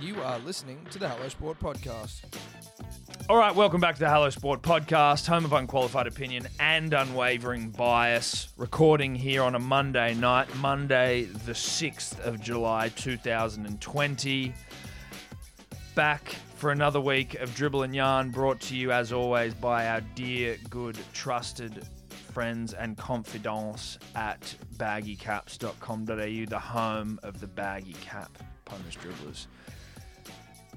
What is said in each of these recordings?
You are listening to the Hello Sport Podcast. All right, welcome back to the Hello Sport podcast, home of unqualified opinion and unwavering bias. Recording here on a Monday night, Monday, the 6th of July, 2020. Back for another week of Dribble and Yarn, brought to you as always by our dear, good, trusted friends and confidants at baggycaps.com.au, the home of the baggy cap punters dribblers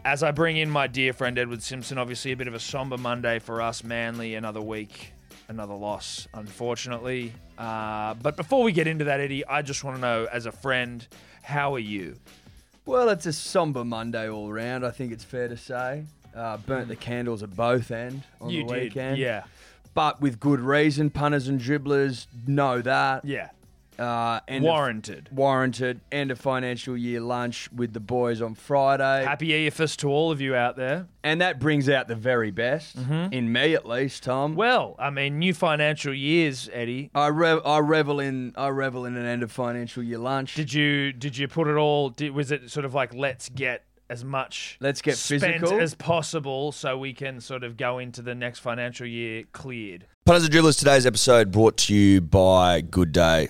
as I bring in my dear friend Edward Simpson, obviously a bit of a somber Monday for us, Manly, another week, another loss, unfortunately. Uh, but before we get into that, Eddie, I just want to know, as a friend, how are you? Well, it's a somber Monday all round. I think it's fair to say. Uh, Hmm. burnt the candles at both end on you the weekend. yeah, but with good reason. Punters and dribblers know that. yeah, Uh, end of- warranted. warranted. End of financial year lunch with the boys on Friday, Happy EFS to all of you out there. Mm-hmm. and that brings out the very best in me, at least, Tom. Well, I mean, new financial years, Eddie. I, re- I revel in I revel in an end of financial year lunch. Did you did you put it all? Did, was it sort of like let's get as much Let's get spent physical. as possible so we can sort of go into the next financial year cleared? Punters and Dribblers, today's episode brought to you by Good Day,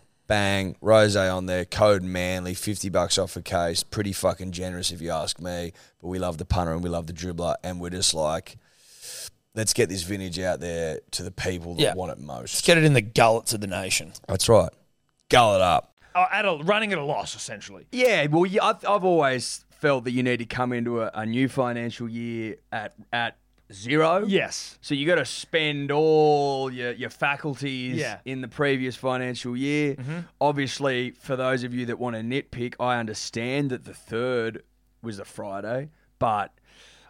bang, rose on there, code manly, 50 bucks off a case. Pretty fucking generous if you ask me. But we love the punter and we love the dribbler. And we're just like, let's get this vintage out there to the people that Yeah. want it Let's most. get it in the gullets of the nation. That's right. Gull it up. Oh, at a, running at a loss, essentially. Yeah, well, yeah, I've, I've always felt that you need to come into a, a new financial year at at zero. Yes. So you got to spend all your, your faculties Yeah. Mm-hmm. in the previous financial year. Obviously, for those of you that want to nitpick, I understand that the third was a Friday, but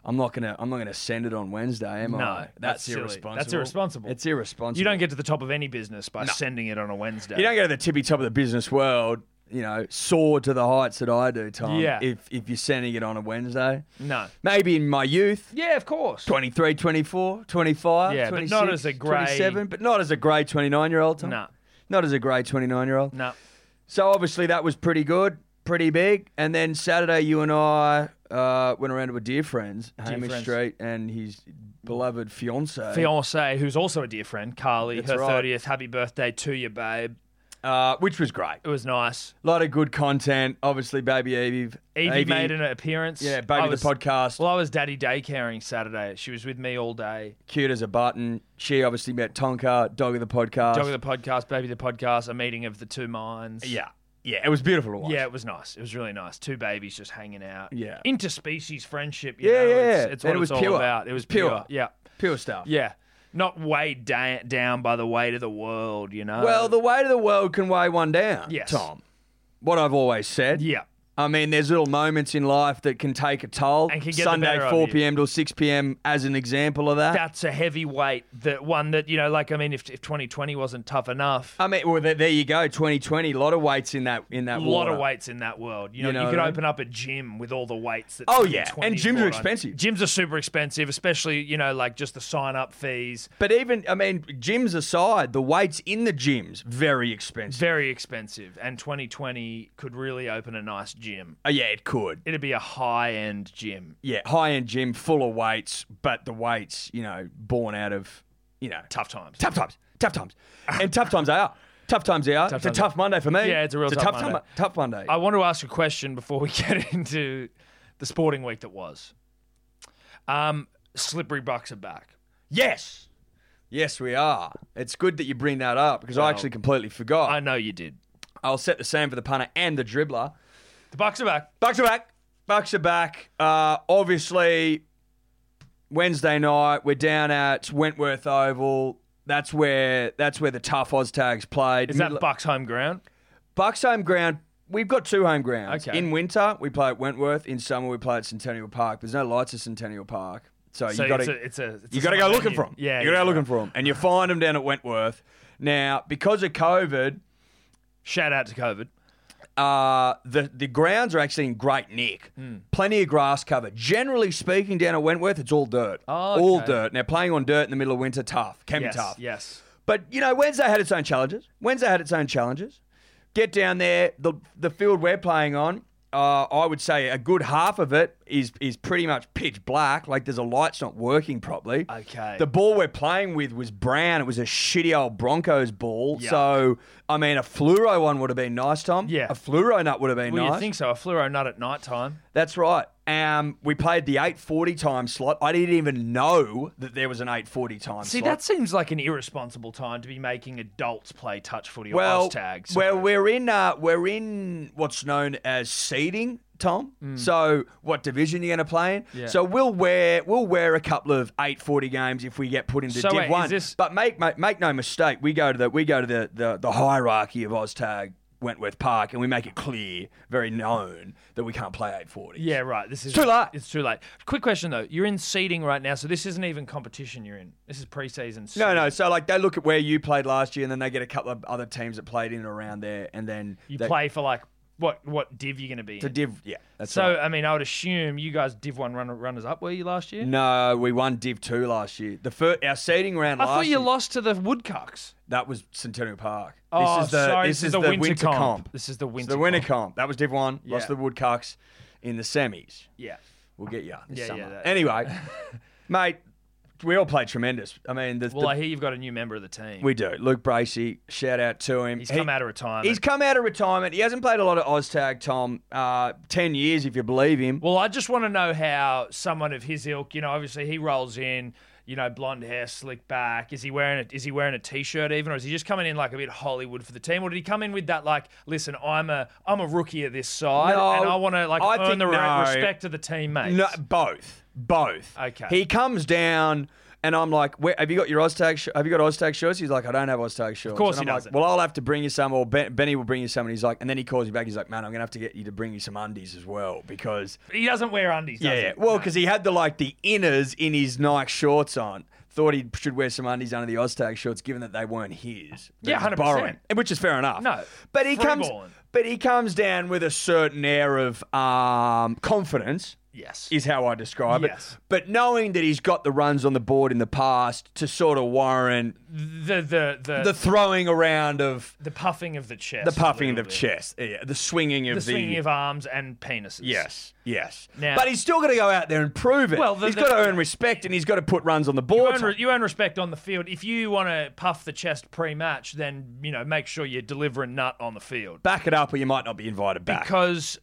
I'm not gonna I'm not gonna send it on Wednesday, am No, I? that's silly. That's irresponsible. irresponsible. It's irresponsible. You don't get to the top of any business by sending it on a Wednesday. you don't go to the tippy top of the business world you know soar to the heights that I do, Tom. Yeah. If if you're sending it on a Wednesday, No. maybe in my youth. Yeah, of course. 23, 24, 25, Yeah, but not 26, as a grade- 27, but not as a grade 29 year old, Tom. No. Not as a grade 29 year old. No. So obviously that was pretty good, pretty big. And then Saturday, you and I uh, went around to a dear friend's, Hamish friends. Street, and his beloved fiance. Fiance, who's also a dear friend, Carly, That's her right. 30th. Happy birthday to you, babe. uh, which was great. It was nice. A lot of good content. Obviously, baby Evie. Evie, made an appearance. yeah, I baby was- the podcast. Well, I was daddy daycaring Saturday. She was with me all day. cute as a button. She obviously met Tonka, dog of the podcast. Dog of the podcast, baby the podcast, a meeting of the two minds. yeah, yeah. It was beautiful to watch. Yeah, it was nice. It was really nice. Two babies just hanging out. Yeah. Interspecies friendship. You Yeah, know, yeah, It's, yeah. it's And what it was it's all pure. about. It was pure. Pure. Yeah. pure stuff. Yeah. Not weighed da- down by the weight of the world, you know? Well, the weight of the world can weigh one down. Yes. Tom. What I've always said. Yeah. I mean, there's little moments in life that can take a toll. And can get the Sunday, better of 4 you. p.m. till 6 p.m. as an example of that. That's a heavy weight. That one that, you know, like, I mean, if, if 2020 wasn't tough enough, I mean, well, there, there you go. 2020, a lot of weights in that in that a lot water. of weights in that world. You know, you, You know could what I open up a gym with all the weights that. Oh, yeah. 2020 And gyms are brought on. expensive. Gyms are super expensive, especially, you know, like just the sign up fees. But even, I mean, gyms aside, the weights in the gyms very expensive. Very expensive. And 2020 could really open a nice gym. oh, yeah, it could. It'd be a high end gym. Yeah, high end gym, full of weights, but the weights, you know, born out of, you know, Tough times. tough times, tough times, and tough times they are. Tough times they are. it's times. a tough Monday for me. Yeah, it's a real it's tough a tough time- Monday. tough Monday. I want to ask a question before we get into the sporting week that was. Um, slippery Bucks are back. Yes. Yes, we are. It's good that you bring that up because I actually completely I forgot. know you did. I, will set the same for the punter and the dribbler. The Bucks are back. Bucks are back. Bucks are back. Uh, obviously, Wednesday night we're down at Wentworth Oval. That's where that's where the tough Oztags played. Is that Midla- Bucks home ground? Bucks home ground? We've got two home grounds. Okay. In winter, we play at Wentworth. In summer, we play at Centennial Park. There's no lights at Centennial Park, so, So you got it's to a, it's a it's you a got to go summer looking venue. for them. Yeah, you got to yeah, go looking right. for them, and you find them down at Wentworth. Now, because of COVID, Shout out to COVID. uh, the the grounds are actually in great nick. Mm. Plenty of grass cover. Generally speaking, down at Wentworth, it's all dirt. Oh, okay. All dirt. Now, playing on dirt in the middle of winter, tough. Can Yes, be tough. yes. But you know, Wednesday had its own challenges. Wednesday had its own challenges. Get down there, the the field we're playing on. Uh, I would say a good half of it is is pretty much pitch black. Like there's a light's not working properly. Okay. The ball we're playing with was brown. It was a shitty old Broncos ball. Yuck. So I mean, a fluoro one would have been nice, Tom. Yeah. A fluoro nut would have been Well, nice. you think so? A fluoro nut at night time. That's right. Um, we played the 8:40 time slot. I didn't even know that there was an 8:40 time See, slot. that seems like an irresponsible time to be making adults play touch footy or well, tags. Well, we're in uh, we're in what's known as seeding, Tom. So what division you're going to play in? Hmm. Yeah. So we'll wear we'll wear a couple of eight forty games if we get put into So Div wait, is One. this- But make, make make no mistake, we go to the we go to the the, the hierarchy of OzTag. Wentworth Park, and we make it clear, very known, that we can't play 840. yeah, right. This is Too late. It's too late. Quick question though. You're in seeding right now, so this isn't even competition. You're in. This is preseason. No, no. So like they look at where you played last year, and then they get a couple of other teams that played in and around there, and then You they, play for like what what div you're going to be the in. div. Yeah, that's so uh, right. I mean, I would assume you guys div one runner, runners up were you last year? No, we won Div Two last year. The first, our seeding round I last thought you year, lost to the Woodcocks. that was Centennial Park. Oh, sorry, this is the winter comp. This is the It's winter the winter comp. comp. That was Div One. Lost Yeah. to the Woodcocks in the semis. Yeah. We'll get you this Yeah, yeah, summer. that- anyway, mate, we all played tremendous. I mean, the, Well, the- I hear you've got a new member of the team. we do. Luke Bracey, shout out to him. he's He- come out of retirement. He's come out of retirement. He hasn't played a lot of OzTag, Tom. Uh, Ten years, if you believe him. well, I just want to know how someone of his ilk, you know, obviously he rolls in, you know, blonde hair, slick back. Is he wearing a, is he wearing a t-shirt even, or is he just coming in like a bit Hollywood for the team, or did he come in with that like, listen, I'm a I'm a rookie at this side, No, and I want to like I earn think the re- no. respect of the teammates. No, both, both. Okay. He comes down, and I'm like, Where, "Have you got your Oztag? Sh- have you got Oztag shirts?" He's like, "I don't have Oztag shirts." Of course and he I'm doesn't. Like, well, I'll have to bring you some, or ben- Benny will bring you some. And he's like, and then he calls me back. He's like, "Man, I'm gonna have to get you to bring you some undies as well because He doesn't wear undies. does yeah, he? yeah. well, because he had the like the inners in his Nike shorts on." Thought he should wear some undies under the Oztag shorts, given that they weren't his. They Yeah, 100%. were borrowing, which is fair enough. No, but he comes, freeballing. But he comes down with a certain air of um, confidence. Yes. Is how I describe Yes. it. But knowing that he's got the runs on the board in the past to sort of warrant The the the the throwing around of the puffing of the chest. the a puffing little of bit. chest, yeah, the swinging of The the, swinging of arms and penises. yes, yes. Now- but he's still got to go out there and prove it. Well, Well, the- he's the- got to earn respect and he's got to put runs on the You board. earn, re- you earn respect on the field. If you want to puff the chest pre-match, then you know make sure you're delivering nut on the field Back it up, or you might not be invited back. because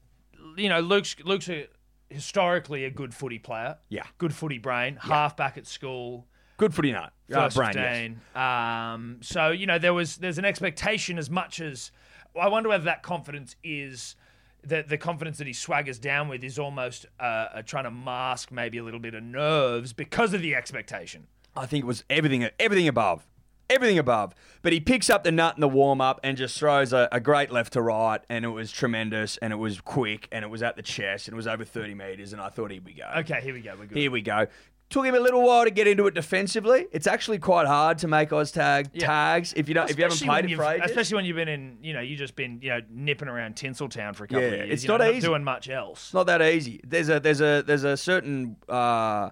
you know Luke's Luke's a, historically a good footy player. Yeah. good footy brain. Half back at school. Good footy nut. Uh, first brain, yes. 15. Um, so you know there was there's an expectation as much as I wonder whether that confidence is the the confidence that he swaggers down with is almost uh, uh, trying to mask maybe a little bit of nerves because of the expectation. I think it was everything, everything above, everything above. But he picks up the nut in the warm up and just throws a, a great left to right, and it was tremendous, and it was quick, and it was at the chest, and it was over thirty meters, and I thought here we go. Okay, here we go. We're good. Here we go. Took him a little while to get into it defensively. It's actually quite hard to make Oztag Yeah. tags if you don't if you haven't Especially when played it you've- for ages. especially when you've been in, you know, you've just been, you know, nipping around Tinseltown for a couple of Yeah, years. it's you know, not easy. doing much else. It's not that easy. There's a there's a there's a certain uh,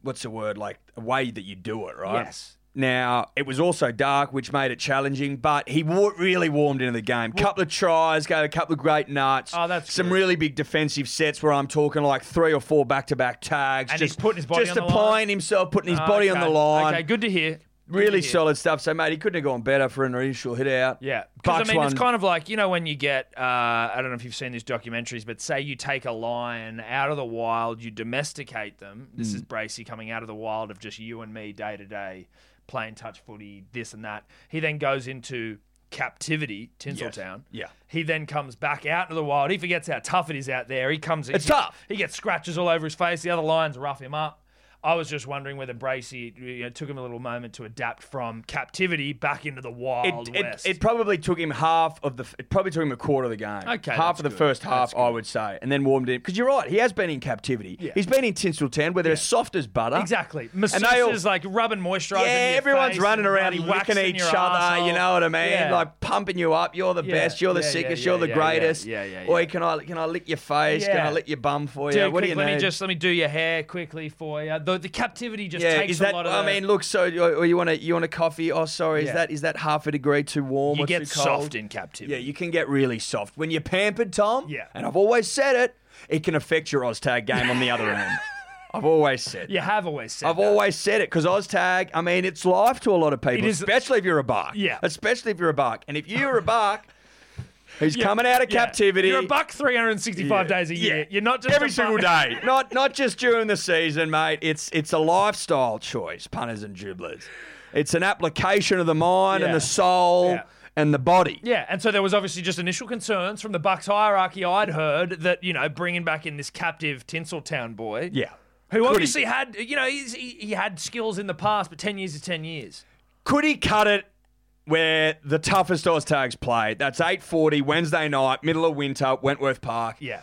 what's the word like a way that you do it, right? Yes. Now it was also dark, which made it challenging. But he wa- really warmed into the game. couple of tries, got a couple of great nuts. Oh, that's some good. really big defensive sets where I'm talking like three or four back to back tags. And just he's putting his body just on the applying line. Ah, Oh, himself, putting his body on the line. Okay, good to hear. Good Really to hear. solid stuff. So, mate, he couldn't have gone better for an initial hit out. Yeah, because I Bucks mean, it's won. kind of like you know when you get uh, I don't know if you've seen these documentaries, but say you take a lion out of the wild, you domesticate them. This Mm. is Bracey coming out of the wild of just you and me day to day playing touch footy, this and that. He then goes into captivity, Tinseltown. Yeah. He then comes back out into the wild. He forgets how tough it is out there. He comes. It's he- tough. He gets scratches all over his face. The other lions rough him up. I was just wondering whether Bracey you know, took him a little moment to adapt from captivity back into the wild it, it, west. it probably took him half of the. It probably took him a quarter of the game. Okay, that's half of the good. first half, I would say, and then warmed in. Because you're right, he has been in captivity. He's been in Tinseltown, where they're as soft as butter. Exactly. and they all, Masseuses like rubbing moisturizer. yeah, in your everyone's face running and around bloody whacking waxing each your other. You arsehole. know what I mean? Yeah. Like pumping you up. You're the Yeah. best. You're the Yeah, yeah, sickest. yeah, you're the yeah, yeah, greatest. yeah, yeah, Or yeah. can I can I lick your face? Can Yeah. I lick your bum for you? Dude, what do you quick, let need? me just let me do your hair quickly for you. The, the captivity just yeah, takes is that? a lot of. I the- mean, look. So, or you want to you want a coffee? Oh, sorry. Is Yeah. that is that half a degree too warm? you or get too cold? soft in captivity. Yeah, you can get really soft when you're pampered, Tom. Yeah. and I've always said it. It can affect your OzTag game on the other end. I've always said. You have always said. I've that. always said it because OzTag. I mean, it's life to a lot of people, It is- especially if you're a buck. Yeah. especially if you're a buck. And if you're a buck, who's Yeah, coming out of yeah. captivity, You're a buck 365 days a year. Yeah. You're not just every a single buck- day. Not not just during the season, mate. It's it's a lifestyle choice, punters and dribblers. It's an application of the mind Yeah. and the soul Yeah. and the body. Yeah, and so there was obviously just initial concerns from the Bucks hierarchy. I'd heard that you know bringing back in this captive Tinseltown boy. Yeah. Who Could he- obviously had, you know, he's, he, he had skills in the past, but 10 years is 10 years. Could he cut it where the toughest Oztags played? That's 8:40 Wednesday night, middle of winter, Wentworth Park. Yeah.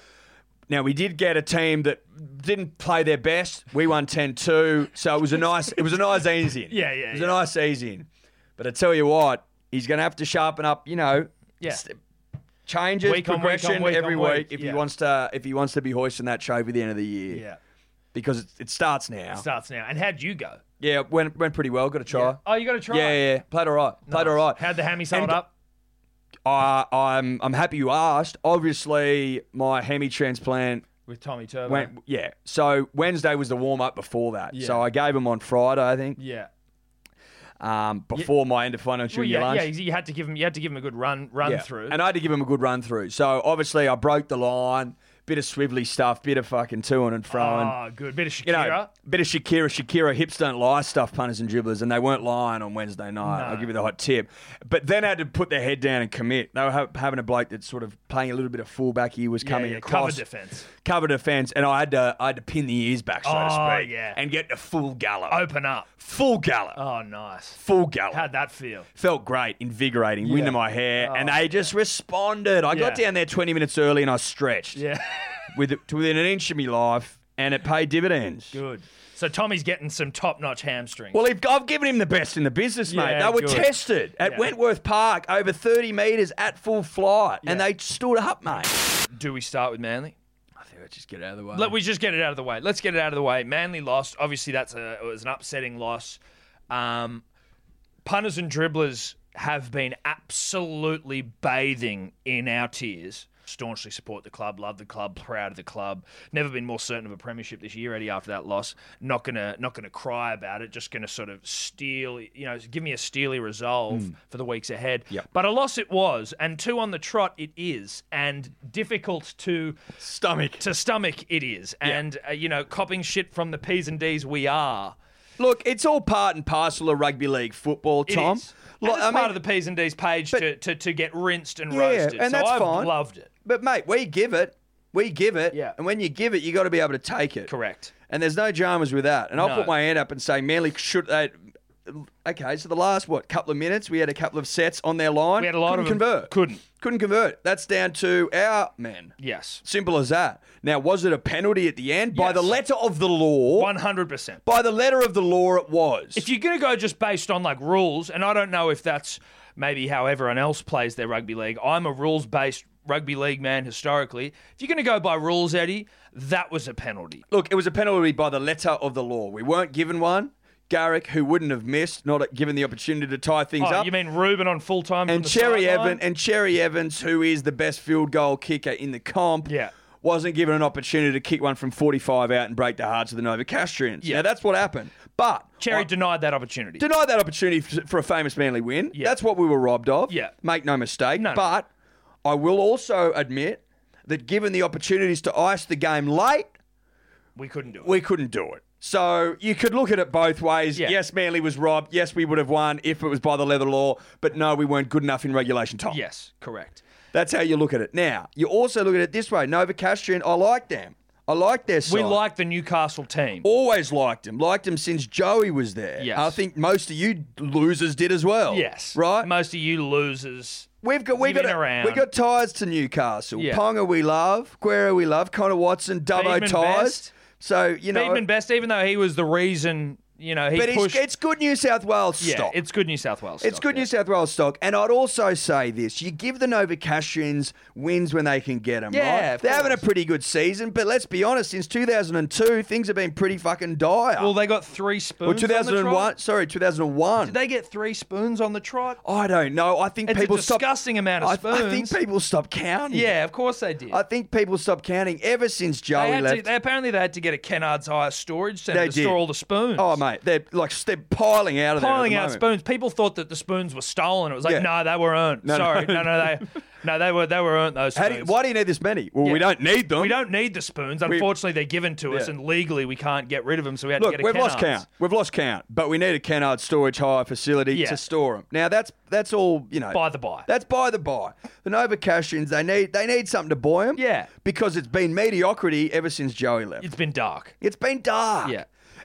Now we did get a team that didn't play their best. We won 10-2, so it was a nice it was a nice ease in. Yeah, yeah, It was yeah. a nice ease in. But I tell you what, he's going to have to sharpen up, you know, Yeah. st- changes Week on, week on, progression week on, every week. week if Yeah. he wants to if he wants to be hoisting that trophy at the end of the year. Yeah. Because it, it starts now. Starts now. And how'd you go? yeah, went went pretty well, got a try. Oh, you got to try. Yeah, yeah, yeah. Played all right. Played all right. How'd the hammies hold And- up? I, I'm I'm happy you asked. Obviously, my hemi transplant With Tommy Turbo. went. Yeah. So Wednesday was the warm up before that. So I gave him on Friday, I think. yeah. Um, before my end of financial Well, year yeah, lunch. yeah, you had to give him you had to give him a good run run Yeah. through. And I had to give him a good run through. So obviously, I broke the line. Bit of swivelly stuff. Bit of fucking to and fro. and oh, good. Bit of Shakira. you know, bit of Shakira, Shakira, hips don't lie stuff, punters and dribblers, and they weren't lying on Wednesday night. I'll give you the hot tip. But then had to put their head down and commit. They were ha- having a bloke that's sort of playing a little bit of fullback. He was yeah, coming yeah, cover across, defense. cover defense, and I had to, I had to pin the ears back, so Oh, to speak, yeah. and get the full gallop, Open up. full gallop, Oh, nice. full gallop. How'd that feel? Felt great, invigorating, wind in my hair, and they just responded. I got Oh, Yeah. down there 20 minutes early and I stretched Yeah. with to within an inch of me life, and it paid dividends. good. So Tommy's getting some top-notch hamstrings. Well, if- I've given him the best in the business, mate. Yeah, they were good. tested at Yeah. Wentworth Park over 30 metres at full flight, and Yeah. they stood up, mate. Do we start with Manly? I think let's just get out of the way. Let we just get it out of the way. Let's get it out of the way. Manly lost. Obviously, that's a it was an upsetting loss. Um, punters and dribblers have been absolutely bathing in our tears. Staunchly support the club, love the club, proud of the club. Never been more certain of a premiership this year, Eddie. After that loss, not gonna not gonna cry about it. Just gonna sort of steal, you know, give me a steely Hmm. resolve for the weeks ahead. Yep. But a loss it was, and two on the trot it is, and difficult to Stomach. to stomach it is and uh, you know copping shit from the p's and d's we are Look, it's all part and parcel of rugby league football, It Tom. is. And Look, it's part of the p's and d's page to, to, to get rinsed and Yeah, roasted and so that's i've fine. loved it But mate, we give it. We give it. Yeah. And when you give it, you got to be able to take it. Correct. And there's no dramas with that. And I'll No. put my hand up and say, Manly should they. Okay, so the last what couple of minutes we had a couple of sets on their line. We had a lot couldn't of them. convert. Couldn't. Couldn't convert. That's down to our men. yes Simple as that. Now, was it a penalty at the end? By Yes. the letter of the law. 100% By the letter of the law, it was. if you're going to go just based on like rules and i don't know if that's maybe how everyone else plays their rugby league i'm a rules based rugby league man historically if you're going to go by rules eddie that was a penalty Look, it was a penalty by the letter of the law. We weren't given one. Garrick, who wouldn't have missed, not given the opportunity to tie things oh, up. you mean ruben on full time and Cherry Evans and Cherry Evans, who is the best field goal kicker in the comp, Yeah. wasn't given an opportunity to kick one from 45 out and break the hearts of the Novocastrians. Yeah. Yeah, now, that's what happened. But cherry I- denied that opportunity denied that opportunity f- for a famous Manly win. Yeah. That's what we were robbed of. Yeah. Make no mistake. No, no. but I will also admit that given the opportunities to ice the game late, we couldn't do it we couldn't do it. So you could look at it both ways. Yeah. Yes, Manly was robbed. Yes, we would have won if it was by the leather law. But no, we weren't good enough in regulation time. yes correct That's how you look at it. Now, you also look at it this way. Novocastrian, I like them. I like their side. We like the Newcastle team. Always liked them. Liked them since Joey was there. Yes. I think most of you losers did as well. Yes. Right? Most of you losers. We've got we've You've got been a- around. we've got ties to Newcastle. Yeah. Ponga we love, Guerra we love, Connor Watson, Dubbo Beedman ties. best. So you know, Beedman Best, even though he was the reason, you know, he but it's, pushed. it's good New South Wales yeah, stock. it's good New South Wales. It's stock, good yeah. New South Wales stock. And I'd also say this you give the Novocastrians wins when they can get them, Yeah, right? of They're having a course. pretty good season, but let's be honest, since 2002, things have been pretty fucking dire. Well, they got three spoons. Or on the 2001, trot? sorry, 2001. Did they get three spoons on the trot? I don't know. I think It's a people disgusting amount of stopped, I, I think spoons. people stopped counting. Yeah, of course they did. I think people stopped counting ever since they Joey had left. to, they, apparently, they had to get a Kennard's Hire storage centre They to did. store all the spoons. oh, mate, they're like they're piling out of there. at Piling the out moment. spoons. People thought that the spoons were stolen. It was like, Yeah. no, they were earned. No, no. Sorry, no, no, they, no, they were, they were earned those How spoons. do you, why do you need this many? Well, we Yeah. don't need them. We don't need the spoons. Unfortunately, they're given to us, Yeah. and legally we can't get rid of them. So we had Look, to get a we've lost Kennards. count. We've lost count, but we need a Kennard storage hire facility Yeah. to store them. Now that's that's all you know. By the by. that's by the by. The Nova Cash-ins, they need they need something to buy them. Yeah. because it's been mediocrity ever since Joey left. It's been dark. it's been dark. Yeah.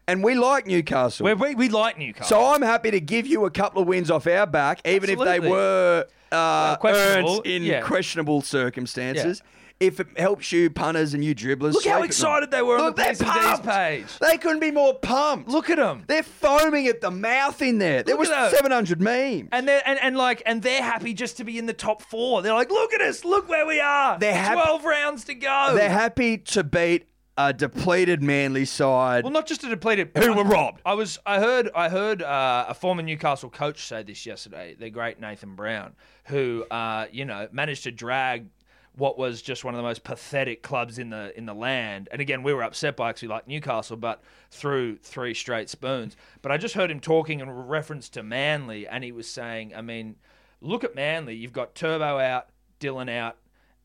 and we like Newcastle. We, we, we like Newcastle. so I'm happy to give you a couple of wins off our back, even if they Absolutely. were uh, questionable, earned in yeah. questionable circumstances. If it helps you punters and you dribblers, Look how sleep at night. excited they were on Look, the they're P's and Ds pumped. page. They couldn't be more pumped. Look at them. They're foaming at the mouth in there. There Look was at that. 700 memes. And they're and, and like and they're happy just to be in the top four. They're like, look at us, look where we are. They're happy- Twelve rounds to go. They're happy to beat a depleted Manly side. well, not just to deplete it. Who were robbed. I was. I heard. I heard uh, a former Newcastle coach say this yesterday. The great Nathan Brown, who uh, you know managed to drag what was just one of the most pathetic clubs in the in the land. And again, we were upset by because we like Newcastle, but through three straight spoons. But I just heard him talking in reference to Manly, and he was saying, I mean, look at Manly. You've got Turbo out, Dylan out,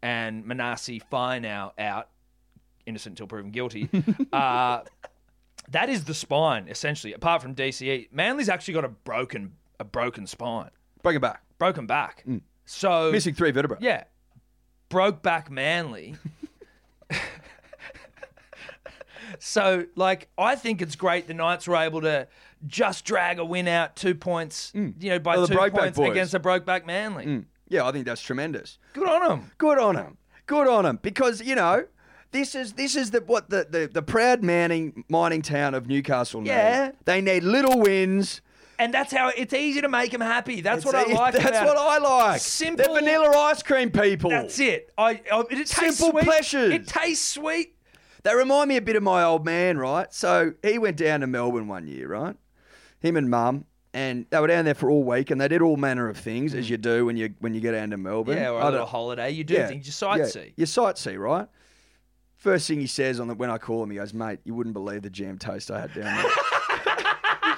and Manasi Fine now out. Innocent until proven guilty. uh, that is the spine essentially. Apart from DCE, Manly's actually got a broken a broken spine, Bring it back. Mm. broken back. So Missing three vertebrae. Oh. yeah, broke back Manly. so like, I think it's great the Knights were able to just drag a win out two points, you know, by Mm. Well, the two brokeback points boys. Mm. against a broke back Manly. Yeah, I think that's tremendous. Good on them. Good on them. Good on them. Because, you know, This is this is the what the the, the proud mining mining town of Newcastle. Yeah. need. they need little wins. And that's how it's easy to make them happy. That's what It's- e- I like. That's about what it. I like. Simple- They're vanilla ice cream people. That's it. I, I it tastes Simple sweet. pleasures. It tastes sweet. They remind me a bit of my old man, right? So he went down to Melbourne one year, right? Him and mum. And they were down there for all week, and they did all manner of things, as you do when you when you go down to Melbourne. Hmm. Yeah, or I a little don't- holiday. You do things. You sightsee. You sightsee, right? First thing he says on the when I call him, he goes, "Mate, you wouldn't believe the jam toast I had down there."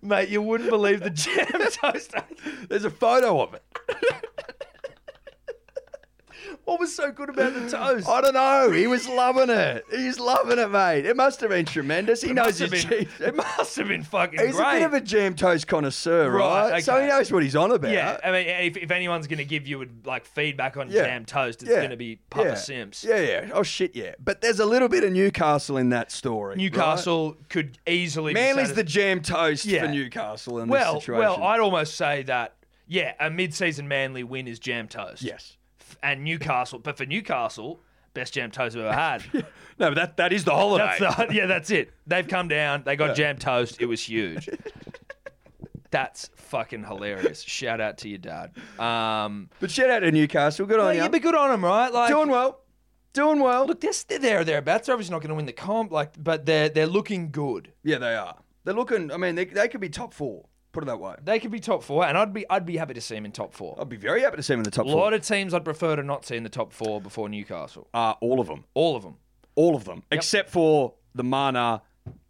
Mate, you wouldn't believe the jam toast. There's a photo of it. what was so good about the toast? I don't know. He was loving it. He's loving it, mate. It must have been tremendous. He It knows must his have been- cheese. It must have been fucking He's great. a bit of a jam toast connoisseur, right? Right, So okay. he knows what he's on about. yeah, I mean, if, if anyone's going to give you like feedback on Yeah. jam toast, it's Yeah. going to be Papa yeah. Sims. Yeah, yeah. Oh shit, yeah. But there's a little bit of Newcastle in that story. Newcastle could easily right? be Manly's satis- the jam toast Yeah. for Newcastle in well, this situation. well, I'd almost say that yeah, a mid-season Manly win is jam toast. yes. F- and Newcastle, but for Newcastle, best jam toast I've ever had. No, but that that is the holiday. That's the, yeah, that's it. They've come down. They got jam toast. It was huge. That's fucking hilarious. Shout out to your dad. Um, but shout out to Newcastle. Good but on you'd you. be good on them, right? Like Doing well. Doing well. Look, they're st- there or thereabouts. They're obviously not going to win the comp, like, but they're they're looking good. Yeah, they are. They're looking. I mean, they, they could be top four. Put it that way. They could be top four, and I'd be I'd be happy to see them in top four. I'd be very happy to see them in the top A lot four. of teams I'd prefer to not see in the top four before Newcastle. Uh, all of them. All of them. All of them. Except for the Mana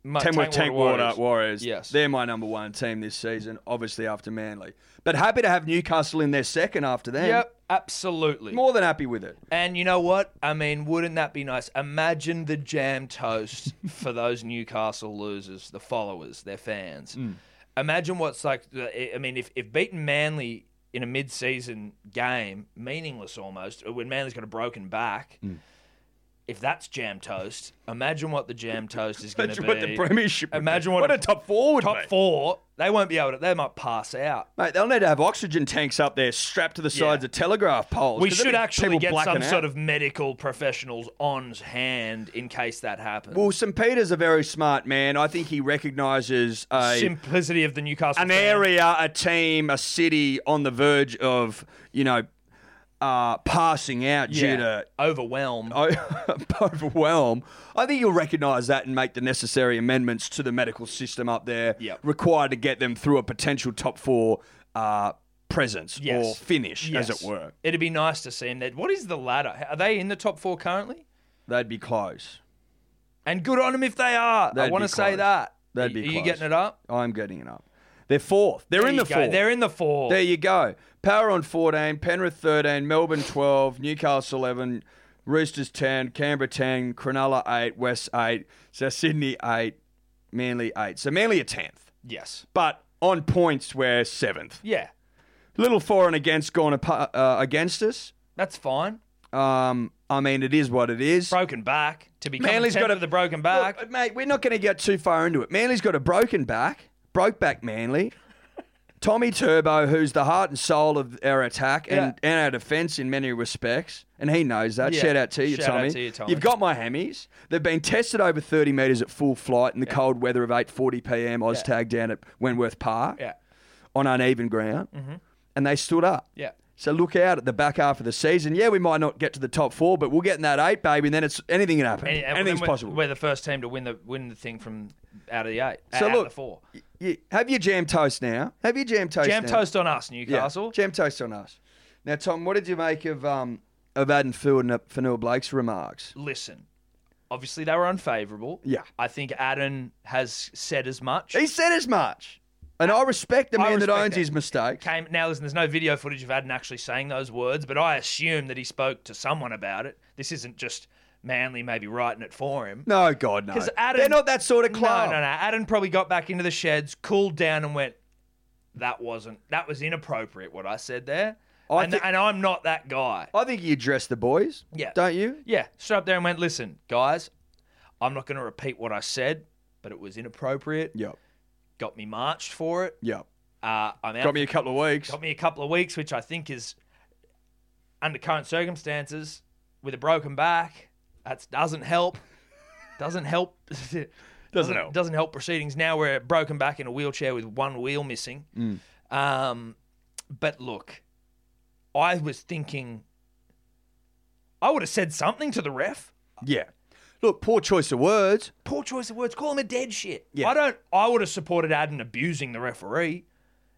Ma- Tamworth Tank Tank Water Water Warriors. Warriors. Yes. They're my number one team this season, obviously after Manly. But happy to have Newcastle in their second after them. Yep, absolutely. More than happy with it. And you know what? I mean, wouldn't that be nice? Imagine the jam toast for those Newcastle losers, the followers, their fans. Mm. Imagine what's like. the- I mean, if, if beaten Manly in a mid season game, meaningless almost, uh, when Manly's got a broken back, if that's jam toast, imagine what the jam toast is going to be. Imagine what the premiership. would Imagine be. what what a- a, top four would Top be. four, they won't be able to, they might pass out. Mate, they'll need to have oxygen tanks up there strapped to the sides of telegraph poles. We 'cause there'll should be actually people get some blacking out. sort of medical professionals on hand in case that happens. Well, St. Peter's a very smart man. I think he recognises a simplicity of the Newcastle an fan. area, a team, a city on the verge of, you know, uh, passing out Yeah. due to overwhelm. o- overwhelm. I think you'll recognise that and make the necessary amendments to the medical system up there Yep. required to get them through a potential top four uh, presence Yes. or finish, Yes. as it were. It'd be nice to see him there. What is the ladder? Are they in the top four currently? They'd be close. And good on them if they are. I They'd want to be say close. that. That'd Are be you close. getting it up? I'm getting it up. They're fourth. They're in There the you go. four. They're in the four. There you go. Power on 14, Penrith 13, Melbourne 12, Newcastle 11, Roosters 10, Canberra 10, Cronulla 8, West 8, South Sydney 8, Manly 8. So Manly are 10th, yes. but on points we're 7th. Yeah. Little for and against gone apa- uh, against us. That's fine. Um, I mean, it is what it is. Broken back. To be Manly's Manly's got got a- the broken back. Look, uh, mate, we're not going to get too far into it. Manly's got a broken back, broke back Manly. Tommy Turbo, who's the heart and soul of our attack and, and our defence in many respects, and he knows that. Yeah. Shout out to you, Shout out Tommy. to you, Tommy. You've got my hammies. They've been tested over 30 metres at full flight in the cold weather of 8:40 p.m. OzTag down at Wentworth Park yeah. Mm-hmm. on uneven ground, and they stood up. Yeah. So look out at the back half of the season. Yeah, we might not get to the top four, but we'll get in that eight, baby, and then it's anything can happen. And- and Anything's we're, possible. We're the first team to win the win the thing from out of the eight. So out look, of the four. y- y- have your jam toast now. Have your jam toast. Jam now. toast on us, Yeah, Newcastle. Jam toast on us. Now, Tom, what did you make of um of Adam Field and Fanua Blake's remarks? Listen. Obviously they were unfavourable. Yeah. I think Adam has said as much. He said as much, and I respect the I man that respect owns that. his mistakes. came. Now, listen, there's no video footage of Adam actually saying those words, but I assume that he spoke to someone about it. This isn't just Manly maybe writing it for him. No, God, no. 'Cause Adam- They're not that sort of no, club. no, no. Adam probably got back into the sheds, cooled down, and went, "That wasn't. That was inappropriate. What I said there." I and, thi- and I'm not that guy. I think you dress the boys. Yeah. Don't you? Yeah, stood up there and went, "Listen, guys, I'm not going to repeat what I said, but but it was inappropriate. Yep. Got me marched for it. Yep. Uh, I'm out. Got me a couple of weeks. got me a couple of weeks, which I think is under current circumstances with a broken back. That doesn't help. Doesn't help. doesn't, help. Doesn't help proceedings. Now we're broken back in a wheelchair with one wheel missing. Mm. Um, but look, I was thinking. I would have said something to the ref. Yeah. Look, poor choice of words. Poor choice of words. Call him a dead shit. Yeah. I don't. I would have supported Adam abusing the referee,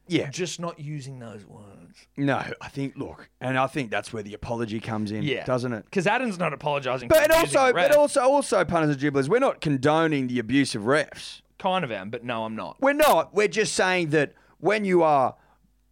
Yeah. just not using those words. No, I think look, and I think that's where the apology comes in, Yeah, doesn't it? Because Adam's not apologising. for But abusing also, the ref. but also, also, punters and dribblers, we're not condoning the abuse of refs. kind of am, but no, I'm not. We're not. We're just saying that when you are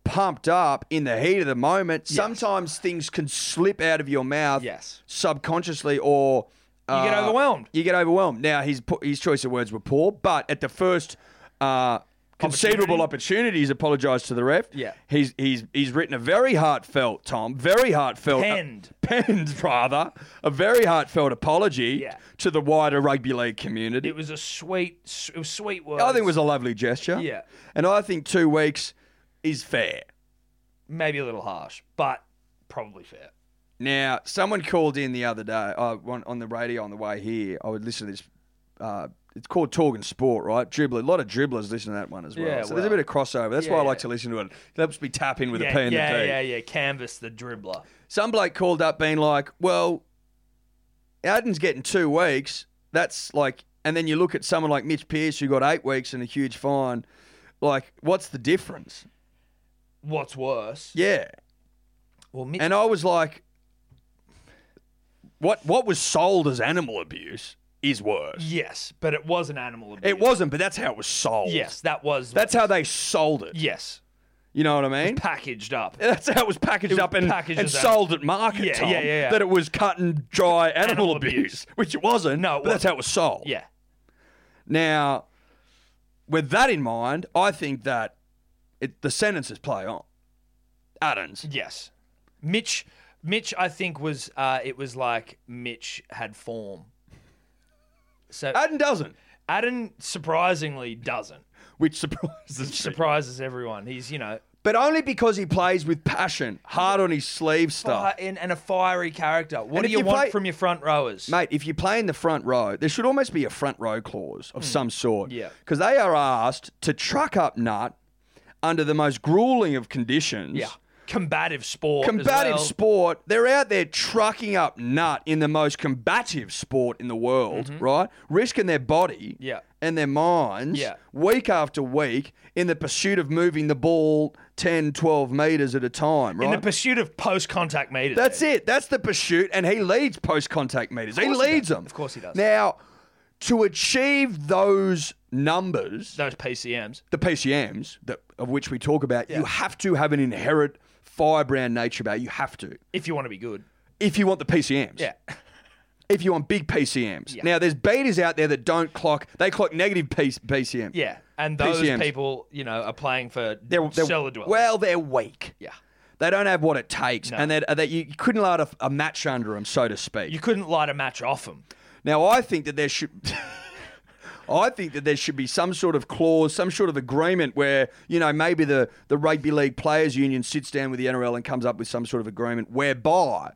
pumped up in the heat of the moment, sometimes things can slip out of your mouth, Yes. subconsciously, or uh, You get overwhelmed. You get overwhelmed. Now his po- his choice of words were poor, but at the first uh, conceivable opportunity, he's apologised to the ref. Yeah. he's he's he's written a very heartfelt, Tom, very heartfelt, uh, Penned. penned rather, a very heartfelt apology Yeah. to the wider rugby league community. It was a sweet, s- it was sweet words. I think it was a lovely gesture. Yeah. and I think two weeks is fair. maybe a little harsh, but probably fair. Now, someone called in the other day uh, on, on the radio on the way here. I would listen to this. Uh, it's called Talking Sport, right? Dribbler. A lot of dribblers listen to that one as well. Yeah, so there's a well. bit of crossover. That's Yeah, why I yeah. like to listen to it. It helps me tap in with a yeah, P and yeah, the D. yeah, yeah. Canvas the dribbler. Some bloke called up being like, well, Aden's getting two weeks. That's like, and then you look at someone like Mitch Pearce who got eight weeks and a huge fine. Like, what's the difference? What's worse? Yeah. Well, Mitch, And I was like, what what was sold as animal abuse is worse. yes, but it was an animal abuse. It wasn't, but that's how it was sold. Yes, that was. That's how they sold it. Yes, You know what I mean? packaged up. That's how it was packaged was up and, packaged and as that. sold at market Yeah, time. yeah, yeah, yeah. That it was cut and dry animal, Animal abuse, abuse. which it wasn't. No, it but that's wasn't. how it was sold. Yeah, Now, with that in mind, I think that it, the sentences play on. Adams. yes. Mitch, Mitch, I think was. Uh, it was like Mitch had form. So Aden doesn't, Adam surprisingly doesn't. which surprises me. Surprises everyone. He's you know but only because he plays with passion, hard on his sleeve Fi- stuff. and, and a fiery character. What And do if you, you want play- from your front rowers? Mate, if you play in the front row, there should almost be a front row clause of some sort. Hmm. Yeah. Because they are asked to truck up nut under the most grueling of conditions. Yeah, combative sport. as Combative well. sport, they're out there trucking up nut in the most combative sport in the world, right? Risking their body Mm-hmm. Yeah. and their minds Yeah. week after week in the pursuit of moving the ball 10, 12 metres at a time, right? in the pursuit of post-contact meters. That's it. That's the pursuit, and he leads post contact meters. He course he leads does. them. Of course he does. Now, to achieve those numbers, Those PCMs. the PCMs that of which we talk about, you have to have an inherent firebrand nature about. it. You have to If you want to be good. if you want the PCMs. Yeah. If you want big PCMs. Now, there's beaters out there that don't clock. They clock negative P- PCM. Yeah. And those PCMs. people, you know, are playing for They're, they're- cellar dwellers. Well, they're weak. yeah. They don't have what it takes, No. and that that you, you couldn't light a, a match under them, so to speak. You couldn't light a match off them. Now, I think that there should. I think that there should be some sort of clause, some sort of agreement where, you know, maybe the, the Rugby League Players Union sits down with the NRL and comes up with some sort of agreement whereby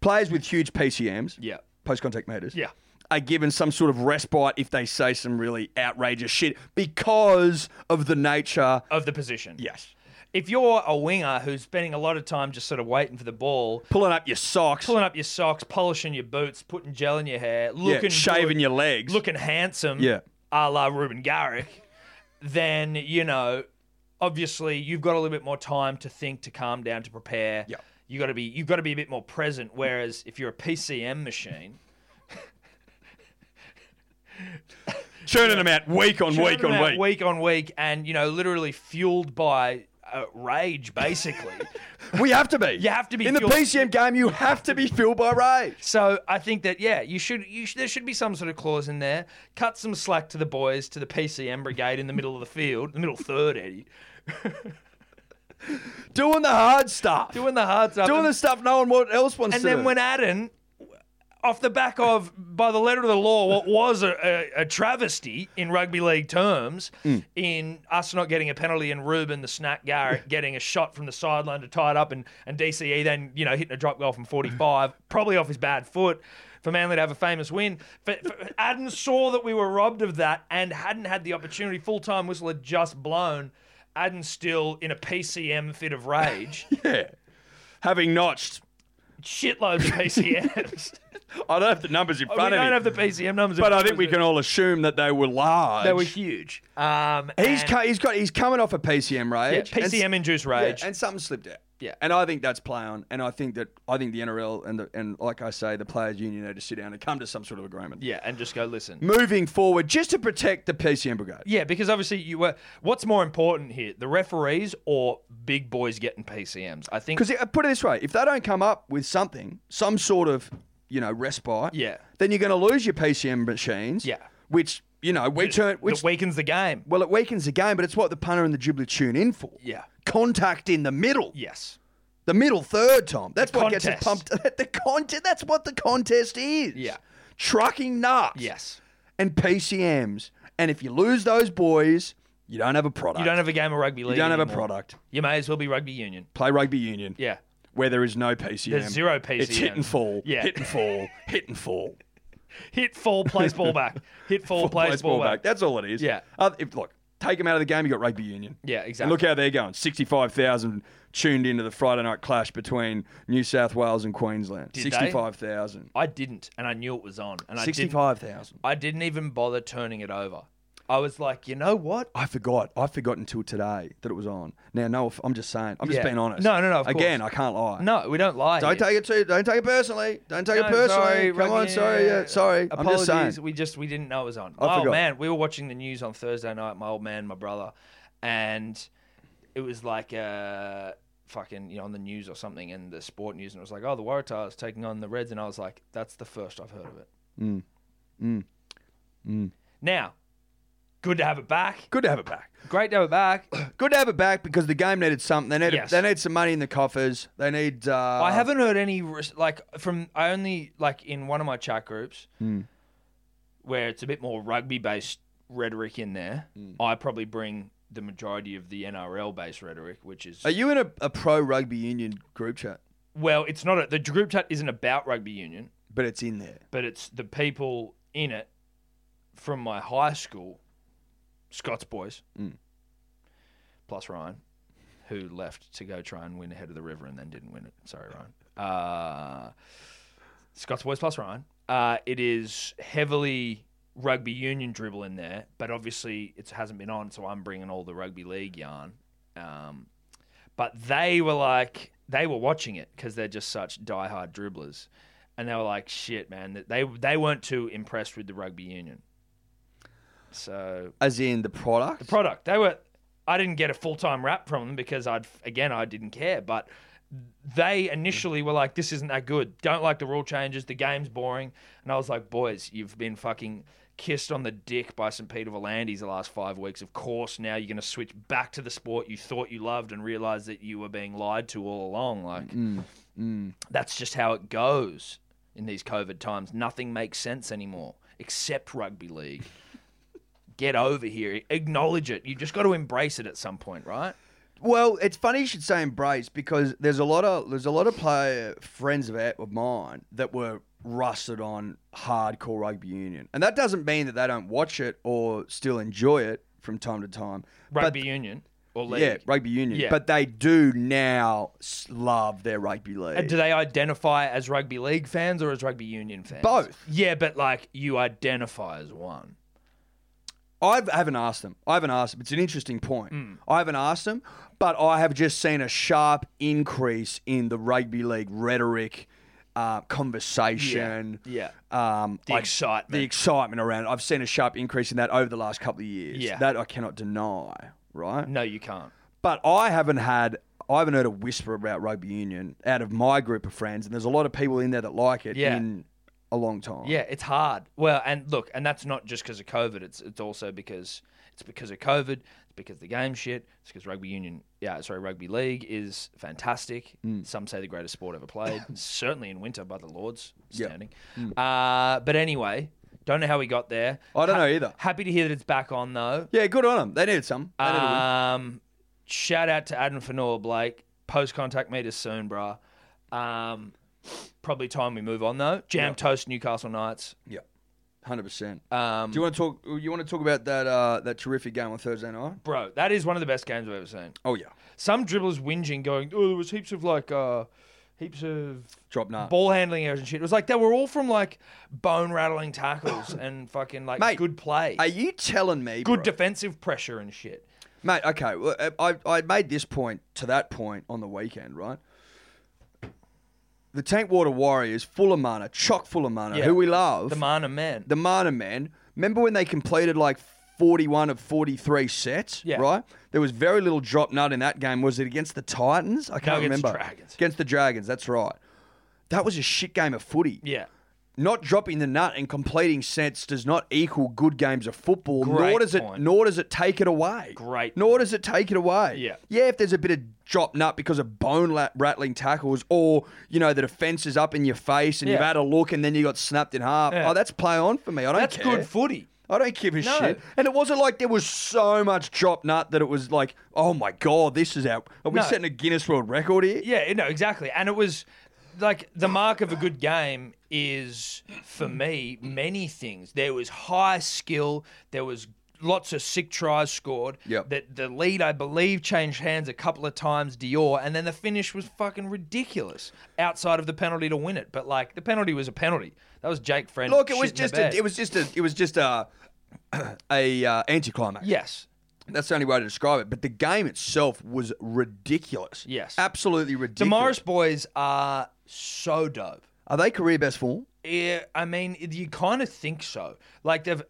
players with huge PCMs, Yeah. post contact meters, Yeah. are given some sort of respite if they say some really outrageous shit because of the nature. Of the position. Yes. If you're a winger who's spending a lot of time just sort of waiting for the ball, Pulling up your socks, pulling up your socks, polishing your boots, putting gel in your hair, yeah, looking shaving good, your legs. looking handsome, Yeah. a la Ruben Garrick, then you know, obviously you've got a little bit more time to think, to calm down, to prepare. Yeah. You got to be you've got to be a bit more present. Whereas if you're a PCM machine, churning them out week on week Churning on out week. week on week, and you know, literally fueled by uh, rage, basically. We have to be. You have to be in the fueled- PCM game. You have to be filled by rage. so I think that yeah, you should you sh- there should be some sort of clause in there. Cut some slack to the boys, to the PCM brigade in the middle of the field, the middle third, Eddie, doing the hard stuff, doing, doing the hard stuff. and- the stuff no one else wants And to then do. when Adam, off the back of, by the letter of the law, what was a, a, a travesty in rugby league terms, Mm. in us not getting a penalty and Ruben the snack Garrett getting a shot from the sideline to tie it up, and, and DCE then you know hitting a drop goal from 45, probably off his bad foot. For Manly to have a famous win, for, for Adden saw that we were robbed of that and hadn't had the opportunity. Full time whistle had just blown. Adden still in a PCM fit of rage. Yeah. Having notched. Shitloads of PCMs. I don't have the numbers in Oh, we front don't have of me. the PCM numbers, but I think we can all assume that they were large. They were huge. Um, He's and- co- he's got he's coming off a PCM yeah, rage. And- PCM induced yeah, rage. and something slipped out. Yeah. and I think that's play on, and I think that I think the NRL and the, and like I say, the players' union need to sit down and come to some sort of agreement. yeah, and just go listen. Moving forward, just to protect the PCM brigade. Yeah, because obviously you were. What's more important here, the referees or big boys getting PCMs? I think. Because put it uh, this way, if they don't come up with something, some sort of you know respite, Yeah. then you're going to lose your PCM machines. Yeah. which you know we turn Which which weakens the game. well it weakens the game, but it's what the punter and the dribbler tune in for. Yeah. contact in the middle. Yes. The middle third, Tom. That's The what gets us contest. pumped. the contest. That's what the contest is. Yeah. Trucking nuts. Yes. And PCMs. And if you lose those boys, you don't have a product. You don't have a game of rugby league. You don't have a anymore. product. You may as well be rugby union. Play rugby union. Yeah. Where there is no PCM. There's zero It's hit PCM. and fall. Yeah. Hit and fall. hit and fall. Hit full, place ball back. Hit full, place ball back. That's all it is. Yeah. Uh, if, look, take them out of the game. You got rugby union. Yeah, And exactly. look how they're going. Sixty-five thousand tuned into the Friday night clash between New South Wales and Queensland. they? Sixty-five thousand. I didn't, and I knew it was on, and I didn't. Sixty-five thousand. I didn't even bother turning it over. I was like, you know what? I forgot. I forgot until today that it was on. Now, no, if- I'm just saying. I'm just Yeah. being honest. No, no, no, of Again, course. I can't lie. No, we don't lie. Don't here. take it too. Don't take it personally. Don't take it No, personally. sorry, Come on, rugby- sorry. Yeah, sorry. Apologies. I'm just saying. We just we didn't know it was on. I oh forgot. man, we were watching the news on Thursday night. My old man, my brother, and it was like uh, fucking you know on the news or something and the sport news, and it was like, oh, the Waratahs taking on the Reds, and I was like, that's the first I've heard of it. Mm. Now, good to have it back. Good to have it back. Great to have it back. Good to have it back because the game needed something. They need. Yes. They need some money in the coffers. They need. Uh, I haven't heard any res- like from I only like in one of my chat groups Hmm. where it's a bit more rugby based rhetoric in there. Hmm. I probably bring the majority of the NRL based rhetoric, which is Are you in a, a pro rugby union group chat? well, it's not a, the group chat isn't about rugby union, But it's in there. but it's the people in it from my high school, Scots boys, Mm. plus Ryan, who left to go try and win ahead of the river and then didn't win it. Sorry, Ryan. Uh, Scots boys plus Ryan. Uh, it is heavily rugby union dribble in there, but obviously it hasn't been on, so I'm bringing all the rugby league yarn. Um, but they were like they were watching it because they're just such diehard dribblers, and they were like, "Shit, man!" They they weren't too impressed with the rugby union. So As in the product. product they were. I didn't get a full time rap from them because I'd again I didn't care, but they initially were like, "This isn't that good. Don't like the rule changes. The game's boring." And I was like, "Boys, you've been fucking." Kissed on the dick by St. Peter Volandis the last five weeks. Of course, now you're going to switch back to the sport you thought you loved and realize that you were being lied to all along. Like, Mm. that's just how it goes in these COVID times. Nothing makes sense anymore except rugby league. Get over here. Acknowledge it. You just got to embrace it at some point, right? Well, it's funny you should say embrace because there's a lot of there's a lot of player friends of out- of mine that were rusted on hardcore rugby union, and that doesn't mean that they don't watch it or still enjoy it from time to time. Rugby union or but, league. yeah, rugby union, Yeah. but they do now s- love their rugby league. And do they identify as rugby league fans or as rugby union fans? Both. Yeah, but like you identify as one. I've, I haven't asked them. I haven't asked them. It's an interesting point. Hmm. I haven't asked them, but I have just seen a sharp increase in the rugby league rhetoric, uh, conversation. Yeah, Um, The excitement. The excitement around it. I've seen a sharp increase in that over the last couple of years. Yeah. That I cannot deny, right? No, you can't. But I haven't had. I haven't heard a whisper about rugby union out of my group of friends, and there's a lot of people in there that like it Yeah. in a long time. Yeah, it's hard. Well, and look, and that's not just because of COVID. It's it's also because it's because of COVID. It's because the game's shit. It's because rugby union, yeah, sorry, rugby league is fantastic. Some say the greatest sport ever played, certainly in winter by the Lords standing. Hmm. Uh, but anyway, don't know how we got there. I don't know either. Happy to hear that it's back on though. Yeah, good on them. They needed some. They needed a win. Um, shout out to Adam Fanor Blake. Post contact meters soon, bruh. Um, probably time we move on though. Jam toast Newcastle Knights. Yeah, hundred percent. Um, Do you want to talk? You want to talk about that uh, that terrific game on Thursday night? bro, that is one of the best games I've ever seen. Oh yeah, Some dribblers whinging, going, "Oh, there was heaps of like, uh, heaps of drop nut. Uh, ball handling errors and shit." It was like they were all from like bone rattling tackles and fucking like Mate, good play, Are you telling me, good bro- defensive pressure and shit. mate? Okay, well, uh, I I made this point to that point on the weekend, right? The Tank Water Warriors, full of mana, chock full of mana, Yeah. who we love, The man of man. the Mana men. Remember when they completed like 41 of 43 sets, Yeah. right? There was very little drop nut in that game. Was it against the Titans? I can't against the remember. Dragons. Against the Dragons, that's right. That was a shit game of footy. yeah, Not dropping the nut and completing sets does not equal good games of football. Great nor does point. it. Nor does it take it away. Great Nor does it take it away. Yeah. Yeah. If there's a bit of drop nut because of bone la- rattling tackles, or you know the defense is up in your face and you've Yeah. had a look and then you got snapped in half. Yeah. Oh, that's play on for me. I don't that's care. good footy. I don't give a No. shit. And it wasn't like there was so much drop nut that it was like, oh my god, this is out. Are we No. setting a Guinness World Record here? Yeah, no, exactly. And it was like the mark of a good game is for me many things. There was high skill, there was lots of sick tries scored. Yep. That the lead I believe changed hands a couple of times Dior and then the finish was fucking ridiculous outside of the penalty to win it. But like the penalty was a penalty. That was Jake Friend. Look, it shitting was the just bed. a, it was just a it was just a a uh, anticlimax. Yes. That's the only way to describe it. But the game itself was ridiculous. Yes. Absolutely ridiculous. Tomorrow's boys are so dope. Are they career best form? Yeah, I mean, you kind of think so. Like they've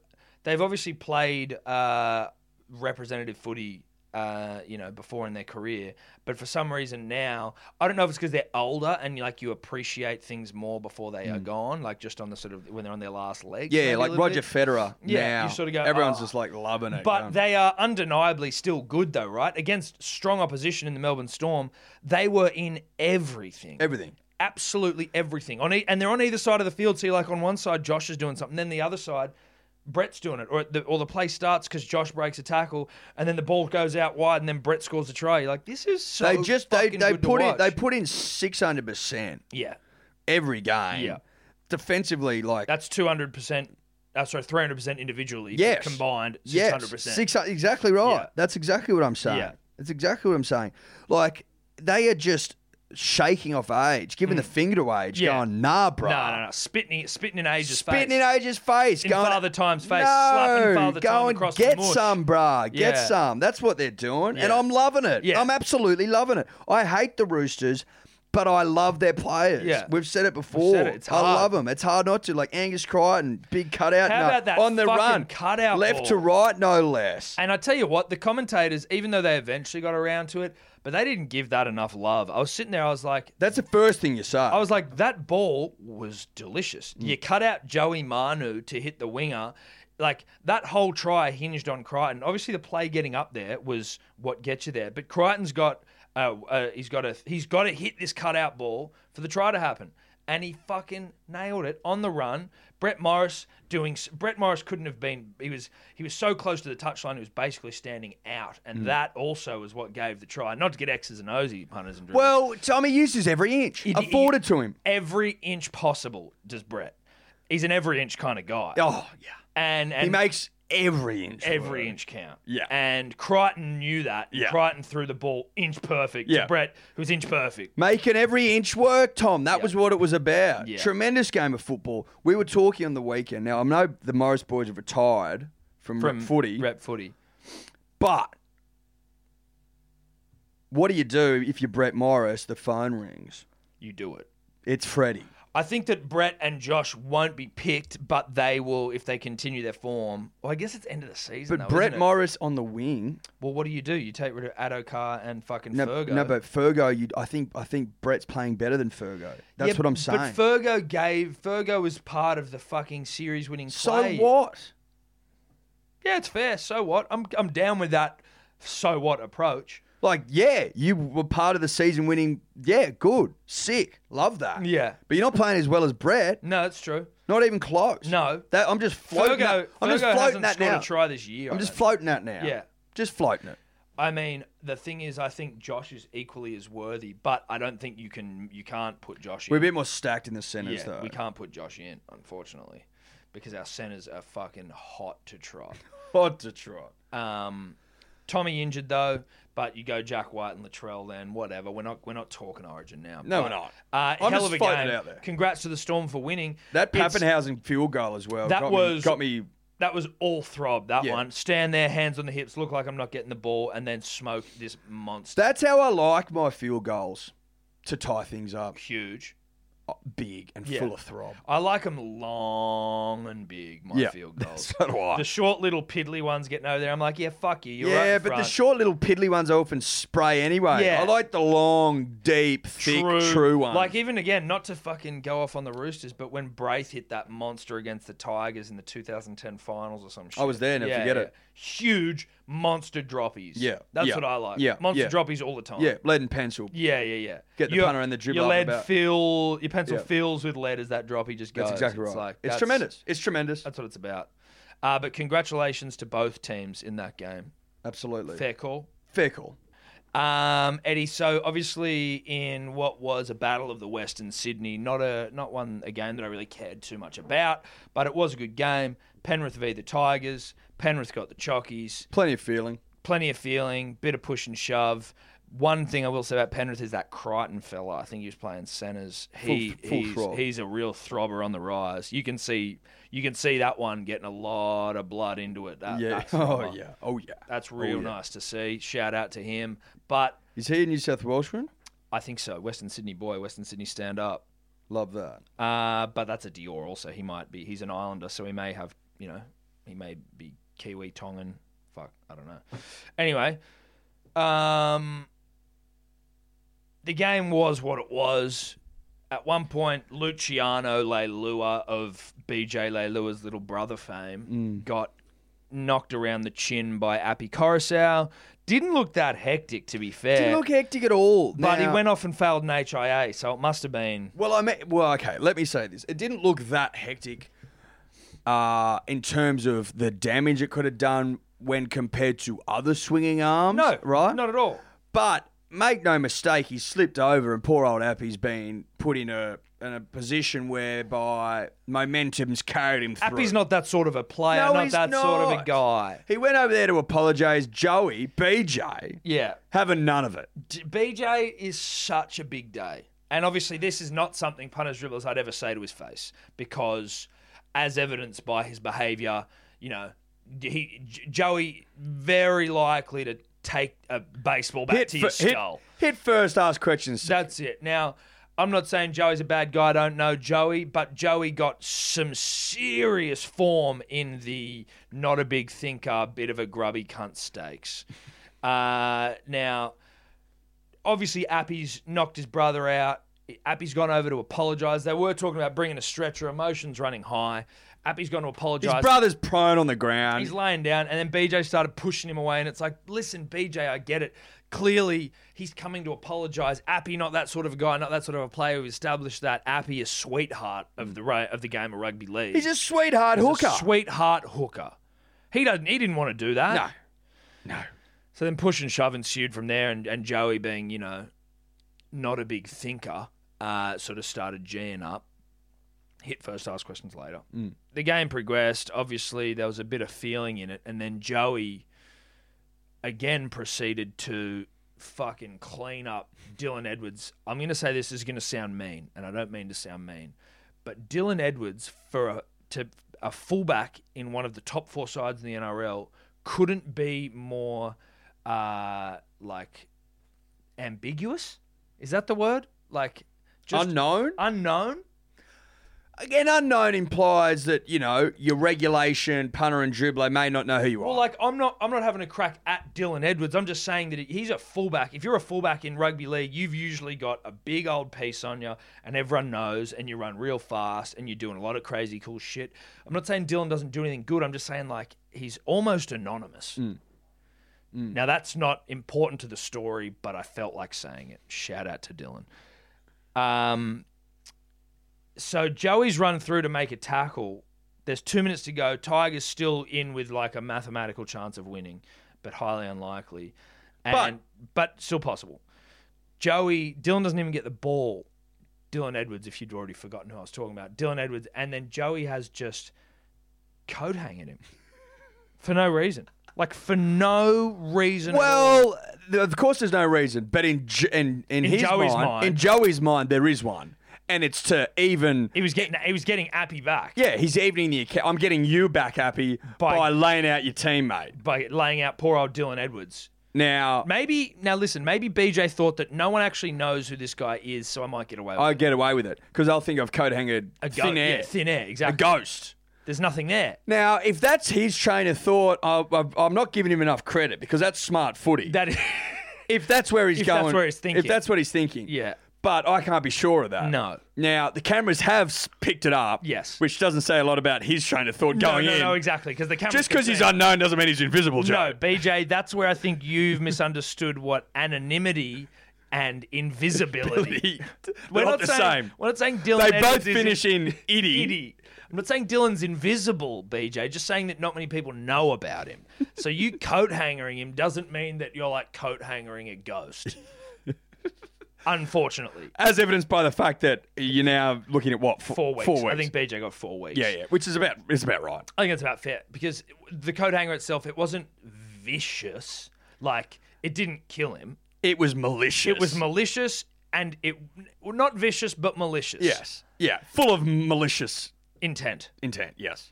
they've obviously played uh, representative footy, uh, you know, before in their career, but for some reason now, I don't know if it's because they're older and you like you appreciate things more before they are gone, like just on the sort of when they're on their last legs. maybe Hmm. Yeah, a like little Roger bit. Federer. Yeah, now. you sorta go, Everyone's oh. just like loving it. But going, they are undeniably still good, though, right? Against strong opposition in the Melbourne Storm, they were in everything. everything. absolutely everything on e- and they're on either side of the field. See, like on one side, Josh is doing something, then the other side, Brett's doing it, or the, or the play starts because Josh breaks a tackle, and then the ball goes out wide, and then Brett scores a try. You're like, this is so. They just they, fucking they good to put in watch. they put in six hundred percent yeah, every game. Yeah. Defensively, like that's two hundred percent. Uh, sorry, three hundred percent individually. but Yes. combined six Yes, hundred percent. Six exactly right. Yeah. That's exactly what I'm saying. Yeah. That's exactly what I'm saying. Like they are just shaking off age, giving the finger to age, Mm. Yeah. going nah, bro. No, no, no, spitting, spitting in age's Spitting face. in age's face, In going Father Time's face, No, slapping Father go Time and across the get mush." some, brah. Get Yeah. some. That's what they're doing, and Yeah. I'm loving it. Yeah. I'm absolutely loving it. I hate the Roosters. But I love their players. Yeah. We've said it before. said it. It's I hard. love them. It's hard not to. Like Angus Crichton, big cutout. How no, about that on the fucking run, cutout left ball? to right, no less. And I tell you what, the commentators, even though they eventually got around to it, but they didn't give that enough love. I was sitting there, I was like, That's the first thing you say. Mm. I was like, that ball was delicious. You cut out Joey Manu to hit the winger. Like that whole try hinged on Crichton. Obviously, the play getting up there was what gets you there. But Crichton's got, uh, uh, he's got to, he's got to hit this cutout ball for the try to happen, and he fucking nailed it on the run. Brett Morris doing, s- Brett Morris couldn't have been. He was, he was so close to the touchline, he was basically standing out, Mm. and that also was what gave the try. Not to get X's and O's, you punters and dribblers. well, Tommy uses every inch It- afforded to him. Every inch possible does Brett. He's an every inch kind of guy. Oh yeah, And, and he makes every inch. every inch count. Yeah. And Crichton knew that. Yeah. Crichton threw the ball inch perfect Yeah. to Brett, who's inch perfect. Making every inch work, Tom. That was what it was about. Yeah. Tremendous game of football. We were talking on the weekend. Now I know the Morris boys have retired from, From footy, Rep footy. but what do you do if you're Brett Morris? The phone rings. You do it. It's Freddie. I think that Brett and Josh won't be picked, but they will if they continue their form. Well, I guess it's end of the season. But though, Brett isn't it? Morris on the wing. Well, what do you do? You take rid of Adokar and fucking No, Fergo. no, but Fergo. You, I think. I think Brett's playing better than Fergo. That's Yeah, what I'm saying. But Fergo gave Fergo was part of the fucking series winning So play. what? Yeah, it's fair. So what? I'm I'm down with that so what approach. Like, yeah, you were part of the season winning. Yeah, good, sick, love that. Yeah. but you're not playing as well as Brett. No, that's true. Not even close. No. that I'm just floating. Fergo, that, I'm just Fergo floating hasn't that scored now. a try this year. I I'm just don't floating that now. Yeah. just floating it. I mean, the thing is, I think Josh is equally as worthy, but I don't think you can you can't put Josh in. We're a bit more stacked in the centres yeah, though. we can't put Josh in, unfortunately, because our centers are fucking hot to trot. Hot to try. Um, Tommy injured though, but you go Jack White and Latrell. Then whatever. We're not we're not talking Origin now. but, No, we're not. Uh, I'm hell just of a floating game. it out there. Congrats to the Storm for winning. That It's- Pappenhausen field goal as well. That got was- me, got me. That was all throb. That Yeah. one. Stand there, hands on the hips, look like I'm not getting the ball, and then smoke this monster. That's how I like my field goals to tie things up. Oh, Huge. Big and Yeah. full of throb. I like them long and big. My Yeah. field goals. So do I. the short little piddly ones getting over there. I'm like, yeah, fuck you. You're yeah, right in but the front. short little piddly ones I often spray anyway. Yeah. I like the long, deep, thick, true, ones. Like even again, not to fucking go off on the Roosters, but when Braith hit that monster against the Tigers in the 2010 finals or some shit. was there, never forget it. Huge monster droppies. Yeah, That's yeah, what I like. yeah, Monster yeah. droppies all the time. yeah, lead and pencil. Yeah, yeah, yeah. Get the punter and the dribbler Your up lead about. fill, your pencil Yeah. fills with lead as that droppy just goes. That's exactly right. It's, It's, like, that's- tremendous. It's tremendous. That's what it's about. Uh, but congratulations to both teams in that game. Absolutely. Fair call. Fair call. Um, Eddie, so obviously in what was a battle of the West in Sydney, not a not one a game that I really cared too much about, but it was a good game. Penrith v the Tigers. Penrith got the chockies, Plenty of feeling. plenty of feeling, bit of push and shove. One thing I will say about Penrith is that Crichton fella. I think he was playing centres. He Full- full he's, throb. he's a real throbber on the rise. You can see you can see that one getting a lot of blood into it. That, Yeah. that Oh throbber. yeah. Oh yeah. That's real yeah. nice to see. Shout out to him. But Is he a New South Welshman? I think so. Western Sydney boy, Western Sydney stand up. Love that. Uh, but that's a Dior also. He might be. He's an Islander, so he may have, you know, he may be Kiwi, Tongan. Fuck, I don't know. Anyway, um, the game was what it was. At one point, Luciano Leilua of BJ Leilua's little brother Mm. fame got knocked around the chin by Appy Coruscant. Didn't look that hectic, to be fair. Didn't look hectic at all. But he Now- went off and failed an HIA, so it must have been. Well, I mean, well, okay. Let me say this: it didn't look that hectic, uh, in terms of the damage it could have done when compared to other swinging arms. No, right? Not at all. But make no mistake, he slipped over, and poor old Appy's been put in a in a position whereby momentum's carried him through. Appy's not that sort of a player, No, not he's that sort of a not. guy. He went over there to apologise, Joey, BJ, Yeah. having none of it. D- BJ is such a big day. And obviously, this is not something punters dribblers I'd ever say to his face because, as evidenced by his behaviour, you know, d- he J- Joey very likely to take a baseball bat to your fir- hit, skull. hit first, ask questions. second. That's it. Now, I'm not saying Joey's a bad guy. I don't know Joey, but Joey got some serious form in the not a big thinker, bit of a grubby cunt stakes. Uh, now, obviously, Appy's knocked his brother out. Appy's gone over to apologise. They were talking about bringing a stretcher. Emotions running high. Appy's gone to His apologise. brother's prone on the ground. He's laying down, and then BJ started pushing him away, and it's like, listen, BJ, I get it. Clearly, he's coming to apologise. Appy, not that sort of a guy, not that sort of a player. We've established that Appy is sweetheart of the ru- of the game of rugby league. He's a sweetheart He's a hooker. sweetheart hooker. He doesn't. He didn't want to do that. no, no. So then push and shove ensued from there, and, and Joey, being, you know, not a big thinker, uh, sort of started G'ing up. Hit first, ask questions later. The game progressed. Obviously, there was a bit of feeling in it, and then Joey again proceeded to fucking clean up Dylan Edwards. I'm going to say this is going to sound mean, and I don't mean to sound mean, but Dylan Edwards for a to a fullback in one of the top four sides in the NRL couldn't be more uh, like ambiguous. Is that the word? Like just unknown. unknown. Again, unknown implies that you know your regulation punter and dribbler may not know who you are. Well, like I'm not, I'm not having a crack at Dylan Edwards. I'm just saying that he's a fullback. If you're a fullback in rugby league, you've usually got a big old piece on you, and everyone knows, and you run real fast, and you're doing a lot of crazy cool shit. Mm. I'm not saying Dylan doesn't do anything good. I'm just saying like he's almost anonymous. Now, that's not important to the story, but I felt like saying it. Shout out to Dylan. Um, so Joey's run through to make a tackle. There's two minutes to go. Tiger's still in with like a mathematical chance of winning, but highly unlikely. And, but still possible. Joey Dylan doesn't even get the ball. Dylan Edwards, if you'd already forgotten who I was talking about, Dylan Edwards, and then Joey has just coat hanging him for no reason, like for no reason. at all. Well, th- of course, there's no reason, but in J- in in, his Joey's mind, mind. in Joey's mind, there is one, and it's to even. he was getting he was getting Appy back Yeah, he's evening the account. I'm getting you back happy By- by, laying out your teammate. by laying out poor old Dylan Edwards. Now, Maybe now listen, maybe BJ thought that no one actually knows who this guy is, so I might get away with I it. get away with it because I'll think I've coat hangered A thin ghost, air. yeah, thin air, a exactly. ghost. There's nothing there. Now, if that's his train of thought, I, I, I'm not giving him enough credit because that's smart footy. That is, if that's where he's If that's going, where he's thinking. if that's what he's thinking, Yeah. But I can't be sure of that. No. Now the cameras have s- picked it up. Yes. Which doesn't say a lot about his train of thought no, going no, in. no, exactly, because the camera Just because he's unknown doesn't mean he's invisible, Joe. No, BJ, that's where I think you've misunderstood what anonymity and invisibility. We're not, the saying, same. We're not saying Dylan. They Edwards both finish is in itty. Itty. I'm not saying Dylan's invisible, BJ. Just saying that not many people know about him. So you coat hangering him doesn't mean that you're like coat hangering a ghost. Unfortunately, As evidenced by the fact that you're now looking at what four weeks. Four weeks. I think BJ got four weeks. yeah, yeah. Which is about it's about right. I think that's about fair because the coat hanger itself, it wasn't vicious. Like it didn't kill him. It was malicious. It was malicious and it well, not vicious but malicious. Yes. Yeah. Full of malicious intent. intent. Yes.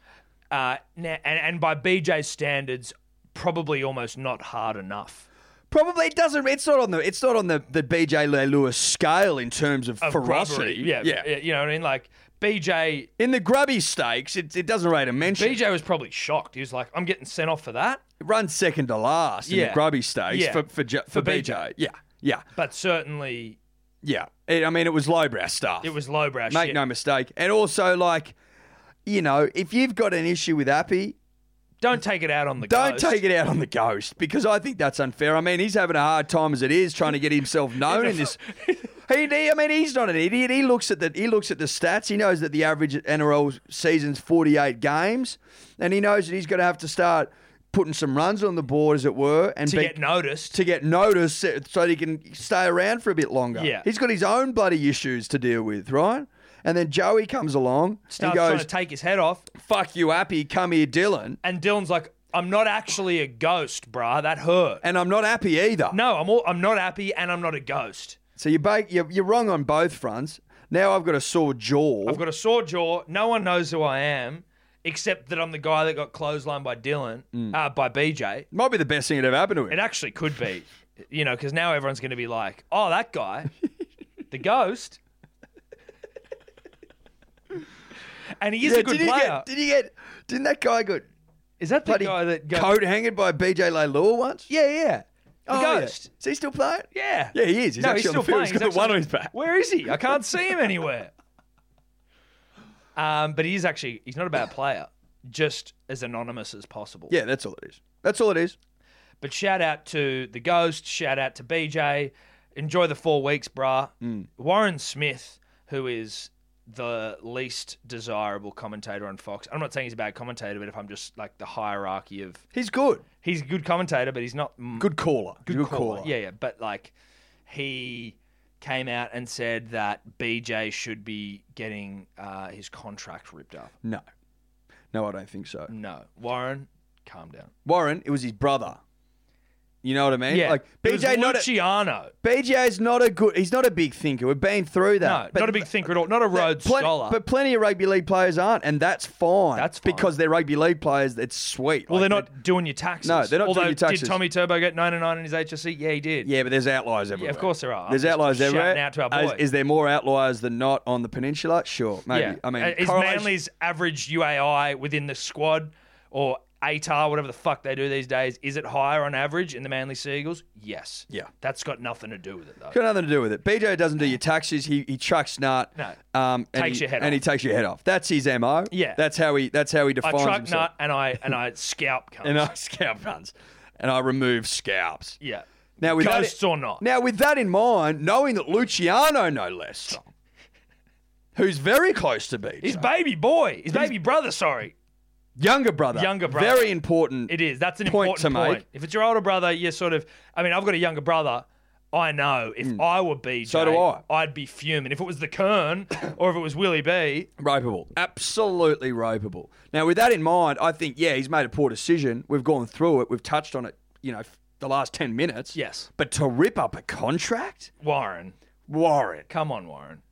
Uh, na- and, and by BJ's standards, probably almost not hard enough. Probably it doesn't. It's not on the. It's not on the the BJ Le Lewis scale in terms of, Of ferocity. robbery. Yeah, yeah. You know what I mean? Like BJ, In the grubby stakes, it, it doesn't rate a mention. BJ was probably shocked. He was like, "I'm getting sent off for that," It runs second to last in Yeah. the grubby stakes Yeah. for for, J- for, For BJ. BJ. Yeah. Yeah. but certainly Yeah. It, I mean, it was lowbrow stuff. it was lowbrow. Make shit. no mistake. And also, like, you know, if you've got an issue with Appy, Don't take it out on the. don't ghost. take it out on the ghost because I think that's unfair. I mean, he's having a hard time as it is trying to get himself known in this. He, he- I mean, he's not an idiot. He looks at the he looks at the stats. He knows that the average NRL season's forty eight games, and he knows that he's going to have to start putting some runs on the board, as it were, and to be- get noticed. to get noticed so so that he can stay around for a bit longer. Yeah. he's got his own bloody issues to deal with, right? And then Joey comes along starts and trying goes, to take his head off, "Fuck you, Appy. Come here, Dylan." and Dylan's like, "I'm not actually a ghost, brah. That hurt." And I'm not happy either. No, I'm all, I'm not happy, and I'm not a ghost. So you bake, you're, you're wrong on both fronts. Now I've got a sore jaw. I've got a sore jaw. No one knows who I am, except that I'm the guy that got clotheslined by Dylan, uh, by BJ. Mm. Might be the best thing that ever happened to him. It actually could be, you know, because now everyone's going to be like, "Oh, that guy, the ghost." And he is Yeah, a good did player. You get, did you get? Didn't that guy get is that the bloody guy that got coat hanged by BJ Leilua once? Yeah, yeah. The Oh, yeah. ghost. Is he still playing? Yeah. Yeah, he is. He's no, actually he's on still the field. playing. He's got the one on his back. Where is he? I can't see him anywhere. um, but he is actually he's not a bad player. Just as anonymous as possible. Yeah, that's all it is. That's all it is. But shout out to the ghost. Shout out to BJ. Enjoy the four weeks, brah. Warren Smith, who is the least desirable commentator on Fox. I'm not saying he's a bad commentator, but if I'm just like the hierarchy of, He's good. he's a good commentator, but he's not Good caller. Good, Yeah, yeah. But like, he came out and said that BJ should be getting uh, his contract ripped up. No, no, I don't think so. No, Warren, calm down. Warren, it was his brother. You know what I mean? Yeah, Like It was BJ, not a, Luciano. BJ's not a good. He's not a big thinker. We've been through that. no, But- not a big thinker at all. Not a Rhodes Plen- scholar. But plenty of rugby league players aren't, and that's fine. That's fine. because they're rugby league players. It's sweet. well, Like, they're not doing your taxes. No, they're not doing Although, your Did taxes. Tommy Turbo get 99 in his HSC? Yeah, he did. Yeah, but there's outliers Yeah, everywhere. of course there are. There's I'm just outliers shouting everywhere. out to our Is- boy. Is, there more outliers than not on the peninsula? Sure, maybe. Yeah. I mean, Uh, is correlation- Manly's average UAI within the squad or ATAR, whatever the fuck they do these days, is it higher on average in the Manly Seagulls? Yes. Yeah. That's got nothing to do with it, though. Got nothing to do with it. BJ doesn't do your taxes. He he trucks nut. No. Um, and Takes he, your head and he off. takes your head off. That's his mo. Yeah. That's how he. That's how he I defines truck himself. nut and I and I scalp comes. And I scout runs. and I removed scalps. Yeah. Now with Ghosts that, or not. Now with that in mind, knowing that Luciano no less, who's very close to Beach, His baby boy, his baby brother, sorry. younger brother, Younger brother. very important. It is. That's an Point important to point. make. If it's your older brother, you're sort of. I mean, I've got a younger brother. I know if I were BJ, Hmm. So do I. would be fuming. If it was the Kern or if it was Willie B, Ropeable. Absolutely ropeable. Now, with that in mind, I think, yeah, he's made a poor decision. We've gone through it. We've touched on it, you know, f- the last 10 minutes. Yes. But to rip up a contract? Warren. Warren. Come on, Warren.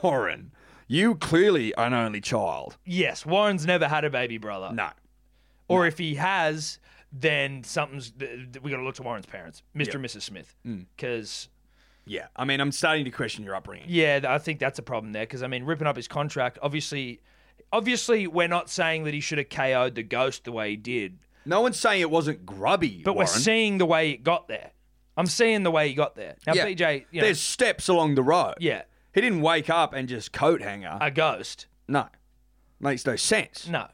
Warren. You clearly an only child. Yes, Warren's never had a baby brother. No. Or if he has, then something's. th- th- We got to look to Warren's parents, Mr. and Mrs. Smith, because Hmm. Yeah. I mean, I'm starting to question your upbringing. Yeah, th- I think that's a problem there because I mean, ripping up his contract. Obviously, obviously, we're not saying that he should have KO'd the ghost the way he did, No one's saying it wasn't grubby. but Warren. we're seeing the way it got there. I'm seeing the way he got there. Now, Yeah. BJ, you know, There's steps along the road. yeah, He didn't wake up and just coat hanger. a ghost. no. Makes no sense. No,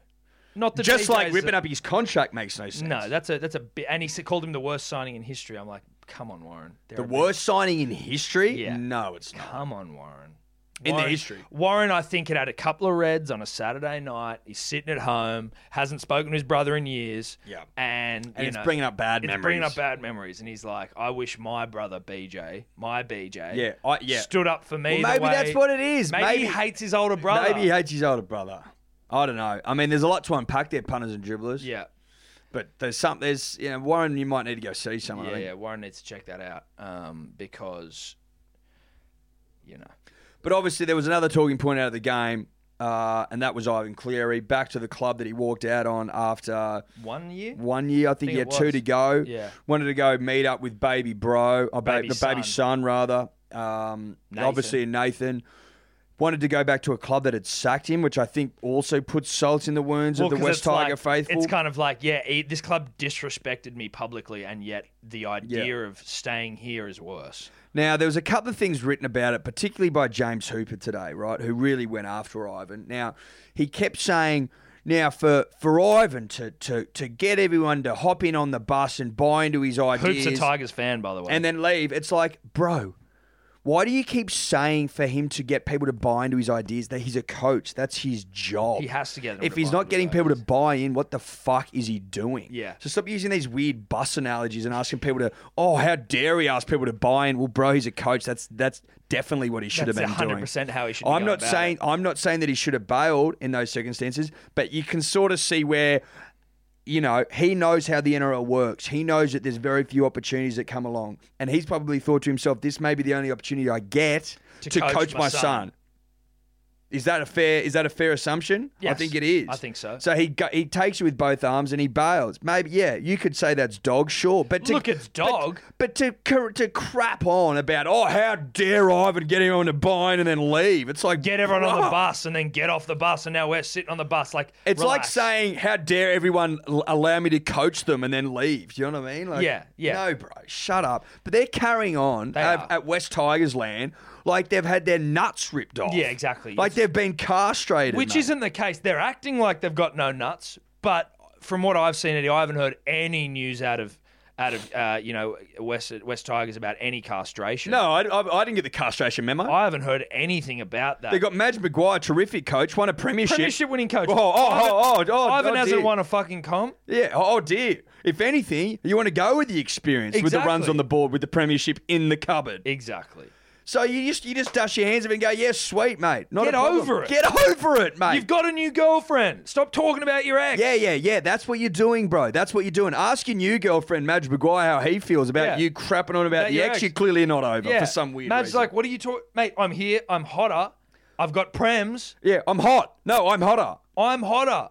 not the Just like ripping up his contract makes no sense. No, that's a that's a bi- and he s- called him the worst signing in history. I'm like, come on, Warren. There The are- worst signing in history? Yeah. No, it's not. Come on, Warren. In the Warren, history. Warren, I think, had had a couple of reds on a Saturday night. He's sitting at home, hasn't spoken to his brother in years. Yeah. And, And you it's know, bringing up bad it's memories. bringing up bad memories. And he's like, I wish my brother BJ, my BJ, Yeah, I- yeah. stood up for me. Well, the maybe way- that's what it is. Maybe, Maybe- he hates his older brother. Maybe he hates his older brother. I don't know. I mean, there's a lot to unpack there, punters and dribblers. yeah. But there's some, there's, you know, Warren, you might need to go see someone. I Yeah, think. yeah. Warren needs to check that out um, because, you know. But obviously, there was another talking point out of the game, uh, and that was Ivan Cleary back to the club that he walked out on after One year? one year. I think, Think he it had two was. to go. Yeah. Wanted to go meet up with baby bro, or Baby baby, the baby son rather. Um, Nathan. obviously Nathan. Wanted to go back to a club that had sacked him, which I think also puts salt in the wounds Well, of the 'cause West it's Tiger like- faithful. It's kind of like, yeah, he, this club disrespected me publicly, and yet the idea of staying here is worse. Now, there was a couple of things written about it, particularly by James Hooper today, right? Who really went after Ivan. Now, he kept saying, now for for Ivan to to to get everyone to hop in on the bus and buy into his Hoops ideas a Tigers fan, by the way. and then leave, it's like, bro. Why do you keep saying for him to get people to buy into his ideas that he's a coach? That's his job. He has to get them If to he's buy not into getting his people to buy in, what the fuck is he doing? Yeah. So stop using these weird bus analogies and asking people to, oh, how dare he ask people to buy in? Well, bro, he's a coach. That's that's definitely what he should That's have been 100% doing. Oh, how he should be I'm going not about saying I'm not saying that he should have bailed in those circumstances, but you can sort of see where. You know, he knows how the NRL works. He knows that there's very few opportunities that come along. And he's probably thought to himself, this may be the only opportunity I get To to, coach coach, my my, son. son. Is that a fair? Is that a fair assumption? I Yes, think it is. I think so. So he go, he takes you with both arms and he bails. Maybe yeah, you could say that's dog, sure, but to, Look, it's but- dog. But, to cur- to crap on about oh how dare Ivan get everyone to buy in and then leave? It's like get everyone on the bruh. bus, and then get off the bus, and now we're sitting on the bus. Like It's like relax. saying how dare everyone l- allow me to coach them and then leave? Do you know what I mean? Like, Yeah, yeah. No, bro, shut up. But they're carrying on are. at, at West Tigers land like they've had their nuts ripped off. Yeah, exactly. Like they've been castrated. which mate. isn't the case. They're acting like they've got no nuts, but from what I've seen, Eddie, I haven't heard any news out of out of uh, you know West West Tigers about any castration. No, I, I, I didn't get the castration memo. I haven't heard anything about that. They got Madge McGuire, terrific coach, won a premiership. Premiership winning coach. Oh, oh, oh, oh, Ivan- oh, Ivan oh, hasn't dear. won a fucking comp. Yeah, oh dear. If anything, you want to go with the experience with the runs Exactly. on the board, with the premiership in the cupboard. Exactly. So you just you just dust your hands up and go, yes, sweet mate. Not Get a problem. over it. Get over it, mate. You've got a new girlfriend. Stop talking about your ex. yeah, yeah, yeah. That's what you're doing, bro. That's what you're doing. Ask your new girlfriend, Madge McGuire, how he feels about Yeah. you crapping on about About the your ex. ex. You're clearly not over Yeah. for some weird Mad's reason. like, what are you talking, mate? I'm here. I'm hotter. I've got prems. yeah, I'm hot. No, I'm hotter. I'm hotter.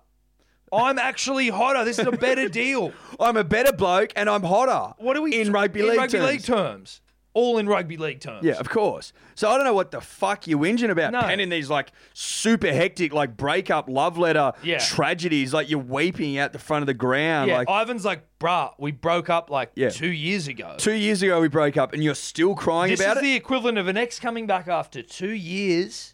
I'm actually hotter. This is a better deal. I'm a better bloke and I'm hotter. What are we in rugby in league rugby terms. league terms? All in rugby league terms. Yeah, of course. So I don't know what the fuck you're whinging about. No. Penning these like super hectic, like breakup love letter Yeah. tragedies, like you're weeping out the front of the ground. Yeah, like Ivan's like, bruh, we broke up like Yeah. two years ago. two years ago we broke up and you're still crying This about is it. the equivalent of an ex coming back after two years.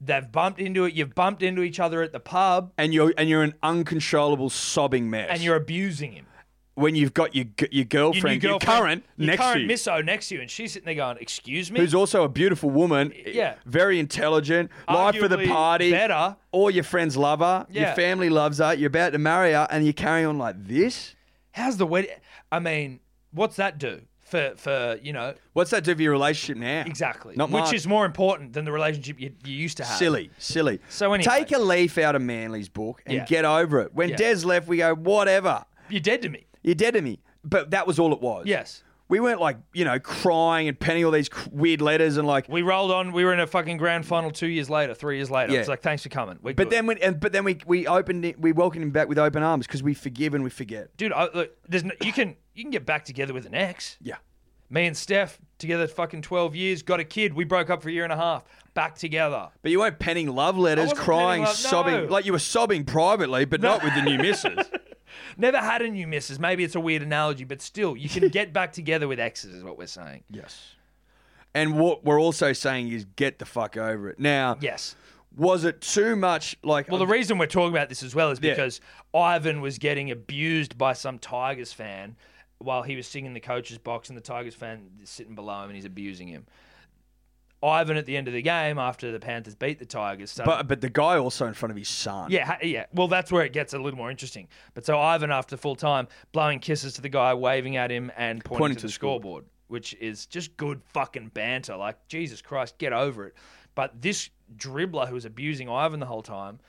They've bumped into it. You've bumped into each other at the pub, and you're and you're an uncontrollable sobbing mess. and you're abusing him. when you've got your g- Your your new girlfriend, your, girlfriend- current your next current to you, misso next to you, and she's sitting there going, "Excuse me." who's also a beautiful woman, Yeah. very intelligent, life for the Arguably party, better. All your friends love her, Yeah. your family loves her. You're about to marry her, and you carry on like this. How's the wedding? I mean, what's that do for for you know What's that do for your relationship now? exactly? Not Which much. is more important than the relationship you, you used to have. Silly, silly. So anyway. take a leaf out of Manly's book and Yeah. get over it. When Yeah. Des left, we go whatever. You're dead to me. You're dead to me. But that was all it was. Yes. We weren't like, you know, crying and penning all these c- weird letters and like. We rolled on. We were in a fucking grand final two years later, three years later. Yeah. It's like thanks for coming. We're good. But then, we, and, but then we we opened it, we welcomed him back with open arms because we forgive and we forget. dude, I, look, there's no, you can you can get back together with an ex. Yeah. Me and Steph together fucking twelve years, got a kid. We broke up for a year and a half. Back together. But you weren't penning love letters, wasn't crying, penning love- sobbing no. like you were sobbing privately, but not with the new missus. Never had a new missus. Maybe it's a weird analogy, but still, you can get back together with exes, is what we're saying. yes. And what we're also saying is get the fuck over it. Now, Yes. was it too much? Like, Well, the reason we're talking about this as well is because Ivan was getting abused by some Tigers fan while he was sitting in the coach's box, and the Tigers fan is sitting below him and he's abusing him. Ivan, at the end of the game, after the Panthers beat the Tigers, started, but but the guy also in front of his son. yeah, ha- yeah. Well, that's where it gets a little more interesting. But so Ivan, after full time, blowing kisses to the guy, waving at him, and pointing, to, the scoreboard, which is just good fucking banter. Like Jesus Christ, get over it. But this dribbler who was abusing Ivan the whole time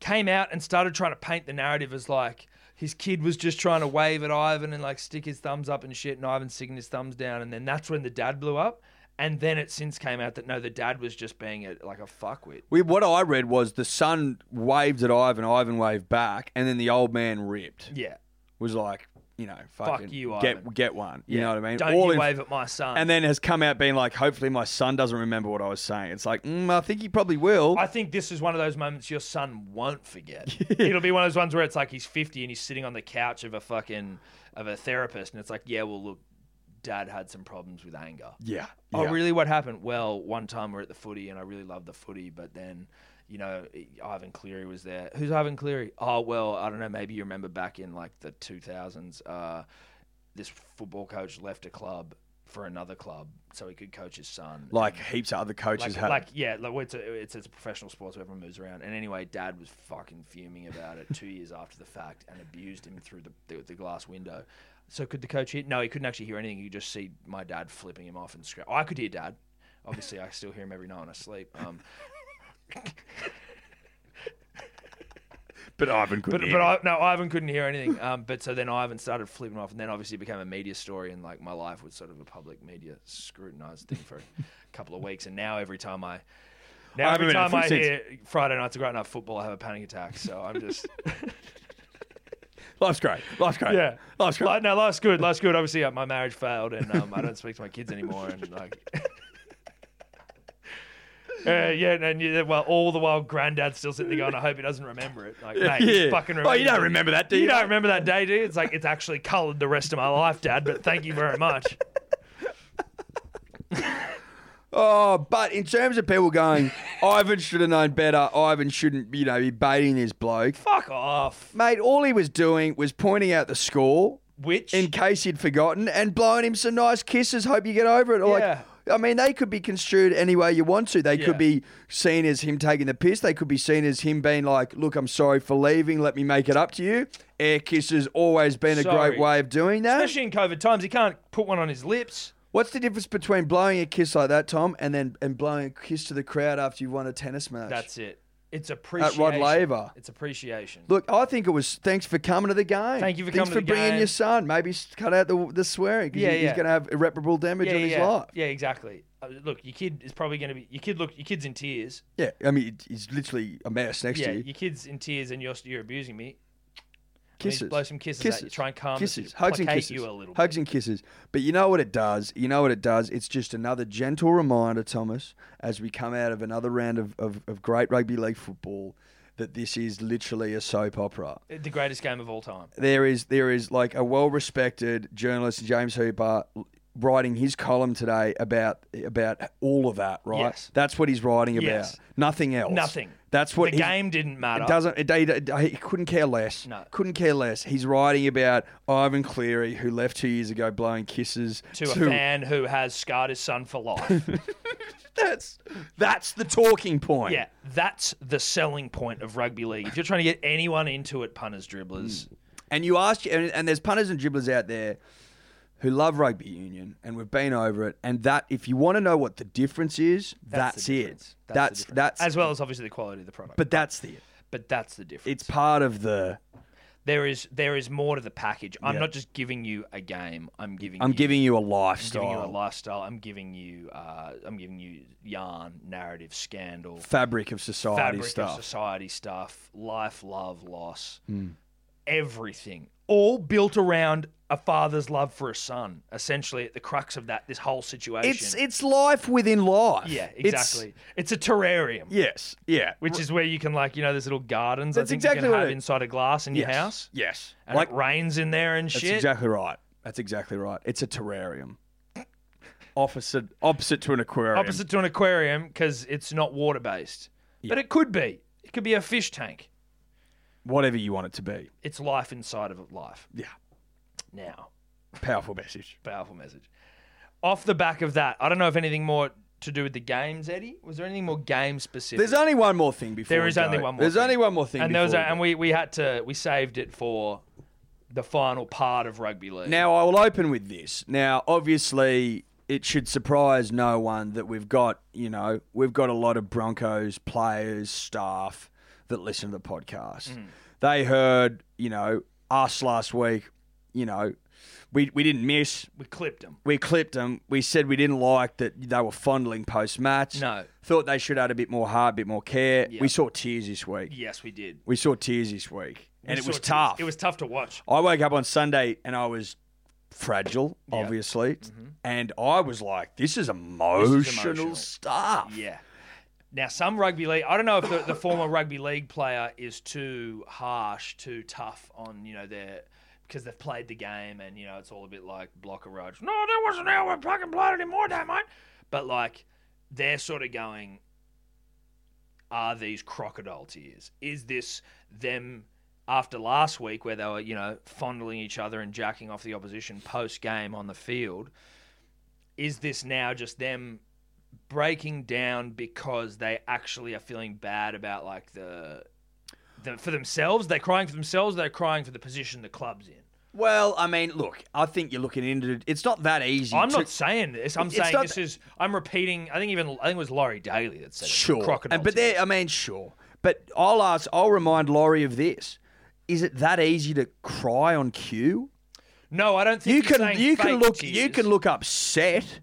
came out and started trying to paint the narrative as like his kid was just trying to wave at Ivan and like stick his thumbs up and shit, and Ivan's sticking his thumbs down, and then that's when the dad blew up. And then it since came out that no, the dad was just being a, like a fuckwit. We, what I read was the son waved at Ivan, Ivan waved back, and then the old man ripped. Yeah. Was like, you know, fucking you, get Ivan. get one. You know what I mean? Don't All you in- wave at my son. and then has come out being like, hopefully my son doesn't remember what I was saying. It's like, mm, I think he probably will. I think this is one of those moments your son won't forget. It'll be one of those ones where it's like he's 50 and he's sitting on the couch of a fucking of a therapist and it's like, "Yeah, well, look, dad had some problems with anger." yeah. Oh, yeah. really? What happened? Well, one time we're at the footy and I really loved the footy, but then, you know, Ivan Cleary was there. Who's Ivan Cleary? Oh, well, I don't know. Maybe you remember back in like the 2000s, uh, this football coach left a club for another club so he could coach his son. Like heaps of other coaches Like, have. like, yeah, like well, it's, a, it's it's a professional sport, so everyone moves around. And anyway, Dad was fucking fuming about it two years after the fact and abused him through the, the the glass window. So could the coach hear? No, he couldn't actually hear anything. You could just see my dad flipping him off and scream. I could hear Dad. Obviously, I still hear him every night when I sleep. Um, but Ivan could but but I, no, Ivan couldn't hear anything. Um, but so then Ivan started flipping off, and then obviously it became a media story, and like my life was sort of a public media scrutinized thing for a couple of weeks, and now every time I. Now I every haven't been time in I since- hear Friday night's a great night football, I have a panic attack. So I'm just Life's great. Life's great. yeah, Life's great. Like, no, life's good. Life's good. Obviously, uh, my marriage failed, and um, I don't speak to my kids anymore, and like. Uh, yeah, and, and yeah, well, all the while, Granddad's still sitting there going, "I hope he doesn't remember it." Like, mate, yeah. just fucking Oh, remember. you don't remember that, do You you, don't mate? remember that day, do you? It's like it's actually coloured the rest of my life, Dad. But thank you very much. Oh, but in terms of people going, Ivan should have known better. Ivan shouldn't, you know, be baiting this bloke. Fuck off. Mate, all he was doing was pointing out the score Which in case he'd forgotten and blowing him some nice kisses. Hope you get over it. Or Yeah. Like, I mean, they could be construed any way you want to. They Yeah. could be seen as him taking the piss. They could be seen as him being like, look, I'm sorry for leaving. Let me make it up to you. Air kisses always been a Sorry. great way of doing that. especially in COVID times, he can't put one on his lips. What's the difference between blowing a kiss like that, Tom, and then and blowing a kiss to the crowd after you won a tennis match? That's it. It's Rod appreciation. Laver. It's appreciation. Look, I think it was thanks for coming to the game. Thank you for thanks coming to for the bringing game. your son. Maybe s- cut out the the swearing. 'cause Yeah, he- yeah. He's going to have irreparable damage on his yeah. life. Yeah, exactly. Uh, Look, your kid is probably going to be your kid. Look, your kid's in tears. Yeah, I mean, it- he's literally a mess next Yeah, to you. your kid's in tears, and you're you're abusing me. I mean, Kisses, blow some kisses. At you. Try and calm this- kisses, hugs and placate kisses, you a little. hugs bit. and kisses. But you know what it does? You know what it does? It's just another gentle reminder, Thomas, as we come out of another round of, of, of great rugby league football, that this is literally a soap opera. Uh, The greatest game of all time. there is there is like a well respected journalist James Hooper writing his column today about about all of that, right? Yes. That's what he's writing about. Yes. Nothing else. Nothing. That's what the he's- game didn't matter. It doesn't. It, it, he couldn't care less. No. Couldn't care less. He's writing about Ivan Cleary, who left two years ago, blowing kisses to a fan who has scarred his son for life. That's that's the talking point. yeah, that's the selling point of rugby league. If you're trying to get anyone into it, punters, dribblers, And you asked, and, and there's punters and dribblers out there who love rugby union, and we've been over it. And that, if you want to know what the difference is, that's, the difference. it. That's the difference. that's. as well as obviously the quality of the product. But but that's the. but that's the difference. It's part of the. there is there is more to the package. I'm not just giving you a game. I'm giving I'm you, giving you a I'm lifestyle, giving you a lifestyle. I'm giving you uh, I'm giving you yarn, narrative, scandal, fabric of society fabric stuff. Hmm. of society stuff, life, love, loss, everything, all built around a father's love for a son. Essentially, at the crux of that, this whole situation. it's it's life within life. yeah, It's- exactly. It's, a terrarium. yes. Yeah. Which is where you can like you know there's little gardens That's I think exactly you what can have it- inside a glass in your Yes. house. Yes. And it rains in there and That's shit. exactly right. That's exactly right. It's a terrarium. opposite opposite to an aquarium. Opposite to an aquarium because it's not water based, but it could be. It could be a fish tank. Whatever you want it to be. It's life inside of life. Yeah. Now, Powerful message. powerful message. Off the back of that, I don't know if anything more to do with the games, Eddie. Was there anything more game specific? There's only one more thing before. There we is go. only one more There's thing. only one more thing. and there was, a, before we and go. we we had to we saved it for the final part of rugby league. Now I will open with this. Now, obviously, it should surprise no one that we've got you know we've got a lot of Broncos players, staff that listen to the podcast. Mm-hmm. They heard you know us last week. You know, we we didn't miss. we clipped them. we clipped them. We said we didn't like that they were fondling post match. No. Thought they should add a bit more heart, a bit more care. Yeah. We saw tears this week. Yes, we did. We saw tears this week. And We it was saw- tough. It was tough to watch. I woke up on Sunday and I was fragile, obviously. And I was like, this is emotional, Mm-hmm. emotional. stuff. Yeah. Now, some rugby league, I don't know if the, the former rugby league player is too harsh, too tough on, you know, their. Because they've played the game and, you know, it's all a bit like block a road. No, that wasn't how we fucking played it anymore, damn mate. But, like, they're sort of going, are these crocodile tears? Is this them after last week where they were, you know, fondling each other and jacking off the opposition post game on the field? Is this now just them breaking down because they actually are feeling bad about like the, the for themselves. They're crying for themselves. They're crying for the position the club's in. Well, I mean, look, I think you're looking into it's not that easy. I'm to- not saying this. I'm It's saying not- this is. I'm repeating. I think even I think it was Laurie Daly that said it. Sure. Crocodile and, but tears. there, I mean, sure. But I'll ask, I'll remind Laurie of this. Is it that easy to cry on cue? no, I don't think You he's can saying you can fake look you tears can look upset,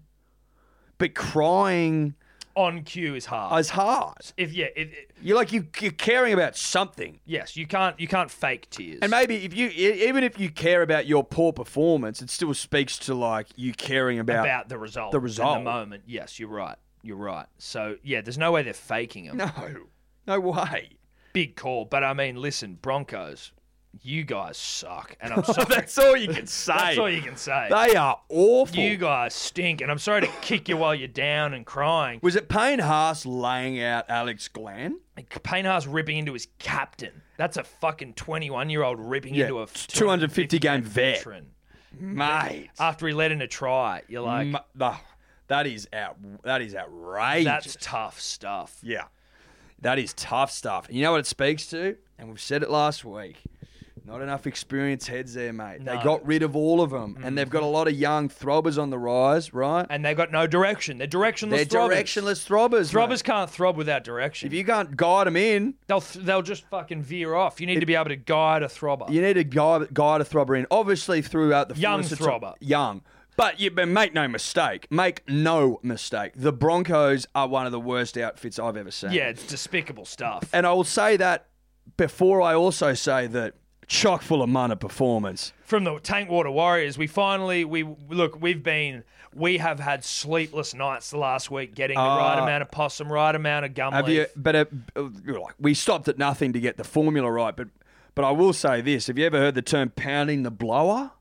but crying on cue is hard. is hard. if yeah, it, it- You're like you, you're caring about something, yes, you can't you can't fake tears. and maybe if you e- even if you care about your poor performance, it still speaks to like you caring about. about the result, the in result. the moment. Yes, you're right. You're right. So yeah, there's no way they're faking them. no, no way. big call. But I mean, listen, Broncos, you guys suck, and I'm sorry. That's all you can say. That's all you can say. They are awful. You guys stink, and I'm sorry to kick you while you're down and crying. Was it Payne Haas laying out Alex Glenn? Paynehouse ripping into his captain. That's a fucking 21 year old ripping Yeah, into a it's 250 game vet. veteran. Mate, After he let in a try, you're like, M- the- that is out. That is outrageous. that's tough stuff. Yeah. That is tough stuff. And you know what it speaks to? And we've said it last week. Not enough experienced heads there, mate. They No. Mm. got rid of all of them. And they've got a lot of young throbbers on the rise, right? And they got no direction. They're directionless They're throbbers. directionless throbbers. mate. Throbbers can't throb without direction. If you can't guide them in, they'll, th- they'll just fucking veer off. You need to be able to guide a throbber. you need to guide, guide a throbber in. Obviously, throughout the Young fullness of time- throbber. young. But you but make no mistake. Make no mistake. The Broncos are one of the worst outfits I've ever seen. Yeah, it's despicable stuff. And I will say that before I also say that chock full of mana performance. From the Tank Water Warriors, we finally we look. We've been we have had sleepless nights the last week getting the right Uh, amount of possum, right amount of gum Have leaf. you? But uh, uh, you're like, we stopped at nothing to get the formula right. But but I will say this: Have you ever heard the term pounding the blower?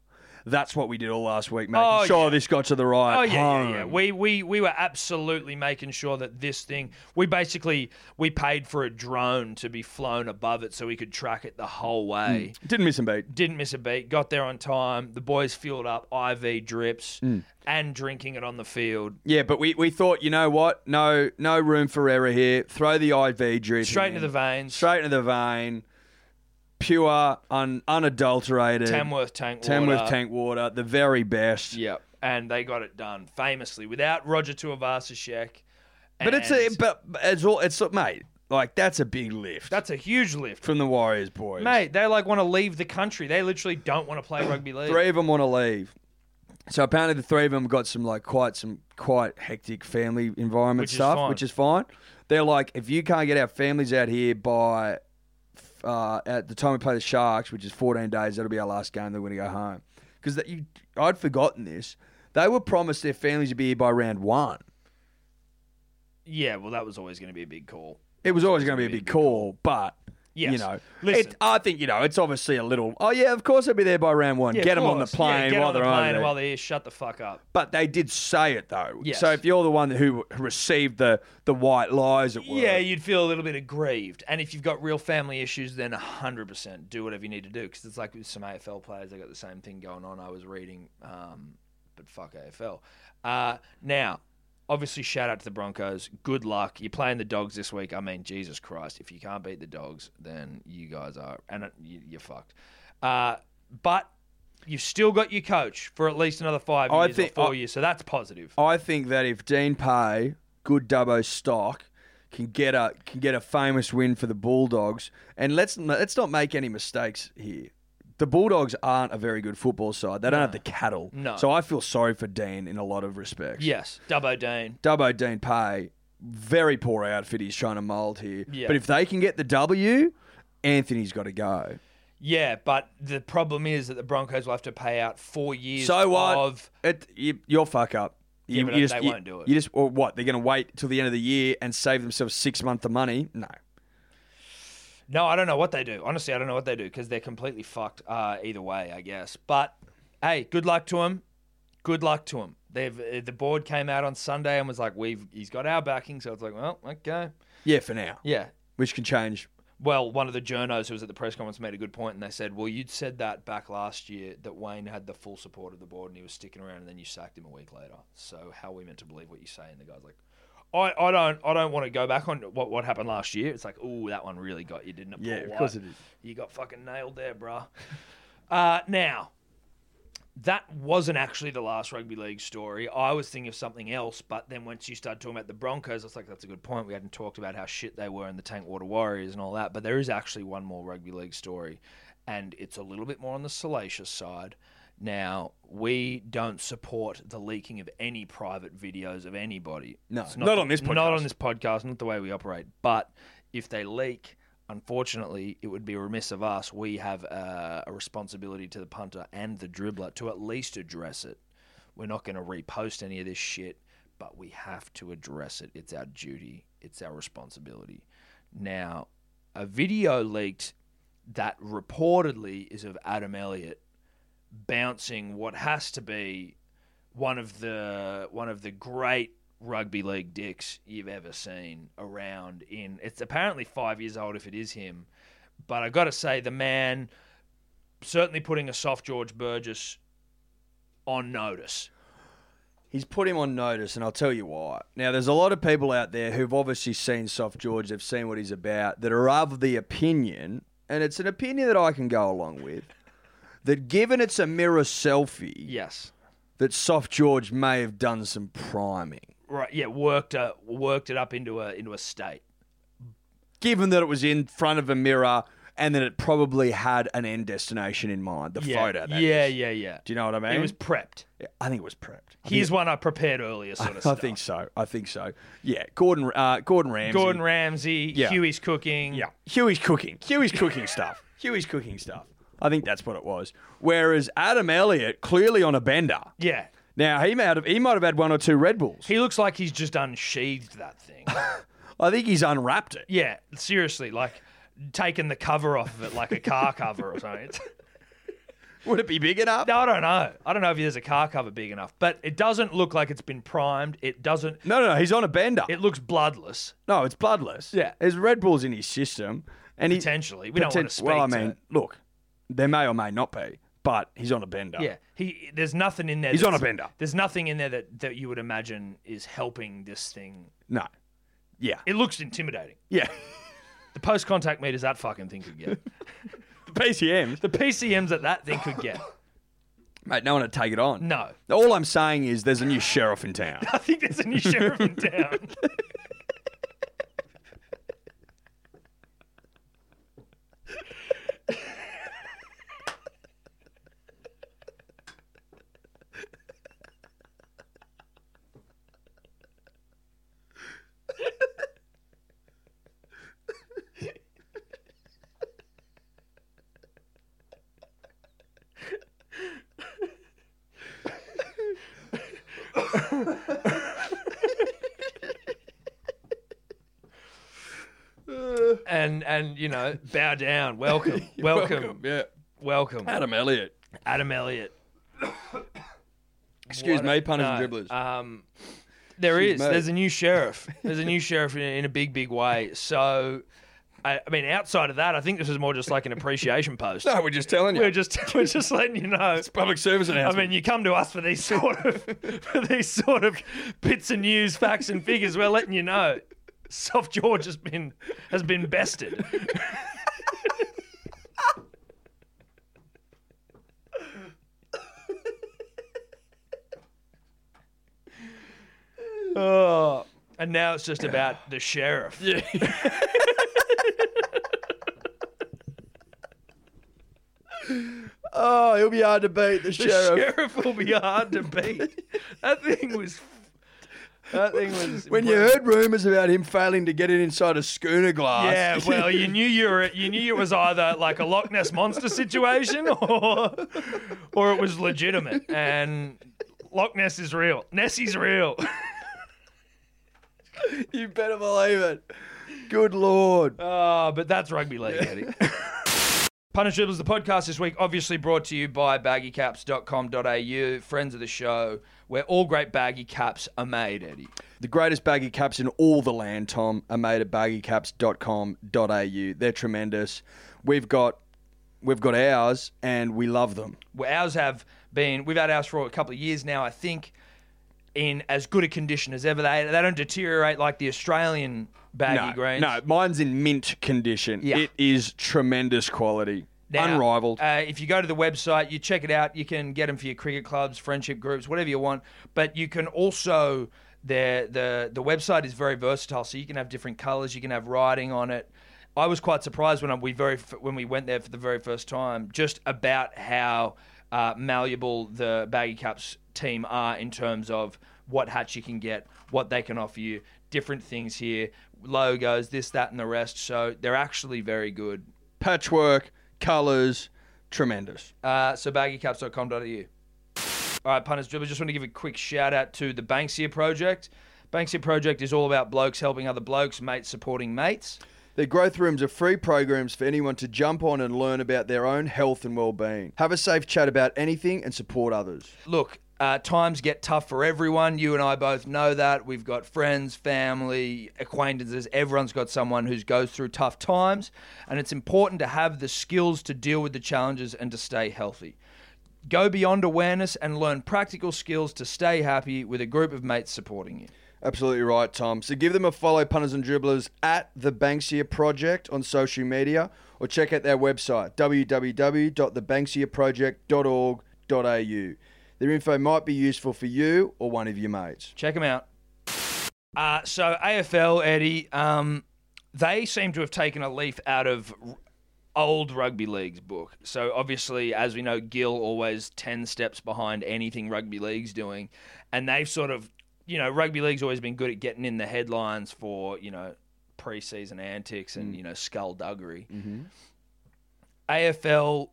That's what we did all last week, making Oh, sure yeah. this got to the right Oh yeah, yeah, yeah. home. We we we were absolutely making sure that this thing. We basically we paid for a drone to be flown above it so we could track it the whole way. Hmm. Didn't miss a beat. Didn't miss a beat. Got there on time. The boys filled up IV drips Hmm. and drinking it on the field. Yeah, but we, we thought, you know what? No no room for error here. Throw the IV drip Straight in. into the veins. straight into the vein. Pure, un, unadulterated. Tamworth tank. Tamworth water. tank water, the very best. Yep. And they got it done famously without Roger Tuivasa-Sheck. But it's a but but it's all it's mate. Like that's a big lift that's a huge lift. from the Warriors boys. Mate, they like want to leave the country. They literally don't want to play rugby league. three of them want to leave. So apparently the three of them got some like quite some quite hectic family environment Which is stuff, fine. which is fine. They're like, if you can't get our families out here by uh, at the time we play the Sharks, which is 14 days, that'll be our last game. They're going to go home because you I'd forgotten this. They were promised their families would be here by round one. Yeah, well, that was always going to be a big call. It was always going to be a big call, but Yes. you know, Listen. it, I think you know it's obviously a little. Oh yeah, of course they'll be there by round one. Yeah, get of them on the course. Yeah, plane get while on the they're plane over while there. they're here. Shut the fuck up. But they did say it though. Yes. So if you're the one who received the the white lies, it were. Yeah, you'd feel a little bit aggrieved. And if you've got real family issues, then 100% do whatever you need to do. Because it's like with some AFL players, they got the same thing going on. I was reading, um, but fuck AFL. Uh, now, obviously, shout out to the Broncos. Good luck. You're playing the Dogs this week. I mean, Jesus Christ. If you can't beat the Dogs, then you guys are, and uh, you, you're fucked. Uh, but you've still got your coach for at least another five I years think- or four I- years. So that's positive. I think that if Dean Pay, good Dubbo stock, can get a can get a famous win for the Bulldogs, and let's let's not make any mistakes here. The Bulldogs aren't a very good football side. They don't have the cattle. No. So I feel sorry for Dean in a lot of respects. Yes, Dubbo Dean. Dubbo Dean Pay, very poor outfit he's trying to mould here. Yeah. But if they can get the W, Anthony's got to go. Yeah, but the problem is that the Broncos will have to pay out four years. So what? Of It, you, you'll fuck up. You, Yeah, but you they you- won't do it. You just or what? They're going to wait till the end of the year and save themselves six months of money? No. no, I don't know what they do. Honestly, I don't know what they do because they're completely fucked. Uh, either way, I guess. But hey, good luck to them. Good luck to them. They've uh, the board came out on Sunday and was like, "We've he's got our backing." So it's like, well, okay, Yeah, for now, yeah. which can change. Well, one of the journos who was at the press conference made a good point, and they said, "Well, you'd said that back last year that Wayne had the full support of the board, and he was sticking around, and then you sacked him a week later. So how are we meant to believe what you say?" And the guy's like, "I, I don't, I don't want to go back on what what happened last year. It's like, oh, that one really got you, didn't it? Yeah, Paul of White? course it did. You got fucking nailed there, bruh. uh, now." That wasn't actually the last rugby league story. I was thinking of something else, but then once you started talking about the Broncos, I was like, that's a good point. We hadn't talked about how shit they were and the Tank Water Warriors and all that, but there is actually one more rugby league story, and it's a little bit more on the salacious side. Now, we don't support the leaking of any private videos of anybody. No, It's not the- on this Not podcast. on this podcast, not the way we operate. But if they leak, unfortunately, it would be remiss of us. We have uh, a responsibility to the punter and the dribbler to at least address it. We're not going to repost any of this shit, but we have to address it. It's our duty, it's our responsibility. Now, a video leaked that reportedly is of Adam Elliott bouncing what has to be one of the one of the great rugby league dicks you've ever seen around in it's apparently 5 years old if it is him but I got to say the man certainly putting a soft George Burgess on notice He's put him on notice, and I'll tell you why. Now, there's a lot of people out there who've obviously seen Soft George, they've seen what he's about, that are of the opinion, and it's an opinion that I can go along with, that given it's a mirror selfie, yes that Soft George may have done some priming. right yeah worked uh, worked it up into a into a state given that it was in front of a mirror and that it probably had an end destination in mind, the yeah photo. that yeah, is. yeah yeah Do you know what I mean? it was prepped I think it was prepped. I here's one I prepared earlier sort of think- I stuff think so. I think so. Yeah, Gordon. Uh, Gordon Ramsay. Gordon Ramsay Yeah. Huey's cooking Yeah, Huey's cooking. Huey's cooking stuff. Huey's cooking stuff. I think that's what it was. Whereas Adam Elliott clearly on a bender. yeah Now he might have he might have had one or two Red Bulls. He looks like he's just unsheathed that thing. I think he's unwrapped it. yeah, seriously, like taking the cover off of it like a car cover or something. It's- Would it be big enough? No, I don't know. I don't know if there's a car cover big enough, but it doesn't look like it's been primed. It doesn't. No, no, no. He's on a bender. It looks bloodless. no, it's bloodless. Yeah. There's Red Bulls in his system. And he, Potentially. We don't poten- want to speak Well, I to mean, it. look, there may or may not be, but he's on a bender. Yeah, he. There's nothing in there. He's on that's- a bender. There's nothing in there that that you would imagine is helping this thing. No. Yeah. It looks intimidating. Yeah. The post contact meters that fucking thing could get. the PCMs. the PCMs that that thing could get. Mate, no one would take it on. No, All I'm saying is there's a new sheriff in town. I think there's a new sheriff in town. Mm. and and you know bow down, welcome, welcome, welcome. Yeah. Adam, Adam Elliott. Elliott. Excuse me, punters and dribblers. Um, there is. Excuse me. There's a new sheriff. There's a new sheriff in, in a big, big way. So, I, I mean, outside of that, I think this is more just like an appreciation post. no, we're just telling you. We're just we're just letting you know. public service I announcement. mean, you come to us for these sort of for these sort of bits of news, facts, and figures. We're letting you know. Soft George has been has been bested. oh, and now it's just about the sheriff. oh, he'll be hard to beat, the The sheriff. will be hard to beat. That thing was. That thing was. When you heard rumours about him failing to get it inside a schooner glass. Yeah, well, you knew you were. You knew it was either like a Loch Ness monster situation, or or it was legitimate. And Loch Ness is real. Nessie's real. you better believe it. Good lord. Uh, but that's rugby league, Eddie. Punish Dribbles, the podcast this week, obviously brought to you by baggycaps.com.au, friends of the show, where all great baggy caps are made, Eddie. The greatest baggy caps in all the land, Tom, are made at baggycaps.com.au. They're tremendous. We've got we've got ours and we love them. Well, ours have been we've had ours for a couple of years now i think in as good a condition as ever they they don't deteriorate like the australian baggy no, greens no, mine's in mint condition. Yeah. It is tremendous quality. Now, Unrivaled. Uh, if you go to the website, you check it out. You can get them for your cricket clubs, friendship groups, whatever you want. But you can also the the the website is very versatile, so you can have different colours. You can have writing on it. I was quite surprised when I, we very f- when we went there for the very first time, just about how uh, malleable the baggy caps team are in terms of what hats you can get, what they can offer you, different things here, logos, this, that, and the rest. So they're actually very good. Patchwork, colours, tremendous. Uh, so baggycaps.com.au. All right, punters, dribblers, just want to give a quick shout out to the Banksia Project. Banksia Project is all about blokes helping other blokes, mates supporting mates. Their growth rooms are free programs for anyone to jump on and learn about their own health and well-being. Have a safe chat about anything and support others. Look, uh, times get tough for everyone. You and I both know that. We've got friends, family, acquaintances. Everyone's got someone who goes through tough times, and it's important to have the skills to deal with the challenges and to stay healthy. Go beyond awareness and learn practical skills to stay happy with a group of mates supporting you. Absolutely right, Tom. So give them a follow, punters and dribblers, at the Banksia Project on social media, or check out their website www.thebanksiaproject.org.au. Their info might be useful for you or one of your mates. Check them out. Uh, so AFL, Eddie, um, they seem to have taken a leaf out of r- old rugby league's book. So obviously, as we know, Gill always ten steps behind anything rugby league's doing, and they've sort of, you know, rugby league's always been good at getting in the headlines for you know preseason antics and you know skullduggery. AFL,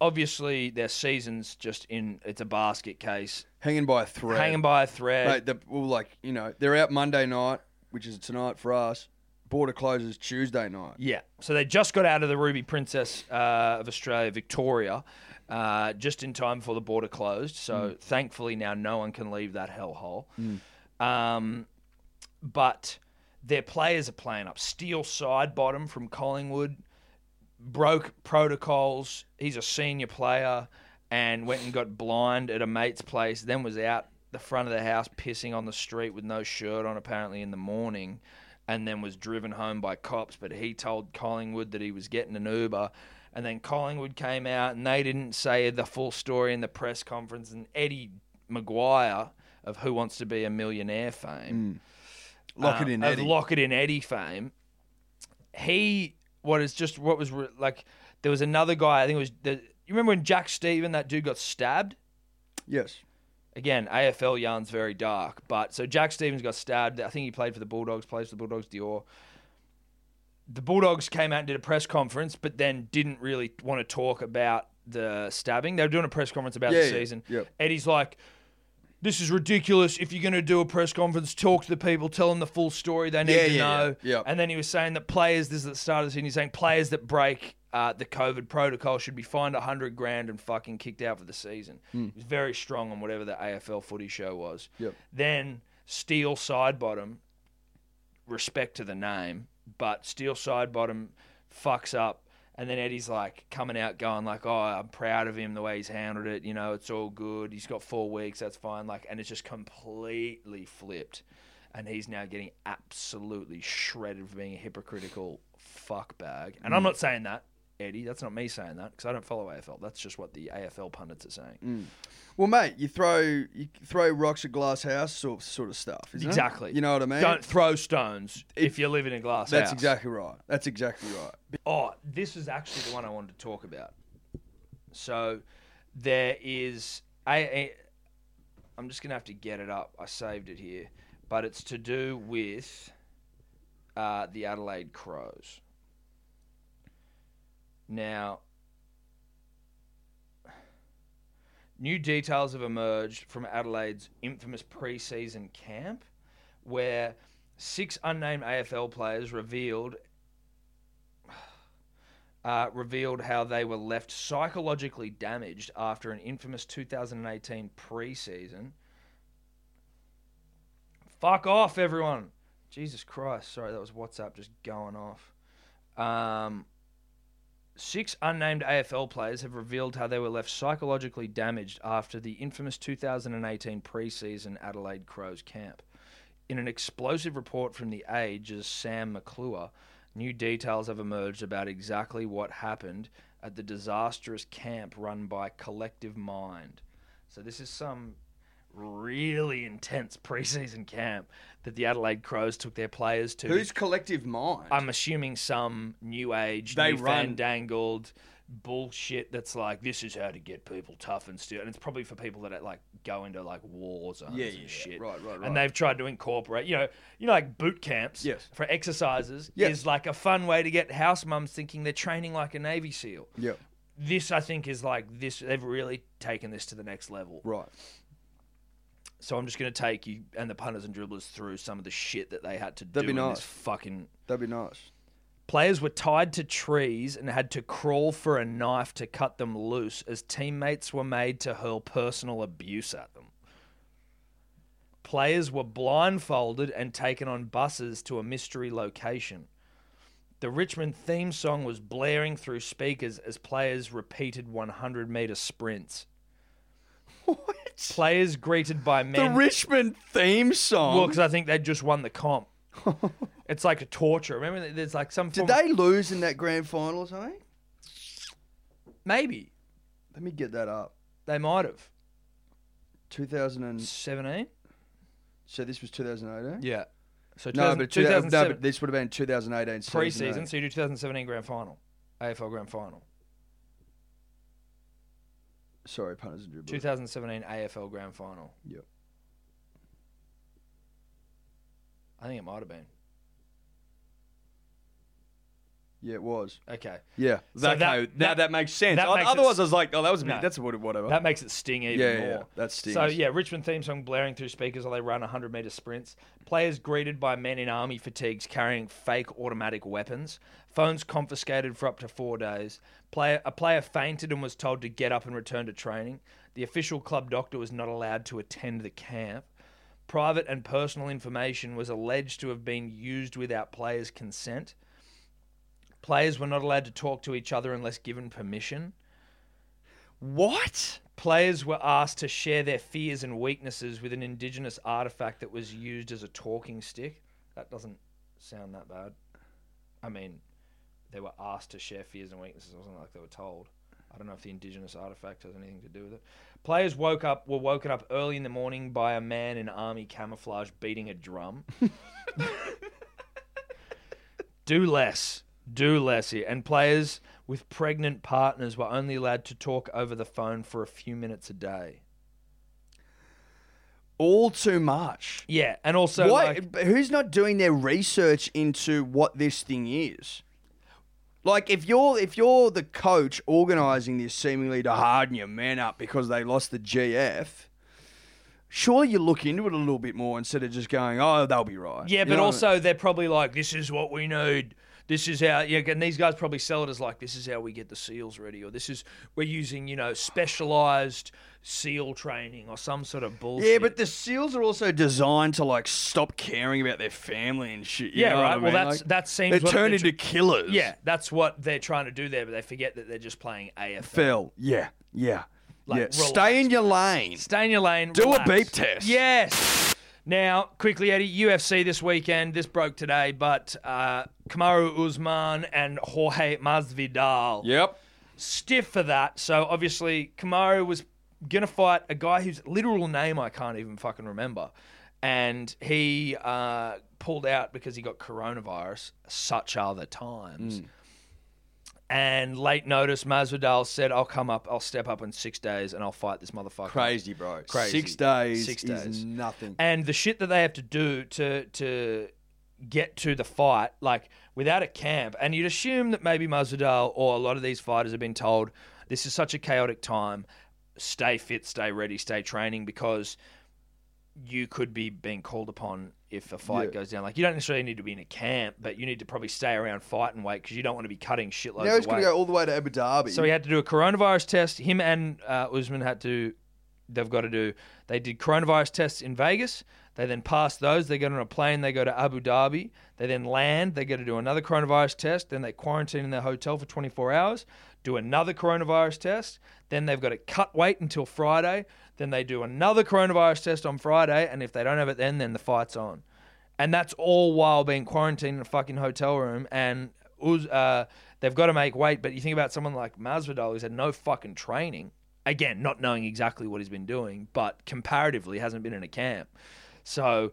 obviously, their season's just in it's a basket case, Hanging by a thread. hanging by a thread. Mate, the, well, like, you know, they're out Monday night, which is tonight for us. Border closes Tuesday night. Yeah. So they just got out of the Ruby Princess uh, of Australia, Victoria, uh, just in time before the border closed. So thankfully now no one can leave that hellhole. Mm. Um, but their players are playing up. Steel side bottom from Collingwood broke protocols. He's a senior player and went and got blind at a mate's place, then was out the front of the house pissing on the street with no shirt on apparently in the morning and then was driven home by cops but he told Collingwood that he was getting an Uber and then Collingwood came out and they didn't say the full story in the press conference and Eddie Maguire of Who Wants to Be a Millionaire fame Lock uh, it in, of Eddie. Lock it in Eddie fame. He what is just what was re- like. There was another guy. I think it was. The, you remember when Jack Stephen that dude got stabbed? yes. Again, AFL yarns very dark. But so Jack Stevens got stabbed. I think he played for the Bulldogs. Plays for the Bulldogs. Dior. The Bulldogs came out and did a press conference, but then didn't really want to talk about the stabbing. They were doing a press conference about Yeah, the yeah, season. yep. Eddie's like, this is ridiculous. If you're going to do a press conference, talk to the people, tell them the full story they need Yeah, to yeah, know. yeah, yeah. And then he was saying that players, this is at the start of the season, he's saying players that break uh, the COVID protocol should be fined 100 grand and fucking kicked out for the season. Hmm. He was very strong on whatever the AFL footy show was. Mm. Yep. Then Steel Side Bottom, respect to the name, but Steel Side Bottom fucks up. And then Eddie's like coming out going like, "Oh, I'm proud of him the way he's handled it. You know, it's all good. He's got four weeks. That's fine." Like, and it's just completely flipped, and he's now getting absolutely shredded for being a hypocritical fuckbag. And I'm not saying that, Eddie. That's not me saying that because I don't follow AFL. That's just what the AFL pundits are saying. Well, mate, you throw you throw rocks at glass house sort sort of stuff. Isn't it? Exactly. You know what I mean? Don't throw stones if you live in a glass That's house. exactly right. That's exactly right. Oh, this is actually the one I wanted to talk about. So there is I, I I'm just gonna have to get it up. I saved it here, but it's to do with uh, the Adelaide Crows. Now, new details have emerged from Adelaide's infamous preseason camp, where six unnamed AFL players revealed uh, revealed how they were left psychologically damaged after an infamous 2018 preseason. Fuck off, everyone! Jesus Christ! Sorry, that was WhatsApp just going off. Um, six unnamed AFL players have revealed how they were left psychologically damaged after the infamous 2018 preseason Adelaide Crows camp. In an explosive report from The Age's Sam McClure, new details have emerged about exactly what happened at the disastrous camp run by Collective Mind. So, this is some really intense preseason camp that the Adelaide Crows took their players to. Who's collective mind? I'm assuming some new age, They they new run- fandangled bullshit that's like this is how to get people tough and still, and it's probably for people that like go into like war zones Yeah, and yeah, yeah. shit. Right, right, right. And they've tried to incorporate, you know, you know, like boot camps Yes. for exercises Yes. is like a fun way to get house mums thinking they're training like a Navy SEAL. yeah. This I think is like this. They've really taken this to the next level. Right. So I'm just going to take you and the punters and dribblers through some of the shit that they had to That'd do be in nice. this fucking That'd be nice. Players were tied to trees and had to crawl for a knife to cut them loose as teammates were made to hurl personal abuse at them. Players were blindfolded and taken on buses to a mystery location. The Richmond theme song was blaring through speakers as players repeated 100 meter sprints. What? Players greeted by The men. Richmond theme Well, song. because I think they just won the comp. it's like a torture. Remember, there's like some. form- Did they lose in that grand final or something? Maybe Let me get that up. they might have. 2000 and 17? so this was 2018. Yeah. So No, 2000, but, 2000, no, 2007 but this would have been 2018 season, preseason, though. so you do 2017 grand final, AFL grand final, Sorry, punters and dribblers. 2017 AFL grand final. Yep. I think it might have been. Yeah, it was. Okay. Yeah. that- that, okay. now that- that, makes sense. that O- makes it Otherwise, s- I was like, oh, that was a bit- No. that's a bit- whatever. That makes it sting even Yeah, yeah, more. yeah. That stings. So yeah, Richmond theme song blaring through speakers while they run 100 meter sprints. Players greeted by men in army fatigues carrying fake automatic weapons. Phones confiscated for up to four days. Player, a player fainted and was told to get up and return to training. The official club doctor was not allowed to attend the camp. Private and personal information was alleged to have been used without players' consent. Players were not allowed to talk to each other unless given permission. what? Players were asked to share their fears and weaknesses with an indigenous artifact that was used as a talking stick. That doesn't sound that bad. I mean, they were asked to share fears and weaknesses. It wasn't like they were told. I don't know if the indigenous artifact has anything to do with it. Players woke up were woken up early in the morning by a man in army camouflage beating a drum. do less, do less here. And players with pregnant partners were only allowed to talk over the phone for a few minutes a day. All too much. Yeah, and also Why? like, but who's not doing their research into what this thing is? Like if you're if you're the coach organising this seemingly to harden your men up because they lost the GF, surely you look into it a little bit more instead of just going, oh, they'll be right. yeah, You but know what I also they're probably like, this is what we need. This is how, yeah, and these guys probably sell it as like, this is how we get the seals ready, or this is we're using, you know, specialized seal training or some sort of bullshit. mean? yeah, but the seals are also designed to like stop caring about their family and shit. you Yeah, know what right. I Well, mean? that's- Like, that seems they what turn they're into killers. yeah, that's what they're trying to do there, but they forget that they're just playing AFL. Phil. Yeah, yeah, Like, yeah. relax. Stay in your lane. Stay in your lane. Do a relax. beep test. Yes. Now, quickly, Eddie, UFC this weekend. This broke today, but uh, Kamaru Usman and Jorge Masvidal. Yep. Stiff for that. So, obviously, Kamaru was going to fight a guy whose literal name I can't even fucking remember. And he uh, pulled out because he got coronavirus. Such are the Mm. times. And late notice, Masvidal said, I'll come up, I'll step up in six days and I'll fight this motherfucker. Crazy, bro. Crazy. Six days Six days. is nothing. and the shit that they have to do to to get to the fight, like without a camp, and you'd assume that maybe Masvidal or a lot of these fighters have been told this is such a chaotic time, stay fit, stay ready, stay training because you could be being called upon if a fight Yeah. goes down. Like you don't necessarily need to be in a camp, but you need to probably stay around fight and weight because you don't want to be cutting shitloads Now of he's weight. going to go all the way to Abu Dhabi. So he had to do a coronavirus test. Him and uh, Usman had to. They've got to do. They did coronavirus tests in Vegas. They then pass those. They get on a plane. They go to Abu Dhabi. They then land. They go to do another coronavirus test. Then they quarantine in their hotel for 24 hours. Do another coronavirus test. Then they've got to cut weight until Friday. Then they do another coronavirus test on Friday. And if they don't have it then, then the fight's on. And that's all while being quarantined in a fucking hotel room. And Uz, uh, they've got to make weight. But you think about someone like Masvidal who's had no fucking training. Again, not knowing exactly what he's been doing, but comparatively hasn't been in a camp. So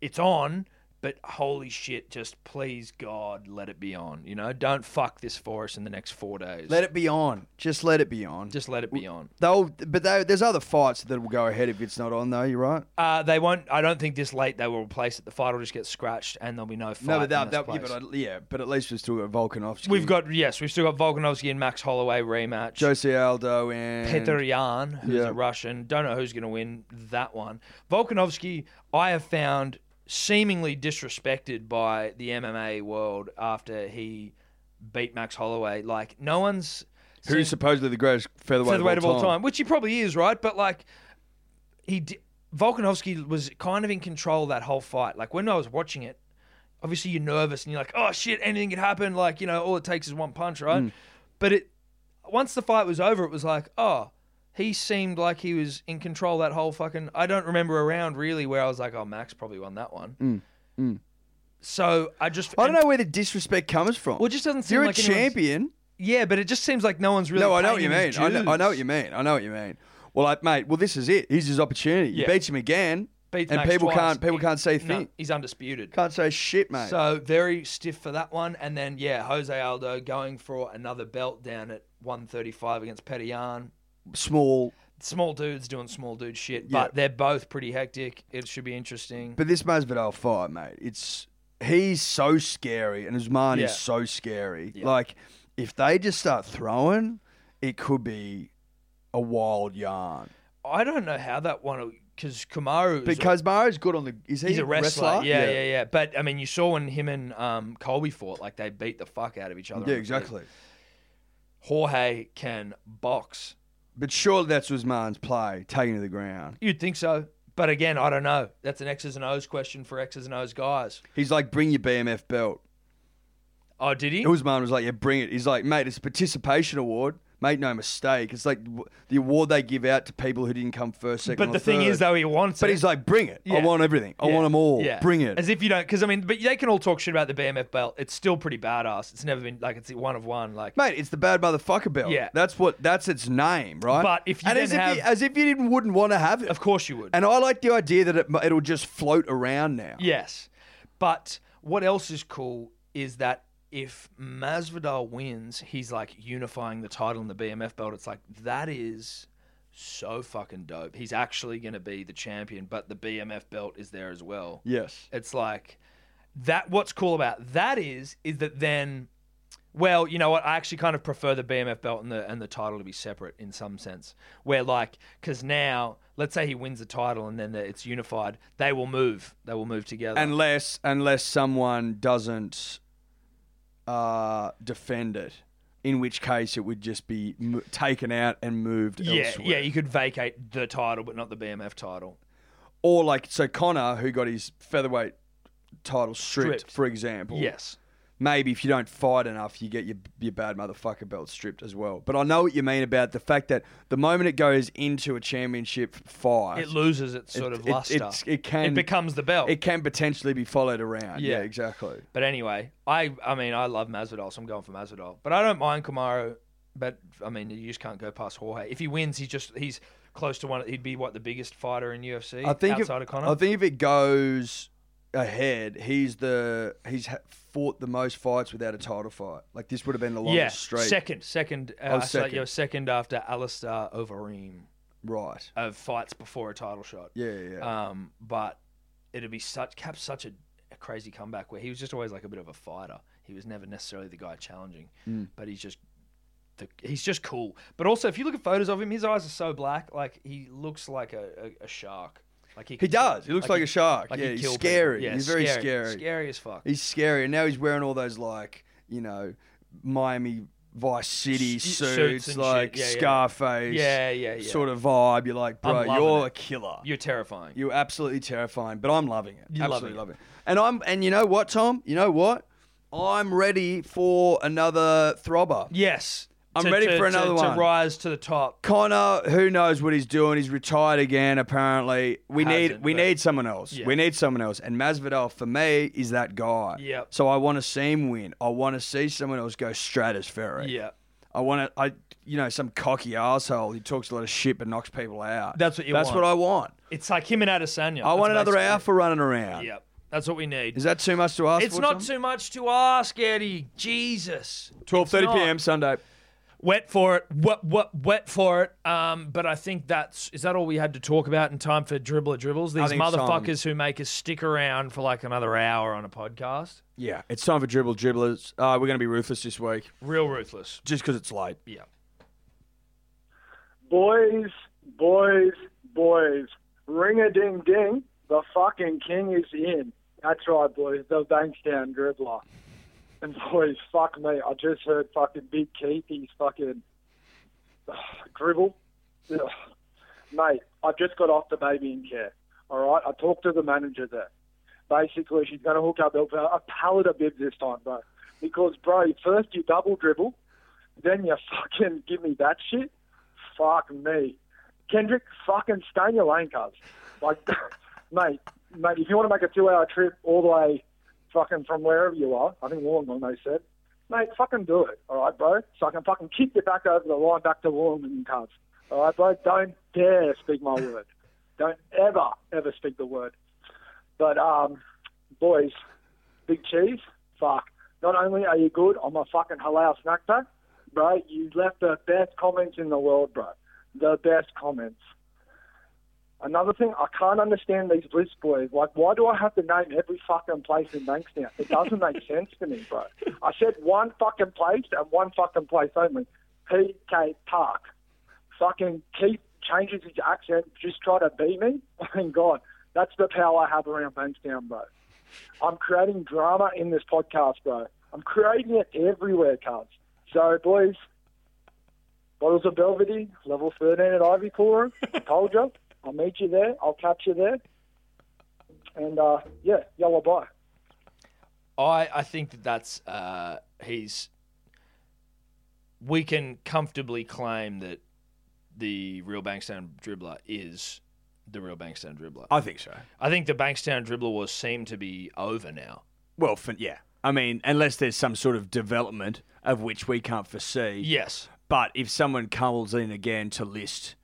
it's on, but holy shit, just please God, let it be on. You know, don't fuck this for us in the next four days. let it be on. Just let it be on. just let it be on. They'll, but they, there's other fights that will go ahead if it's not on, though. You're right. Uh, they won't. I don't think this late they will replace it. The fight will just get scratched, and there'll be no fight. No, but in that, this that yeah, place. but I, yeah, but at least we've still got Volkanovski. We've got yes, we've still got Volkanovski and Max Holloway rematch. Jose Aldo and Petr Yan, who's Yeah. a Russian. Don't know who's going to win that one. Volkanovski, I have found seemingly disrespected by the MMA world after he beat Max Holloway. Like no one's who's seen- supposedly the greatest featherweight, featherweight of all time, which he probably is, right? But like he di- Volkanovski was kind of in control of that whole fight. Like when I was watching it, obviously you're nervous and you're like, oh shit, anything could happen. Like you know, all it takes is one punch, right? Mm. But it once the fight was over, it was like, oh, he seemed like he was in control that whole fucking. I don't remember a round really where I was like, oh, Max probably won that one. So I just Mm, I don't know where the disrespect comes from. Well, it just doesn't seem You're like a anyone's- champion. Yeah, but it just seems like no one's really. no, I paying know what you him mean. his I know, I know what dues. you mean. I know what you mean. Well, like, mate. Well, this is it. Here's his opportunity. Yeah. You beat him again, Beats and Max people twice. can't people He- can't say no, thing. he's undisputed. Can't say shit, mate. So very stiff for that one, and then yeah, Jose Aldo going for another belt down at 135 against Petty Yarn. Small. Small dudes doing small dude shit, Yeah. but they're both pretty hectic. It should be interesting. But this Masvidal fight, mate, it's he's so scary, and Usman Yeah. is so scary. Like, if they just start throwing, it could be a wild yarn. I don't know how that one because Kamaru is a- Because Mario's good on the. Is he he's a wrestler. Yeah, yeah, yeah. yeah, But I mean, you saw when him and um, Colby fought, like they beat the fuck out of each other. Yeah, on the feet. exactly. Jorge can box. But surely that's Usman's play, taking to the ground. You'd think so. But again, I don't know. That's an X's and O's question for X's and O's guys. He's like, bring your BMF belt. Oh, did he? Usman was like, yeah, bring it. He's like, mate, it's a participation award. Make no mistake. It's like w- the award they give out to people who didn't come first, second, but or the thing is, third. though, he wants. But it. he's like, bring it. I Yeah. want everything. I Yeah. want them all. Yeah. Bring it. As if you don't, because I mean, but they can all talk shit about the BMF belt. It's still pretty badass. It's never been like it's one of one. Like Mate, it's the bad motherfucker belt. Yeah. that's what that's its name, right? But if you and then as if, have- you, as if you didn't wouldn't want to have it, Of course you would. and I like the idea that it, it'll just float around now. yes. But what else is cool is that if Masvidal wins, he's like unifying the title and the BMF belt. It's like that is so fucking dope. He's actually going to be the champion, but the BMF belt is there as well. Yes, It's like that. What's cool about that is is that then, well, you know what? I actually kind of prefer the BMF belt and the and the title to be separate in some sense. Where like, because now, let's say he wins the title and then the, it's unified, they will move. They will move together. unless unless someone doesn't uh, defend it, in which case it would just be m- taken out and moved yeah, elsewhere. yeah, you could vacate the title, but not the BMF title. or like so Connor, who got his featherweight title stripped, Stripped. for example. Yes. maybe if you don't fight enough, you get your, your bad motherfucker belt stripped as well. But I know what you mean about the fact that the moment it goes into a championship fight, It loses its sort it- of it- luster. it's- it can- It becomes the belt. it can potentially be followed around. Yeah, Yeah. exactly. But anyway, I I mean I love Masvidal, so I'm going for Masvidal. But I don't mind Camaro. But I mean, you just can't go past Jorge. If he wins, he's just he's close to one. He'd be what the biggest fighter in UFC I think if, outside of Conor. I think if it goes ahead, he's the he's ha- fought the most fights without a title fight. Like this would have been the longest yeah, streak. second, second, uh, Oh, so, second. yeah, second after Alistair Overeem Right. of fights before a title shot. Yeah, yeah. yeah. Um, but it'd be such kept such a, a crazy comeback where he was just always like a bit of a fighter. He was never necessarily the guy challenging, Hmm. but he's just the, he's just cool. But also, if you look at photos of him, his eyes are so black, like he looks like a, a, a shark. Like he could kill- does. He looks like, a shark. like yeah, he'd he's kill people. scary. Yeah, he's very scary, scary. Scary as fuck. He's scary. And now he's wearing all those like, you know, Miami Vice City S- suits, suits and shit. like Yeah, yeah. Scarface, Yeah, yeah, yeah. sort of vibe. You're like, bro, I'm loving you're it. a killer. You're terrifying. You're absolutely terrifying, but I'm loving it. You're loving absolutely loving it. And I'm and you know what, Tom? You know what? I'm ready for another throbber. yes, I'm To- ready to- for to- another one. to rise to the top. Connor, who knows what he's doing? He's retired again, apparently. We need Hasn't, we but- need someone else. Yeah. We need someone else. And Masvidal for me is that guy. Yep. So I want to see him win. I want to see someone else go stratospheric. Yeah, I want to I you know some cocky asshole who talks a lot of shit but knocks people out. That's what you Uh, That's want. what I want. it's like him and Adesanya. I want another basically- alpha running around. Yeah, that's what we need. Is that too much to ask? It's not too much to ask, Eddie. Jesus. Twelve thirty It's not. p.m. Sunday. Wet for it. Wet, wet, wet for it. Um, but I think that's is that all we had to talk about in time for dribbler dribbles. These think so. motherfuckers who make us stick around for like another hour on a podcast. Yeah, it's time for dribble dribblers. Uh, we're going to be ruthless this week, Real ruthless. just because it's late. Yeah. boys, boys, boys, ring a ding ding, the fucking king is in. That's right, boys, the Bankstown dribbler. And boys, fuck me, I just heard fucking Big Keithy's fucking dribble. Ugh. Mate, I just got off the baby in care. All right, I talked to the manager there. Basically, she's going to hook up a, a pallet of bibs this time, bro. Because, bro, first you double dribble, then you fucking give me that shit. Fuck me. Kendrick, fucking stay in your lane, cuz. Like, mate, mate, if you want to make a two hour trip all the way fucking from wherever you are, I think Wollongong, they said, mate, fucking do it, all right, bro? So I can fucking kick you back over the line back to Wollongong, cuz. All right, bro? Don't dare speak my word. Don't ever, ever speak the word. But, um, boys, Big Cheese, fuck. Not only are you good, I'm a fucking halal snack pack, bro. You left the best comments in the world, bro. The best comments. Another thing, I can't understand these blitz boys. Like, why do I have to name every fucking place in Bankstown? It doesn't make sense to me, bro. I said one fucking place and one fucking place only. PK Park. Fucking keep changes his accent, just try to beat me. Oh, Thank God. That's the power I have around Bankstown, bro. I'm creating drama in this podcast, bro. I'm creating it everywhere, cuz. So, boys, bottles of Belvedere, level 13 at Ivy Corner. Told you. I'll meet you there. I'll catch you there. And, uh, yeah, yellow bye. I, I think that that's uh, he's. We can comfortably claim that the real Bankstown dribbler is the real Bankstown dribbler. I think so. I think the Bankstown dribbler wars seem to be over now. Well, fin- yeah. I mean, unless there's some sort of development of which we can't foresee. Yes. But if someone comes in again to list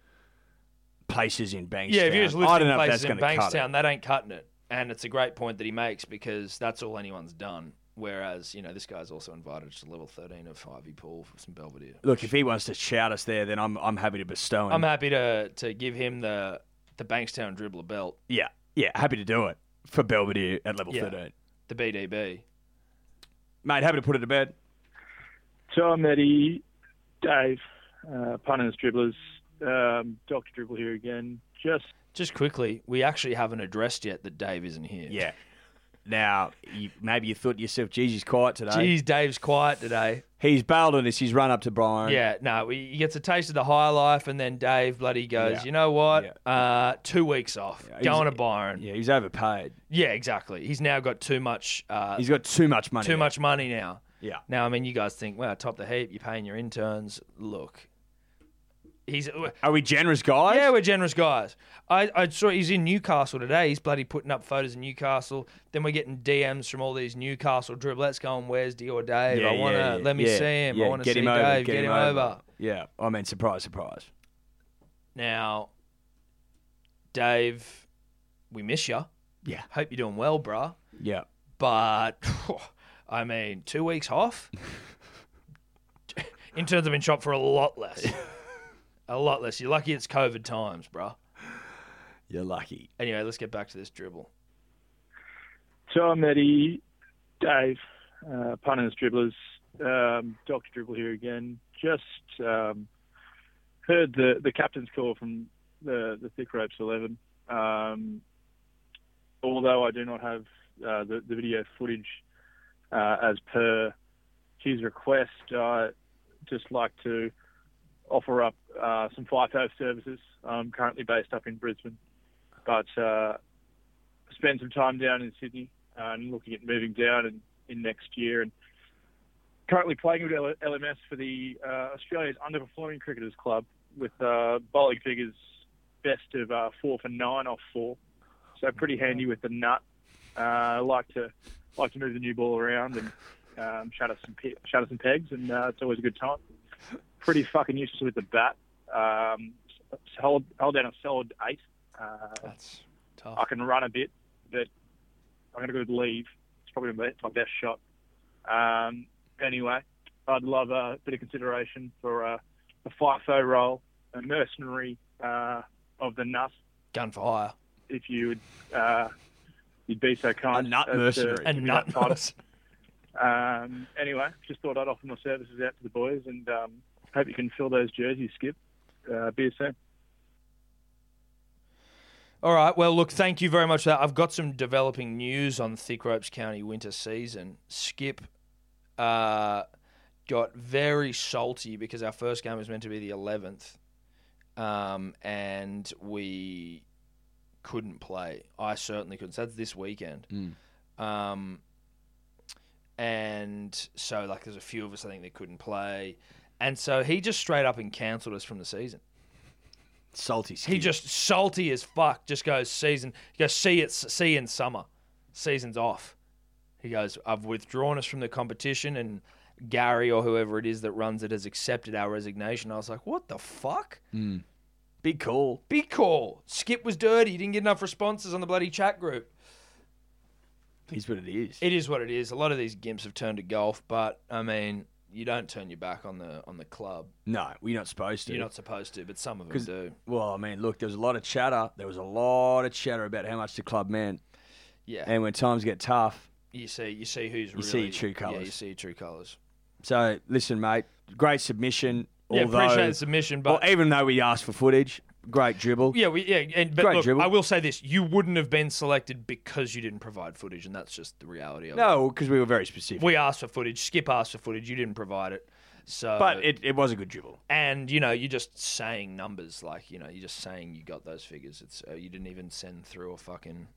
places in Bankstown, Yeah, if you're just I listing don't know places in if that's going to cut it. Bankstown, that ain't cutting it. And it's a great point that he makes because that's all anyone's done. Whereas, you know, this guy's also invited to level 13 of Ivy Pool for some Belvedere. Look, if he wants to shout us there, then I'm I'm happy to bestow him. I'm happy to, to give him the, the Bankstown dribbler belt, yeah, yeah, happy to do it for Belvedere at level Yeah. 13. the BDB. Mate, happy to put it to bed. Tom, Eddie, Dave, uh, punters, dribblers, um, Dr. Dribble here again. Just Just quickly, we actually haven't addressed yet that Dave isn't here. Yeah. Now, you, maybe you thought to yourself, geez, he's quiet today. Geez, Dave's quiet today. He's bailed on us. He's run up to Brian. Yeah, no, we, he gets a taste of the high life, and then Dave bloody goes, Yeah. you know what? Uh, two weeks off, going to Byron. Yeah. Yeah, he's overpaid. exactly. He's now got too much, uh, He's got too much money. too now. much money now. Yeah. Now, I mean, you guys think, wow, top the heap, you're paying your interns. Look, he's uh, Are we generous guys? yeah, we're generous guys. I, I saw he's in Newcastle today. He's bloody putting up photos in Newcastle. Then we're getting DMs from all these Newcastle dribblets going, "Where's Dior Dave? Yeah, I want to yeah, yeah, let me yeah, see him. yeah, I want to get see him Dave. over, get, him over." Yeah. I mean, surprise, surprise. Now, Dave, we miss you. Yeah. Hope you're doing well, bruh. Yeah. But I mean, two weeks off. Interns have been shot for a lot less. a lot less. You're lucky it's COVID times, bruh. You're lucky. Anyway, let's get back to this dribble. Tom, Eddie, Dave, uh, punters, dribblers, um, Dr. Dribble here again. Just um, heard the, the captain's call from the, the Thick Ropes 11. Um, although I do not have uh, the, the video footage uh, as per his request, I just like to offer up uh, some FIFO services. I'm currently based up in Brisbane, but uh, spend some time down in Sydney uh, and looking at moving down in, in next year. And currently playing with L- LMS for the uh, Australia's underperforming cricketers club with uh, bowling figures best of uh, four for nine off four. So pretty handy with the nut. Uh, like to like to move the new ball around and um, shatter some pe- shatter some pegs, and uh, it's always a good time. Pretty fucking useless with the bat. Um, s- hold, hold down a solid eight. Uh, That's tough. I can run a bit, but I'm going to go with leave. It's probably my my best shot. Um, anyway, I'd love a bit of consideration for uh, a FIFO role, a mercenary uh, of the nut, Gun for hire. if you would uh, you'd be so kind. A nut as to mercenary. A give me And that nut title. nuts. Um, anyway, just thought I'd offer my services out to the boys and um, hope you can fill those jerseys, Skip. Uh, be soon. All right. Well, look, thank you very much for that. I've got some developing news on Thick Ropes County winter season. Skip uh, got very salty because our first game was meant to be the 11th um, and we couldn't play. I certainly couldn't. So that's this weekend. Um, and so, like, there's a few of us, I think, that couldn't play. And so he just straight up and cancelled us from the season. Salty skin. He just salty as fuck. Just goes season. He goes see it. See in summer. Season's off. He goes. I've withdrawn us from the competition, and Gary or whoever it is that runs it has accepted our resignation. I was like, what the fuck? Big call. Big call. Skip was dirty. He didn't get enough responses on the bloody chat group. He's what it is. It is what it is. A lot of these gimps have turned to golf, but I mean, you don't turn your back on the on the club. No, we're not supposed to. You're not supposed to, but some of them 'Cause- do. Well, I mean, look, there was a lot of chatter. There was a lot of chatter about how much the club meant. Yeah. And when times get tough, you see, you see who's You really see your true Yeah, you colours. see your true colours. so listen, mate, great submission. Yeah, although, appreciate the submission, but well, even though we asked for footage, great dribble. yeah, we, yeah, and but Great look, dribble. I will say this: you wouldn't have been selected because you didn't provide footage, and that's just the reality of No, because we were very specific. it. We asked for footage. Skip asked for footage. You didn't provide it. So, but it, it was a good dribble. and you know you're just saying numbers like you know you're just saying you got those figures it's uh, you didn't even send through a fucking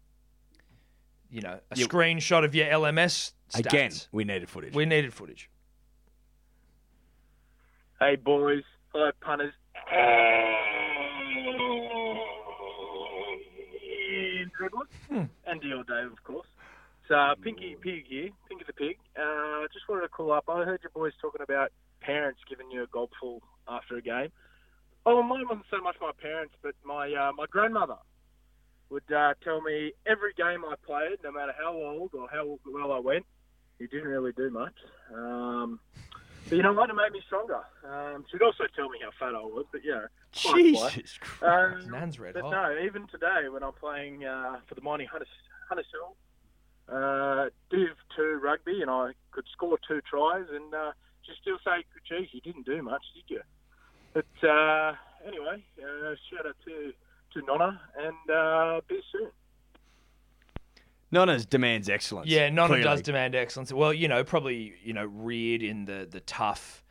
you know a Yeah. screenshot of your lms stats. Again, we needed footage. we needed footage Hey, boys. Hello, punters. And Dior Dave, of course. So, Pinky Pig here, Pinky the Pig. Uh, just wanted to call up. I heard your boys talking about parents giving you a gobful after a game. Oh, well, mine wasn't so much my parents, but my uh, my grandmother would uh, tell me every game I played, no matter how old or how well I went, you didn't really do much. Um, but you know what? It made me stronger. Um, she'd also tell me how fat I was, but yeah. Jesus Christ. Um, nan's red but hot no, even today when I'm playing uh, for the Mighty Hunters, Hunters Hill, uh, Div 2 rugby, and I could score two tries, and uh, she still say, geez, you didn't do much, did you? But uh, anyway, uh, shout out to, to Nonna, and uh, be soon. Nonna's demands excellence. yeah none clearly. does demand excellence well you know probably you know reared in the the tough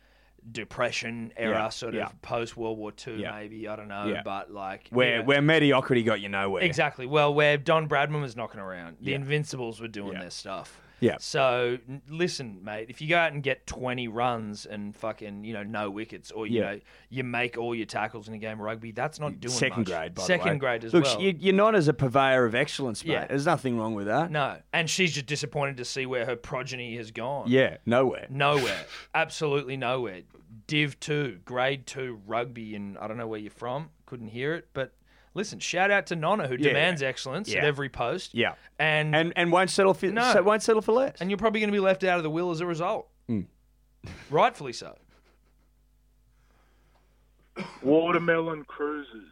depression era Yeah, sort yeah. of post world war ii Yeah. maybe i don't know Yeah. but like Where, yeah. where mediocrity got you nowhere. Exactly. Well, where Don Bradman was knocking around, the Yeah. Invincibles were doing Yeah. their stuff. Yeah. So n- listen, mate, if you go out and get 20 runs and fucking, you know, no wickets or, you Yeah. know, you make all your tackles in a game of rugby, that's not doing Second much. grade, by the Second way. grade as Look, well. you, you're not as a purveyor of excellence, mate. Yeah. There's nothing wrong with that. No. And she's just disappointed to see where her progeny has gone. Yeah, nowhere. Nowhere. Absolutely nowhere. Div 2, grade 2 rugby and I don't know where you're from. Couldn't hear it, but listen, shout out to Nonna who Yeah. demands excellence at Yeah. every post. Yeah. And And and won't settle for No. so won't Hmm. settle for less. and you're probably going to be left out of the will as a result. Rightfully so. Watermelon Cruises.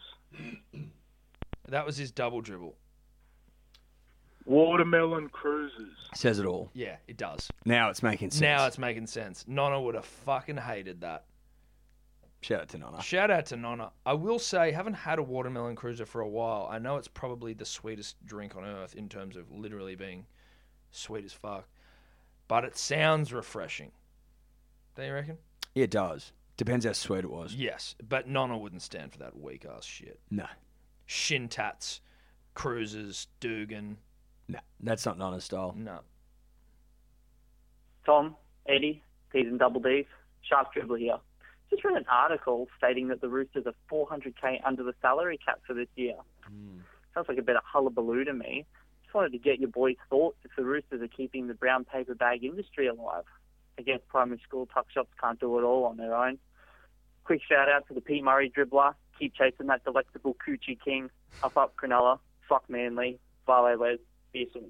That was his double dribble. Watermelon Cruises. Says it all. Yeah, it does. Now it's making sense. Now it's making sense. Nonna would have fucking hated that. shout out to Nonna. Shout out to Nonna. I will say, haven't had a watermelon cruiser for a while. I know it's probably the sweetest drink on earth in terms of literally being sweet as fuck, but it sounds refreshing. Don't you reckon? Yeah, it does. Depends how sweet it was. Yes, but Nonna wouldn't stand for that weak ass shit. No, Shin tats, cruisers, Dugan. no, that's not Nonna style. No. Tom, Eddie, P's and Double D's, Sharp Dribbler here. Just read an article stating that the Roosters are 400k under the salary cap for this year. Sounds like a bit of hullabaloo to me. Just wanted to get your boys' thoughts if the Roosters are keeping the brown paper bag industry alive. I guess primary school tuck shops can't do it all on their own. Quick shout out to the P. Murray dribbler. Keep chasing that delectable coochie king. Up up Cronulla. Fuck Manly. Vale Les. Be soon.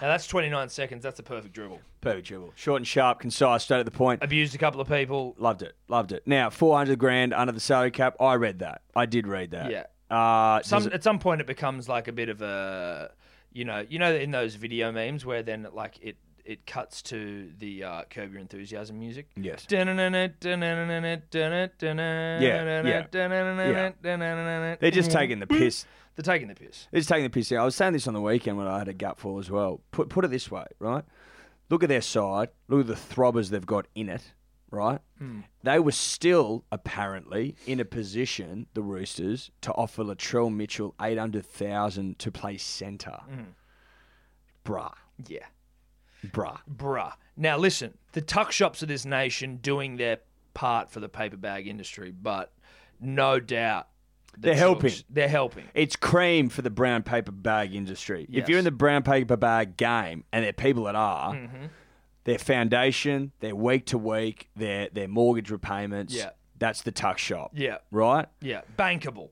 Now that's 29 seconds. That's a perfect dribble. Perfect dribble. Short and sharp, concise, straight at the point. Abused a couple of people. Loved it. Loved it. Now, 400 grand under the salary cap. I read that. I did read that. Yeah. Uh, Some does it- at some point it becomes like a bit of a, you know, you know in those video memes where then like it it cuts to the uh, Curb Your Enthusiasm music. yes. They're They're just taking the piss. mm-hmm. They're taking the piss. It's taking the piss out. I was saying this on the weekend when I had a gutful as well. Put put it this way, right? Look at their side. Look at the throbbers they've got in it, right? Hmm. They were still apparently in a position, the Roosters, to offer Latrell Mitchell eight hundred thousand to play centre. Mm-hmm. Bruh, Yeah. bruh. Bruh. Now listen, the tuck shops of this nation doing their part for the paper bag industry, but no doubt the They're helping. chooks- They're helping. It's cream for the brown paper bag industry. Yes. Hmm. If you're in the brown paper bag game, and there are people that are, Mm-hmm. their foundation, their week to week, their their mortgage repayments. Yeah. That's the tuck shop. Yeah. Right? Yeah. Bankable.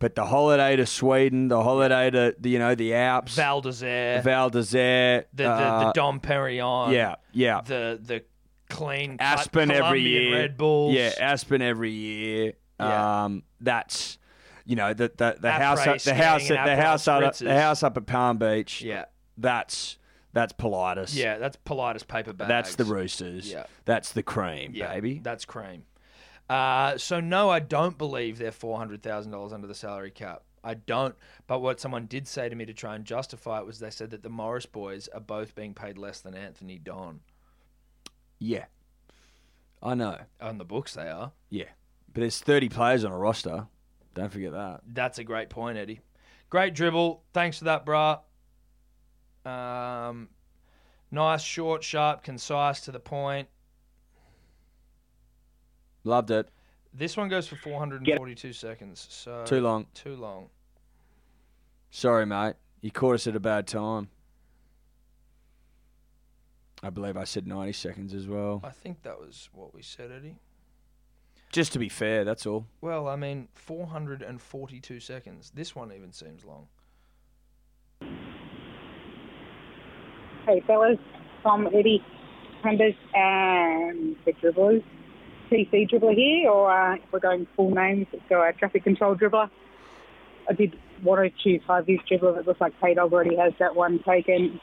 But the holiday to Sweden, the holiday to the, you know, the Alps, Val d'Isere. Val d'Isere. the, the, the uh, Dom Perignon. yeah, yeah. The the clean cut Aspen every Colombian year. Red Bulls. Yeah, Aspen every year. Yeah. Um, that's you know the the, the Apres house up- the skiing house and up- the apres house up spritzers. the house up at Palm Beach. Yeah. that's that's Politis. Yeah, that's Politis paper bags. that's the Roosters. Yeah. that's the cream, Yeah, baby. That's cream. Uh, so no, I don't believe they're four hundred thousand dollars under the salary cap. I don't. But what someone did say to me to try and justify it was they said that the Morris boys are both being paid less than Anthony Don yeah, I know. on the books. They are. Yeah, but there's 30 players on a roster. Don't forget that. That's a great point, Eddie. Great dribble. Thanks for that, brah. Um, nice, short, sharp, concise, to the point. Loved it. This one goes for 442 seconds. So Too long. Too long. Sorry, mate. You caught us at a bad time. I believe I said 90 seconds as well. I think that was what we said, Eddie. Just to be fair, that's all. Well, I mean, 442 seconds. This one even seems long. Hey, fellas, from Eddie Humbers and the Dribblers. TC Dribbler here, or uh, if we're going full names, let's go uh, Traffic Control Dribbler. I did want to choose High Views Dribbler, but it looks like Kate already has that one taken,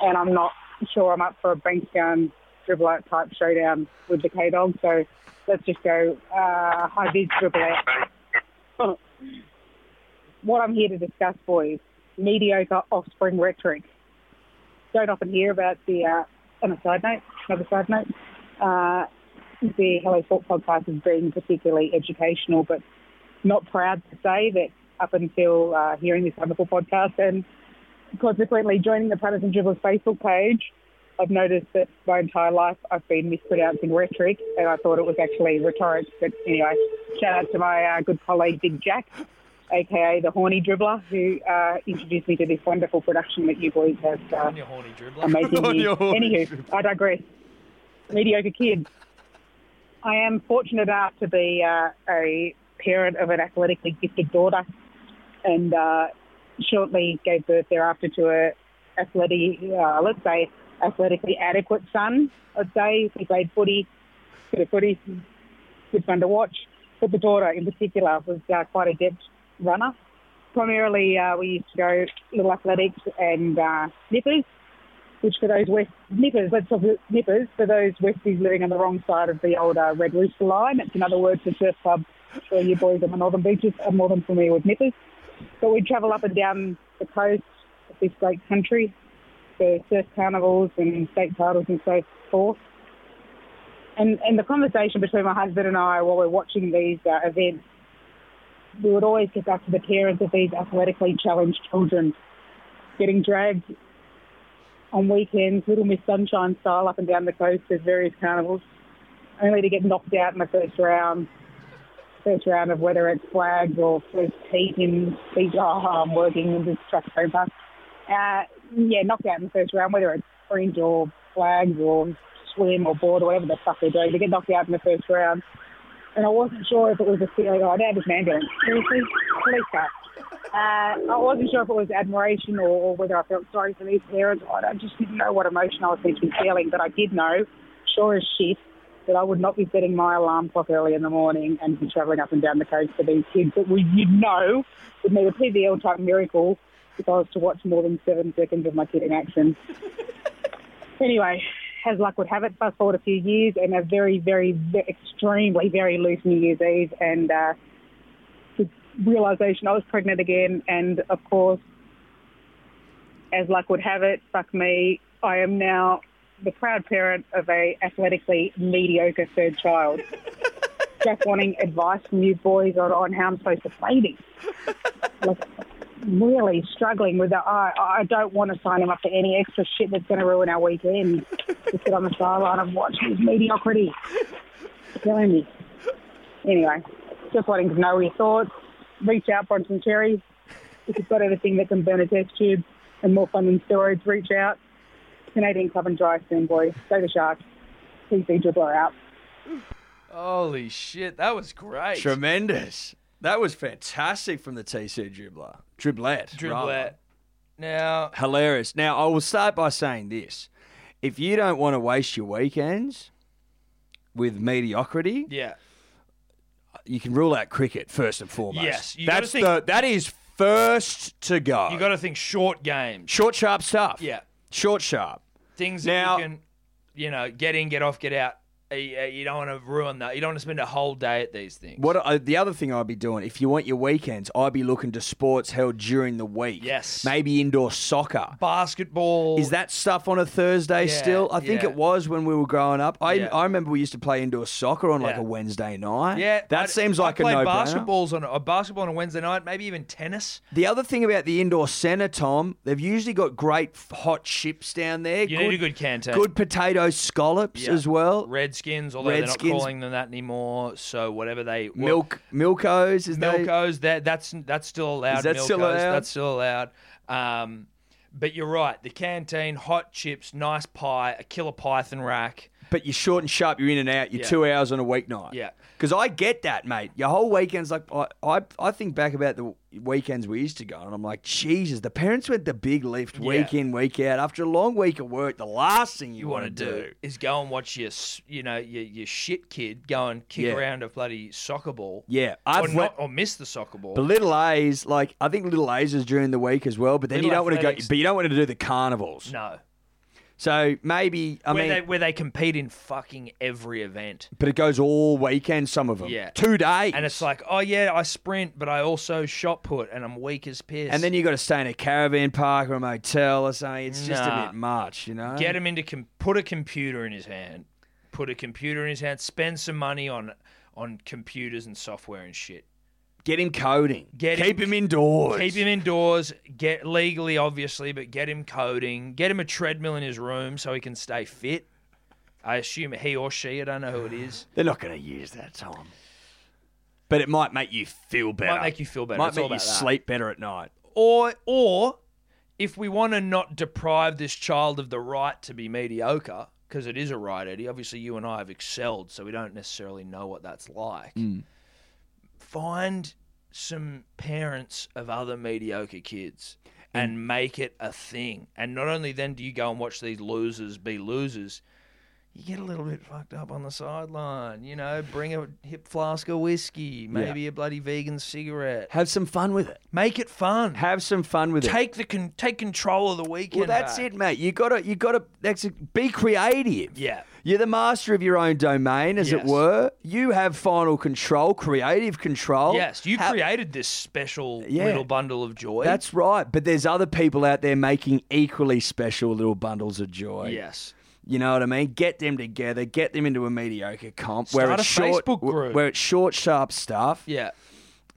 and I'm not sure I'm up for a Bankstown Dribbler type showdown with the K Dog, so let's just go uh, High Views Dribbler. what I'm here to discuss, boys, mediocre offspring rhetoric don't often hear about the, uh, on a side note, another side note, uh, the Hello Sport podcast as being particularly educational, but not proud to say that up until uh, hearing this wonderful podcast and consequently joining the Punters and Dribblers Facebook page, I've noticed that my entire life I've been mispronouncing rhetoric, and I thought it was actually rhetoric. But anyway, shout out to my uh, good colleague Big Jack, aka the Horny Dribbler, who uh, introduced me to this wonderful production that you boys have uh, On your horny dribbler. amazing On years. your horse. Anywho, I digress. Mediocre kid. I am fortunate enough to be uh, a parent of an athletically gifted daughter, and uh, shortly gave birth thereafter to a athletic, uh, let's say, athletically adequate son. I'd say he played footy, bit of footy, good fun to watch. But the daughter, in particular, was uh, quite a adept runner. Primarily, uh, we used to go little athletics and uh, snippers which for those West nippers, let's talk about nippers, for those Westies living on the wrong side of the old uh, Red Rooster line, it's another word for surf club where you boys on the northern beaches are more than familiar with nippers. But we travel up and down the coast of this great country for surf carnivals and state titles and so forth. And, and the conversation between my husband and I while we're watching these uh, events, we would always get back to the parents of these athletically challenged children getting dragged on weekends, Little Miss Sunshine style, up and down the coast at various carnivals, only to get knocked out in the first round. First round of whether it's flags or first heat in these. Oh, I'm working in this truck so fast. Uh, yeah, knocked out in the first round, whether it's fringe or flags or swim or board or whatever the fuck they're doing. They get knocked out in the first round. And I wasn't sure if it was a feeling, oh, dad is an ambulance. Seriously? Police car. Uh, I wasn't sure if it was admiration or, or whether I felt sorry for these parents. I don't- just didn't know what emotion I was meant to be feeling, but I did know, sure as shit, that I would not be setting my alarm clock early in the morning and be travelling up and down the coast for these kids that we, you'd know would need a PVL type miracle if I was to watch more than seven seconds of my kid in action. anyway, as luck would have it, fast forward a few years and a very, very, ve extremely, very loose New Year's Eve and uh, the realization I was pregnant again. And of course, as luck would have it, fuck me, I am now the proud parent of a athletically mediocre third child. Just wanting advice from you boys on, on how I'm supposed to play this. Like, really struggling with the. I, I don't want to sign him up for any extra shit that's going to ruin our weekend. to sit on the sideline and watch his mediocrity. Killing me. Anyway, just wanting to know your thoughts. Reach out, Bronson Cherry. If you've got anything that can burn a test tube and more fun than steroids, reach out. Canadian Club and Dry soon, boys. Go to Sharks. PC dribbler out. Holy shit, that was great. Tremendous. That was fantastic from the TC dribbler. Driblet. Dribblet. Now, Hilarious. Now, I will start by saying this. If you don't want to waste your weekends, with mediocrity. Yeah. You can rule out cricket first and foremost. Yes, you gotta that's think- the that is first to go. You got to think short game. short sharp stuff. Yeah. short sharp. Things Now- that you can, you know, get in, get off, get out. You- You don't want to ruin that. You don't want to spend a whole day at these things. What I, the other thing I'd be doing if you want your weekends, I'd be looking to sports held during the week. Yes. maybe indoor soccer. Basketball. Is that stuff on a Thursday Yeah, still? I think yeah. it was when we were growing up. I, Yeah. I remember we used to play indoor soccer on like Yeah. a Wednesday night. Yeah, that I'd- seems like I a played no brainer. basketballs on a basketball on a Wednesday night, maybe even tennis. The other thing about the indoor centre, Tom, they've usually got great f- hot chips down there. You need a good canteen. good potato scallops Yeah. as well. Redskins, although they're Redskins. not calling them that anymore. So whatever they well, Milk, Milkos is they- Milkos, that that's that's still allowed. Is that Milkos, still allowed? That's still allowed. Um, but you're right. The canteen, hot chips, nice pie, a killer python rack. but you're short and sharp. You're in and out. You're Yeah. two hours on a weeknight. Yeah. because I get that, mate. Your whole weekend's like I, I, I think back about the weekends we used to go, and I'm like, Jesus, the parents went the big lift week in, week out. After a long week of work, the last thing you, You want to do. is go and watch your s- you know your, your shit kid go and kick Yeah. around a bloody soccer ball. Yeah, Or, I've not, went- or miss the soccer ball. But little A's, like I think little A's is during the week as well. But then you Little don't want to go. athletics. But you don't want to do the carnivals. no. So maybe I where mean, they where they compete in fucking every event. but it goes all weekend. Some of them. Yeah. Two days. And it's like, oh yeah, I sprint, but I also shot put, and I'm weak as piss. And then you got to stay in a caravan park or a motel or something. It's just a Nah. bit much, you know. get him into com- put a computer in his hand, put a computer in his hand, spend some money on on computers and software and shit. Get him coding. Get Keep him, him- indoors. Keep him indoors, get legally obviously, but get him coding, get him a treadmill in his room so he can stay fit. I assume he or she, I don't know who it is. They're not going to use that, Tom. But it might make you feel better. make you feel better. Might It's make all you about that. sleep better at night. Or or if we want to not deprive this child of the right to be mediocre, because it is a right, Eddie. Obviously, you and I have excelled, so we don't necessarily know what that's like. Find some parents of other mediocre kids Mm. and make it a thing. And not only then do you go and watch these losers be losers, you get a little bit fucked up on the sideline. You know, bring a hip flask of whiskey, maybe a bloody vegan cigarette. Have some fun with it. Make it fun Have some fun with it. take the con- take control of the weekend. Well, that's back. it, mate. You got to. You got to. That's it. be creative. Yeah. You're the master of your own domain, as it Yes. were. You have final control, creative control. Yes, you How- created this special Oh, Yeah. little bundle of joy. That's right. But there's other people out there making equally special little bundles of joy. yes. You know what I mean? Get them together. Get them into a mediocre comp Um, where Start it's a short, Facebook wh- group. where it's short, sharp stuff, Yeah.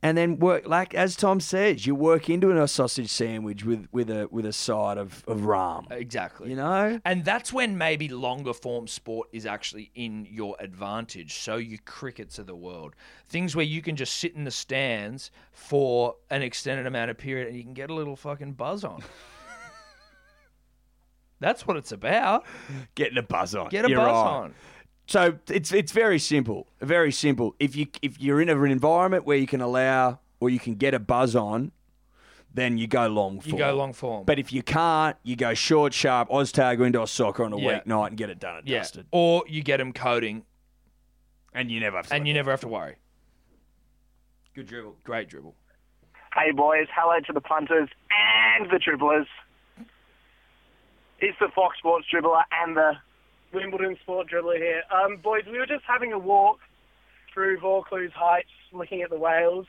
and then work like as Tom says, you work into a sausage sandwich with with a with a side of of rum. Exactly. You know? And that's when maybe longer form sport is actually in your advantage. So you crickets of the world, things where you can just sit in the stands for an extended amount of period and you can get a little fucking buzz on. that's what it's about. Getting a buzz on. Get a You're buzz right. on. So it's it's very simple, very simple. If you if you're in an environment where you can allow or you can get a buzz on, then you go long You form. go long form. But if you can't, you go short, sharp, Oztag or indoor soccer on a Yeah. weeknight and get it done and yeah. dusted. Or you get them coding And you never have to. and you never have to worry. good dribble. Great dribble. Hey, boys. Hello to the punters and the dribblers. It's the Fox Sports dribbler and the Wimbledon sport dribbler here. Um, boys, we were just having a walk through Vaucluse Heights, looking at the whales,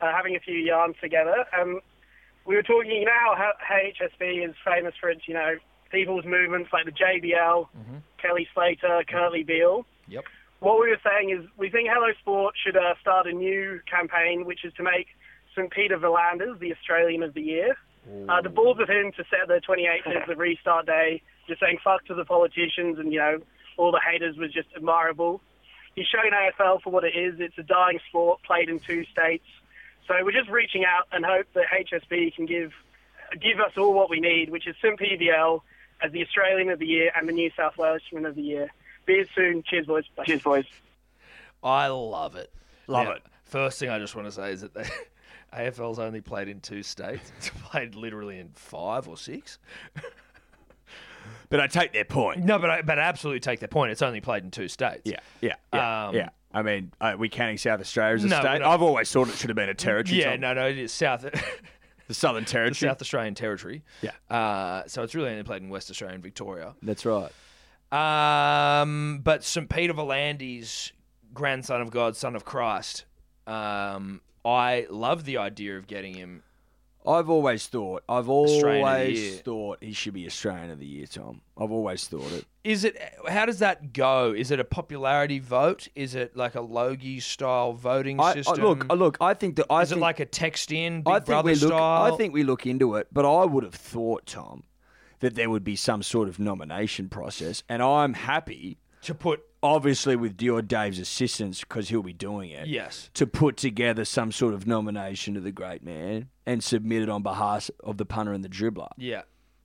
uh, having a few yarns together. Um, we were talking, you know, how H- HSB is famous for its, you know, people's movements like the JBL, Kelly Slater, Curly Beale. Yep. What we were saying is we think Hello Sport should uh, start a new campaign, which is to make St. Peter Verlanders the Australian of the Year. Uh, the balls of him to set the 28th as the restart day, just saying fuck to the politicians and, you know, all the haters was just admirable. He's shown AFL for what it is. It's a dying sport played in two states. So we're just reaching out and hope that HSB can give give us all what we need, which is Sim PVL as the Australian of the Year and the New South Welshman of the Year. Be it soon. Cheers, boys. Bye. Cheers, boys. I love it. Love Now, it. First thing I just want to say is that the AFL's only played in two states. It's played literally in five or six. But I take their point. No, but I, but I absolutely take their point. It's only played in two states. Yeah, yeah, yeah. Um, yeah. I mean, uh, we counting South Australia as a No, state. no. I've always thought it should have been a territory. yeah. Tom. No, no, it is South. the Southern Territory. the South Australian territory. Yeah. Uh, so it's really only played in West Australia and Victoria. That's right. Um, but St. Peter Volandes, grandson of God, son of Christ, um, I love the idea of getting him. I've always thought. I've Australian of the always Year. thought he should be Australian of the Year, Tom. I've always thought it. Is it? How does that go? Is it a popularity vote? Is it like a Logie style voting I, I, system? look, I- look. I think that I is think, it like a text in Big I think Brother we look. style? I think we look into it, but I would have thought, Tom, that there would be some sort of nomination process, and I'm happy, to put obviously, with your Dave's assistance because he'll be doing it. yes. to put together some sort of nomination to the great man and submit it on behalf of the punter and the dribbler. Yeah.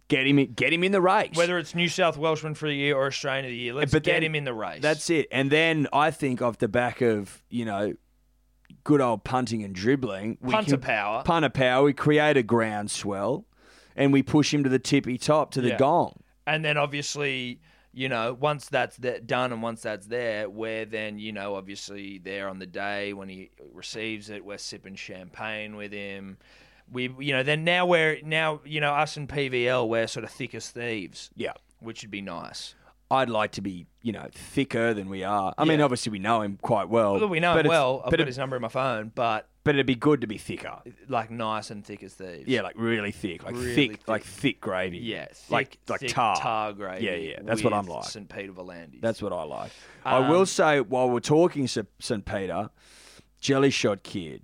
Get him, in, get him in the race. Whether it's New South Welshman for the year or Australian of the year, let's But get then- him in the race. That's it. And then I think off the back of you know, good old punting and dribbling, we Punter power. punter power. We create a groundswell, and we push him to the tippy top to the Yeah. gong. And then obviously, you know, once that's th- done and once that's there, where then, you know, obviously there on the day when he receives it, we're sipping champagne with him. We, you know, then now we're, now, you know, us and PVL, we're sort of thick as thieves, Yeah, which would be nice. I'd like to be you know thicker than we are. I mean, Yeah. obviously we know him quite well. Although we know Oh, him but it's- well, I've but, got it, his number in my phone, but but it'd be good to be thicker. like nice and thick as thieves. Yeah, like really thick, like Really thick, thick. like thick gravy. Yeah. Thick, like like thick tar. Tar gravy. Yeah, yeah, that's what I'm with like. St. Peter Volandes. That's what I like. I Um, will say while we're talking St. St. Peter, Jelly Shot Kid,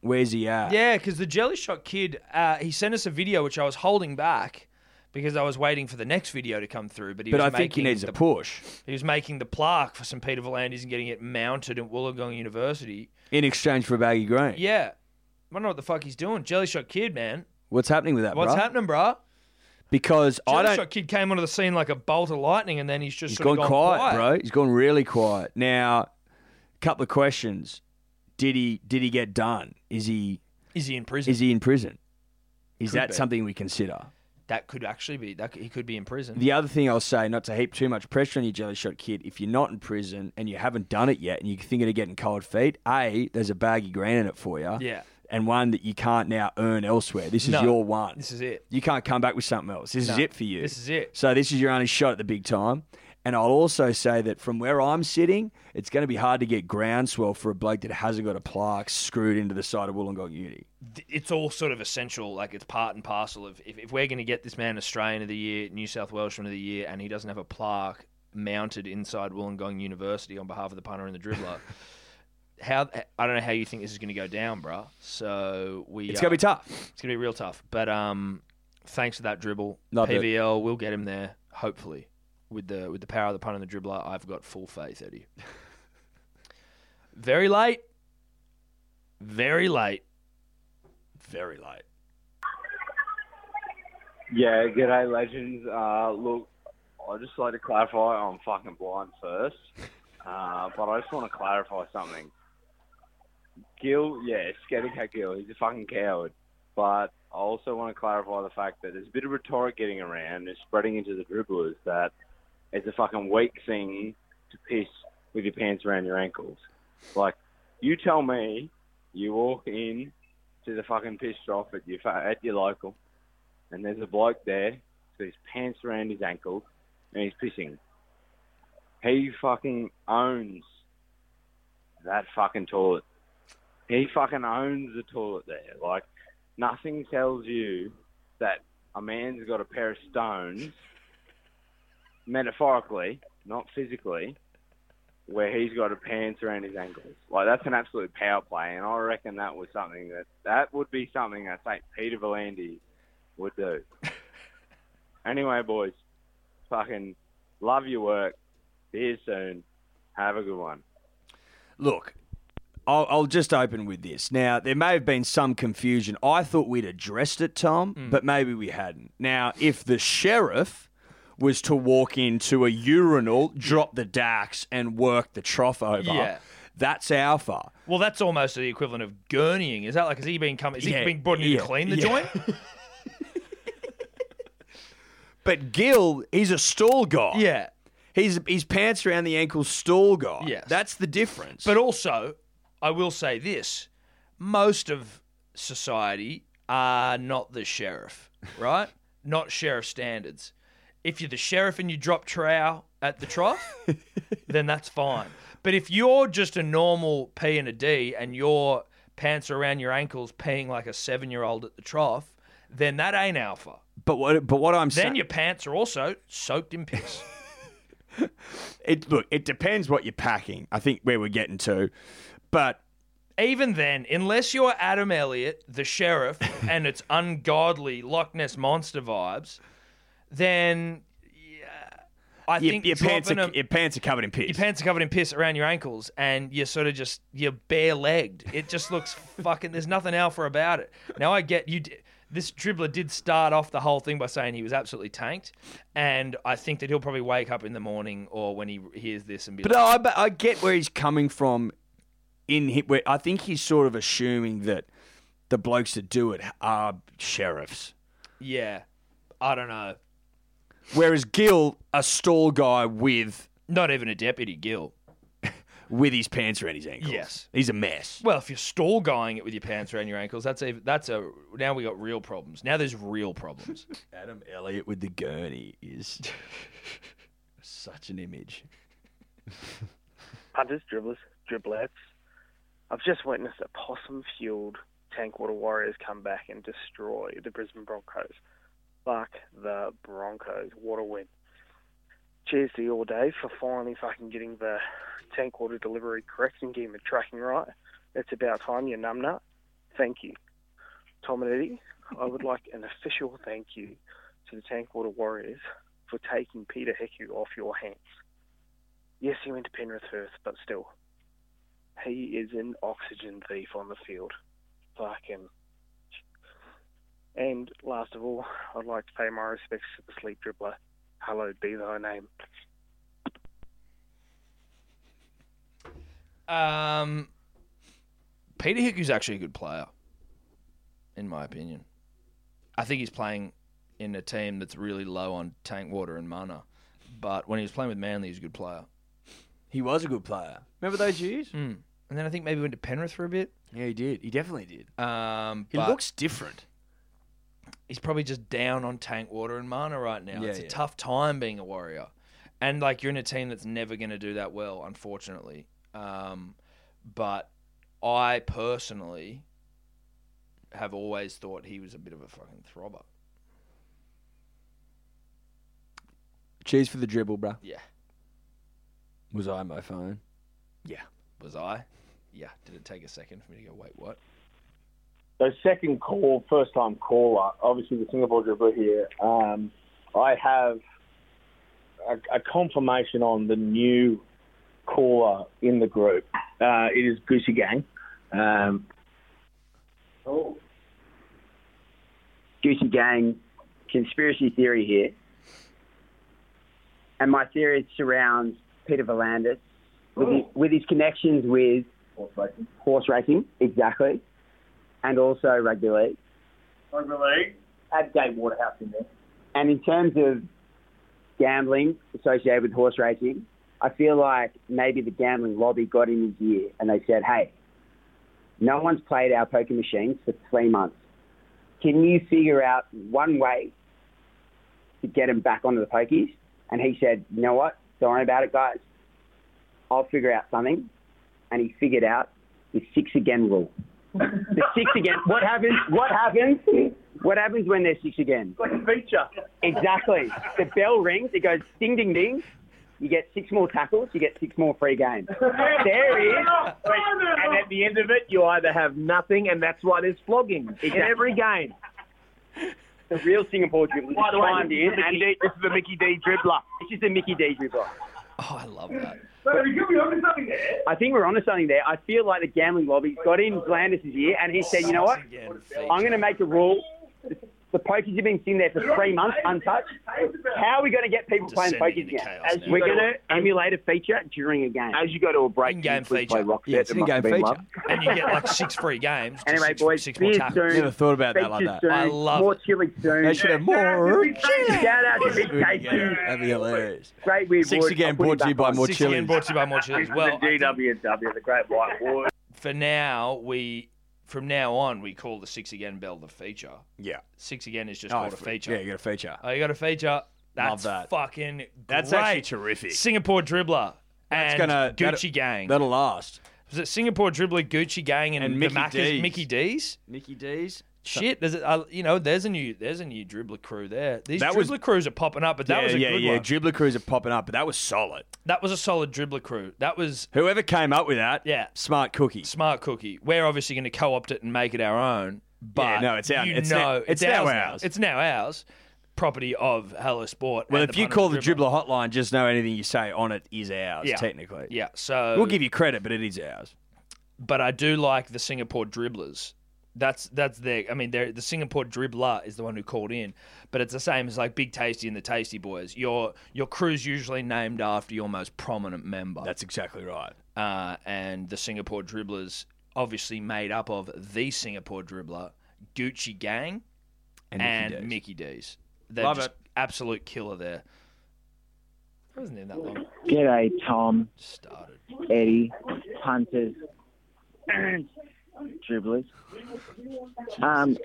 where's he at? Yeah, because the Jelly Shot kid, uh, he sent us a video which I was holding back because I was waiting for the next video to come through. But he but was I think he making needs the, a push He was making the plaque for St. Peter Volandis and getting it mounted at Wollongong University. in exchange for a baggy green. Yeah, I don't know what the fuck he's doing. Jelly Shot kid, man, What's happening with that, what's bruh? happening, bruh? Because I Jelly don't. Shot kid came onto the scene like a bolt of lightning, and then he's just He's sort gone, of gone quiet, bro. He's gone really quiet. Now, couple of questions. Did he did he get done? Is he Is he in prison? is he in prison? Is Could that be. something we consider? that could actually be that could, he could be in prison. The other thing I'll say, not to heap too much pressure on you, Jelly Shot Kid, if you're not in prison and you haven't done it yet and you're thinking of getting cold feet, A, there's a baggy grant in it for you. Yeah. And one that you can't now earn elsewhere. This is No. your one. This is it. you can't come back with something else. This is No. it for you. This is it. So this is your only shot at the big time. And I'll also say that from where I'm sitting, it's going to be hard to get groundswell for a bloke that hasn't got a plaque screwed into the side of Wollongong Uni. th- it's all sort of essential. Like it's part and parcel of if, if we're going to get this man Australian of the Year, New South Welshman of the Year, and he doesn't have a plaque mounted inside Wollongong University on behalf of the punter and the dribbler. How I don't know how you think this is going to go down, bruh. So we It's going to be tough. it's going to be real tough. But um, thanks for that dribble, Loved it. PVL. We'll get him there hopefully with the with the power of the punter and the dribbler. I've got full faith, Eddie. Very late, very late. Very late. Yeah, g'day, legends. Uh, look, I just like to clarify I'm fucking blind first, uh, but I just want to clarify something. Gil, yeah, scaredy cat Gil, he's a fucking coward. But I also want to clarify the fact that there's a bit of rhetoric getting around, it's spreading into the dribblers that it's a fucking weak thing to piss with your pants around your ankles. Like, you tell me you walk in to the fucking piss shop at your fa- at your local and there's a bloke there, so his pants around his ankles, and he's pissing. He fucking owns that fucking toilet. He fucking owns the toilet there. Like, nothing tells you that a man's got a pair of stones, metaphorically, not physically, where he's got a pants around his ankles. Like, that's an absolute power play, and I reckon that was something that, that would be something that, St. Peter Valandi would do. anyway, boys, fucking love your work. See you soon. Have a good one. Look, I'll, I'll just open with this. Now, there may have been some confusion. I thought we'd addressed it, Tom, Mm. but maybe we hadn't. Now, if the sheriff was to walk into a urinal, drop the dax, and work the trough over, Yeah. that's alpha. Well, that's almost the equivalent of gurneying. Is that like, is he being come? Is Yeah, he being brought in yeah, to clean the yeah. joint? But Gil, he's a stall guy. Yeah. He's he's pants around the ankle stall guy. Yes. That's the difference. But also, I will say this most of society are not the sheriff, right? not sheriff standards. If you're the sheriff and you drop trow at the trough, then that's fine. But if you're just a normal P and a D and your pants are around your ankles peeing like a seven year old at the trough, then that ain't alpha. But what but what I'm Then saying your pants are also soaked in piss. it look, it depends what you're packing. I think where we're getting to. But Even then, unless you're Adam Elliott, the sheriff, and it's ungodly Loch Ness monster vibes, then yeah, I your, think your pants are, dropping a- your pants are covered in piss. your pants are covered in piss around your ankles, and you're sort of just you're bare legged. It just looks fucking. There's nothing alpha about it. Now I get you. d- This dribbler did start off the whole thing by saying he was absolutely tanked, and I think that he'll probably wake up in the morning or when he hears this and be. But like, no, I, but I get where he's coming from. In hi- where I think he's sort of assuming that the blokes that do it are sheriffs, yeah, I don't know. whereas Gil, a stall guy with Not even a deputy Gil. with his pants around his ankles. Yes. he's a mess. Well, if you're stall guying it with your pants around your ankles, that's a that's a now we got real problems. Now there's real problems. Adam Elliott with the gurney is such an image. punters, dribblers, driblets. I've just witnessed a possum-fueled tank water warriors come back and destroy the Brisbane Broncos. Fuck the Broncos. What a win. Cheers to you all, Dave, for finally fucking getting the tank water delivery correct and getting the tracking right. It's about time, you numbnut. Thank you. Tom and Eddie, I would like an official thank you to the Tank Water Warriors for taking Peter Hickey off your hands. Yes, he went to Penrith first, but still, he is an oxygen thief on the field. Fucking. And last of all, I'd like to pay my respects to the sleep dribbler. Hello, be thy name. Um, Peter Hickey's actually a good player, in my opinion. I think he's playing in a team that's really low on tank water and mana. But when he was playing with Manly, he was a good player. He was a good player. Remember those years? Hmm. And then I think maybe went to Penrith for a bit. Yeah, he did. He definitely did. Um, He but looks different. He's probably just down on tank water and mana right now. Yeah, it's a yeah. tough time being a warrior, and like you're in a team that's never going to do that well, unfortunately. Um, but I personally have always thought he was a bit of a fucking throbber. Cheers for the dribble, bruh. Yeah. Was I on my phone? Yeah. Was I? Yeah. Did it take a second for me to go? Wait, what? So second call, first time caller. Obviously the Singapore dribbler here. Um, I have a, a confirmation on the new caller in the group. Uh, it is Goosey Gang. Um, Oh. Goosey Gang conspiracy theory here. And my theory surrounds Peter Volandis with his, with his connections with horse racing. exactly. And also rugby league. Rugby league. Add Dave Waterhouse in there. And in terms of gambling associated with horse racing, I feel like maybe the gambling lobby got in his ear and they said, hey, no one's played our poker machines for three months. Can you figure out one way to get him back onto the pokies? And he said, you know what? Don't worry about it, guys. I'll figure out something. And he figured out the six again rule. The six again. What happens? What happens? What happens when there's six again? Like a feature. Exactly. The bell rings. It goes ding, ding, ding. You get six more tackles. You get six more free games. There he is. And at the end of it, you either have nothing, and that's why there's flogging in every game. The real Singapore dribbler By the just way, chimed this is in. the and Mickey D- this is the Mickey D dribbler. This is the Mickey D dribbler. Oh, I love that. So we could be onto something there. I think we're onto something there. I feel like the gambling lobby got in Blandis' ear, and he said, you know what? I'm going to make a rule. The pokies have been sitting there for three months untouched. How are we going to get people playing Descending pokies into again? chaos now. We're We're going gonna to emulate a feature during a game. As you go to a break, in-game feature. Yeah, it's an in-game feature. and you get like six free games. Anyway, six, boys, six more see you tackles. soon. Never thought about that like Features that. soon. I love More it. chili soon. They should have more. Shout out to Big KC. That'd be hilarious. Great weird Six wood. again I'll put brought to you back by on. More Chili. brought to you by More Chili as well. The DWW, the Great White War. For now, we from now on we call the six again bell the feature. Yeah. Six again is just Oh, called a f- feature. yeah, you got a feature. Oh, you got a feature. That's Love that. fucking great. That's actually terrific. Singapore dribbler That's and gonna- Gucci that'll- Gang. that'll last. Was it Singapore dribbler, Gucci Gang, and, And the Mickey Macca's- D's. Mickey D's? Mickey D's. Shit, there's a, uh, you know, there's a new there's a new dribbler crew there. These That dribbler was- crews are popping up, but that yeah, was a yeah, good yeah. one. Dribbler crews are popping up, but that was solid. That was a solid dribbler crew. That was Whoever came up with that, yeah, smart cookie. smart cookie. We're obviously going to co-opt it and make it our own, but Yeah, no, it's our- You it's know, now- it's, it's now ours. ours. It's now ours, property of Hello Sport. Well, and if you Punters call the Dribbler. dribbler hotline, just know anything you say on it is ours, Yeah. technically. yeah, so We'll give you credit, but it is ours. But I do like the Singapore dribblers. That's that's their. I mean, they're, the Singapore dribbler is the one who called in, but it's the same as like Big Tasty and the Tasty Boys. Your your crew's usually named after your most prominent member. That's exactly right. Uh, and the Singapore dribblers, obviously made up of the Singapore dribbler, Gucci Gang, And and, Mickey Mickey, D's. D's. They're Love just it. absolute killer there. Wasn't in that long. G'day, Tom. Eddie, punters, dribblers. Um,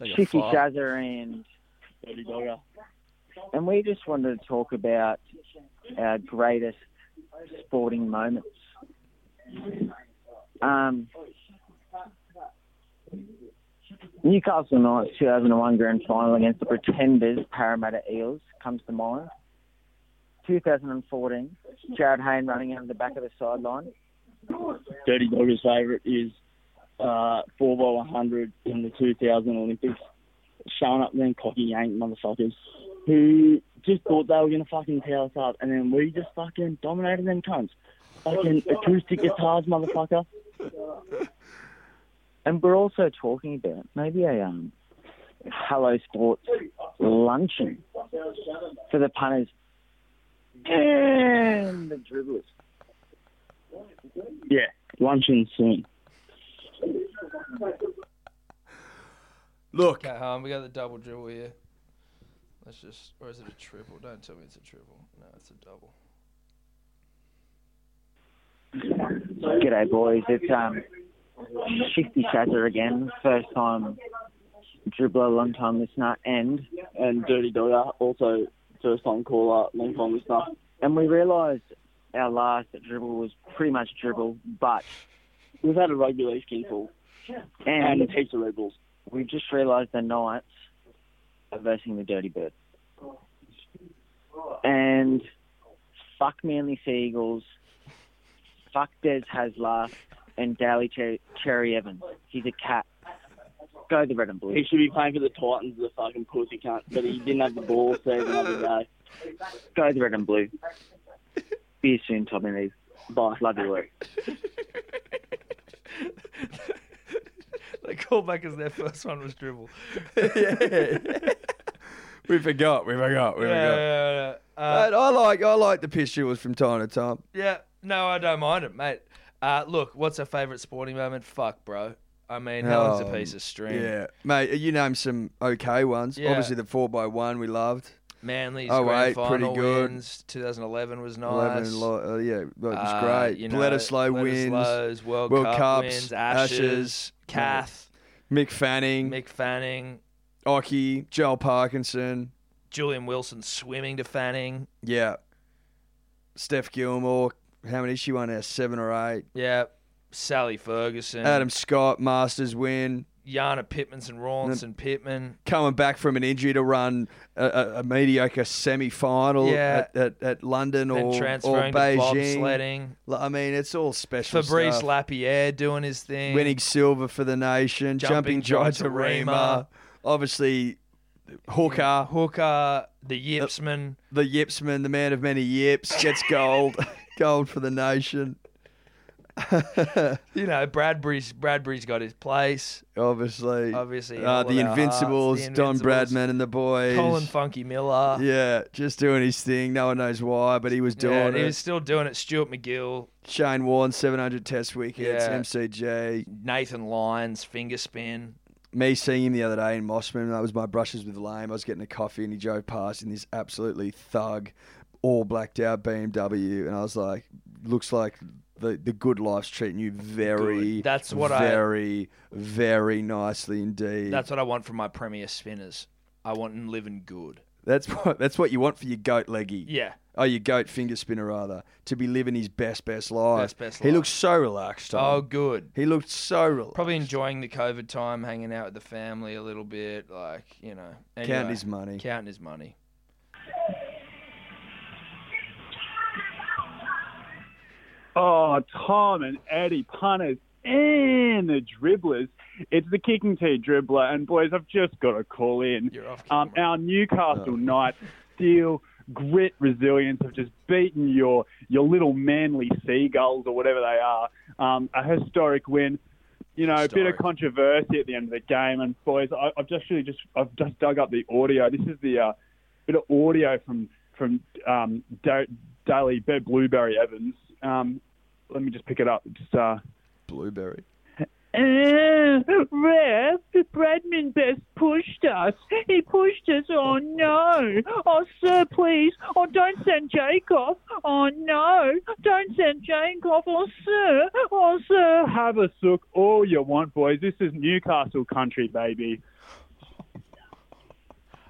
like a Chicky fart. Jazzer and and we just wanted to talk about our greatest sporting moments. Um, Newcastle Knights 2001 Grand Final against the Pretenders Parramatta Eels comes to mind. 2014, Jared Hayne running out of the back of the sideline. Dirty Dogger's favourite is uh, 4 by 100 in the 2000 Olympics. Showing up them cocky yank motherfuckers who just thought they were going to fucking tear us up. And then we just fucking dominated them cunts. Fucking acoustic guitars, motherfucker. And we're also talking about maybe a um, Hello Sports luncheon for the punters and the dribblers. Yeah, luncheon soon. Look, okay, home. We got the double dribble here. Let's just, or is it a triple? Don't tell me it's a triple. No, it's a double. G'day, boys. It's um, Shifty Shazzer again. First time dribbler, long time listener, and And Dirty Dogger, also first time caller, long time listener. and we realised our last dribble was pretty much dribble, but We've had a rugby league skinful and, and a heaps of Red Bulls. we just realised the Knights are versing the Dirty Bird. And fuck Manly Seagulls, fuck Des Hasler, and Daly Cher- Cherry Evans. He's a cat. Go the red and blue. He should be playing for the Titans, the fucking pussy cunt, but he didn't have the ball saved another day. Go the red and blue. Be you soon, Tommy Lee. Bye. Love your work. They called back as their first one was dribble. We forgot. We forgot. We Yeah, yeah, forgot. yeah, yeah. Uh, But I like I like the piss dribbles from time to time. Yeah, no, I don't mind it, mate. Uh, look, what's our favourite sporting moment? Fuck, bro. I mean, how long's a Um, piece of string? Yeah, mate. You named some okay ones. Yeah. Obviously, the four x one we loved. Manly's Oh, grand wait, pretty final good. wins. 2011 was nice. 11 and lo- uh, yeah, well, it was Uh, great. you know, Bledisloe wins. Bledisloe's World Cup wins, Ashes, Kath. yeah. Mick Fanning. Mick Fanning. Ocky. Joel Parkinson. Julian Wilson swimming to Fanning. Yeah. Steph Gilmore. How many? She won now? Seven or eight. Yeah. Sally Ferguson. Adam Scott. Masters win. Yana Pittmans and Rawlinson Pittman. Coming back from an injury to run a, a, a mediocre semi final Yeah. at, at, at London Then or, or transferring to Beijing. bobsledding. Like, I mean, it's all special Fabrice stuff. Lapierre doing his thing. winning silver for the nation, Jumping jumping, Jai Jai Tarima. Tarima, obviously Hooker, Hooker, the Yipsman, the, Yipsman, the man of many yips, gets gold, gold for the nation. you know, Bradbury's Bradbury's got his place. Obviously. Obviously, in all Uh, the, our hearts, Invincibles, the Don Invincibles, Bradman and the boys. Colin Funky Miller. Yeah, just doing his thing. No one knows why, but he was doing Yeah, it. he was still doing it. Stuart McGill, Shane Warne, 700 test wickets, Yeah. MCG. Nathan Lyons, finger spin. Me seeing him the other day in Mossman, that was my brushes with Lame. I was getting a coffee and he drove past in this absolutely thug, all blacked out BMW. And I was like, looks like the, the good life's treating you very, Good. That's what I- very, very nicely indeed. That's what I want from my premier spinners. I want them living good. That's what that's what you want for your goat leggy. Yeah. Oh, your goat finger spinner rather to be living his best best life. Best, best He life. looked so relaxed. Tom. Oh, good. He looked so relaxed. Probably enjoying the COVID time, hanging out with the family a little bit, like you know, Counting Anyway, his money. counting his money. Oh, Tom and Eddie, punters and the dribblers. It's the kicking tee dribbler, and boys, I've just got to call in. um, our Newcastle Knights steel, grit, resilience have just beaten your your little manly seagulls or whatever they are. Um, a historic win. You know, a bit of controversy at the end of the game, and boys, I, I've just really just I've just dug up the audio. This is the uh, bit of audio from from um, da- Daily Be- Blueberry Evans. Um, let me just pick it up. It's uh, Blueberry. Uh, Rev, Bradman Best pushed us. He pushed us. Oh no. Oh, sir, please. Oh, don't send Jake off. Oh no. Don't send Jake off. Oh, sir. Oh, sir. uh, Have a sook all you want, boys. This is Newcastle country, baby.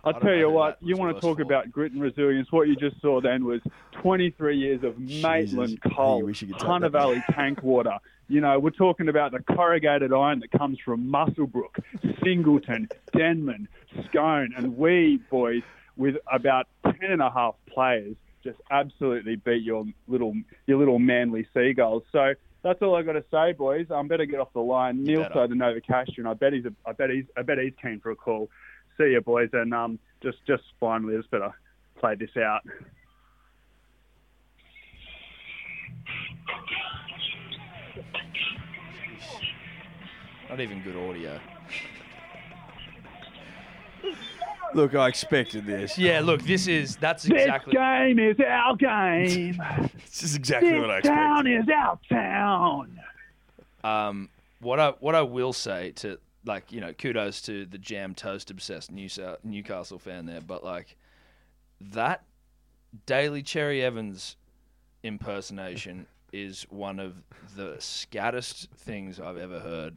I'll don't tell know you who what, that you was want to worse talk about grit and resilience. What you just saw then was 23 years of Maitland coal, could take Hunter that back. Valley tank water. You know, we're talking about the corrugated iron that comes from Musselbrook, Singleton, Denman, Scone, and we, boys, with about 10 and a half players, just absolutely beat your little, your little manly seagulls. So that's all I got to say, boys. I am better get off the line. Neil better. the Nova Castrian. I bet he's, a, I bet he's, I bet he's keen for a call. See you, boys, and um, just, just finally, I just better play this out. Not even good audio. Look, I expected this. Yeah, look, this is that's This exactly. game is our game. this is exactly this what I expected. town is our town. Um, what I what I will say to like you know kudos to the jam toast obsessed New South, Newcastle fan there, but like that Daily Cherry Evans impersonation is one of the scattest things I've ever heard.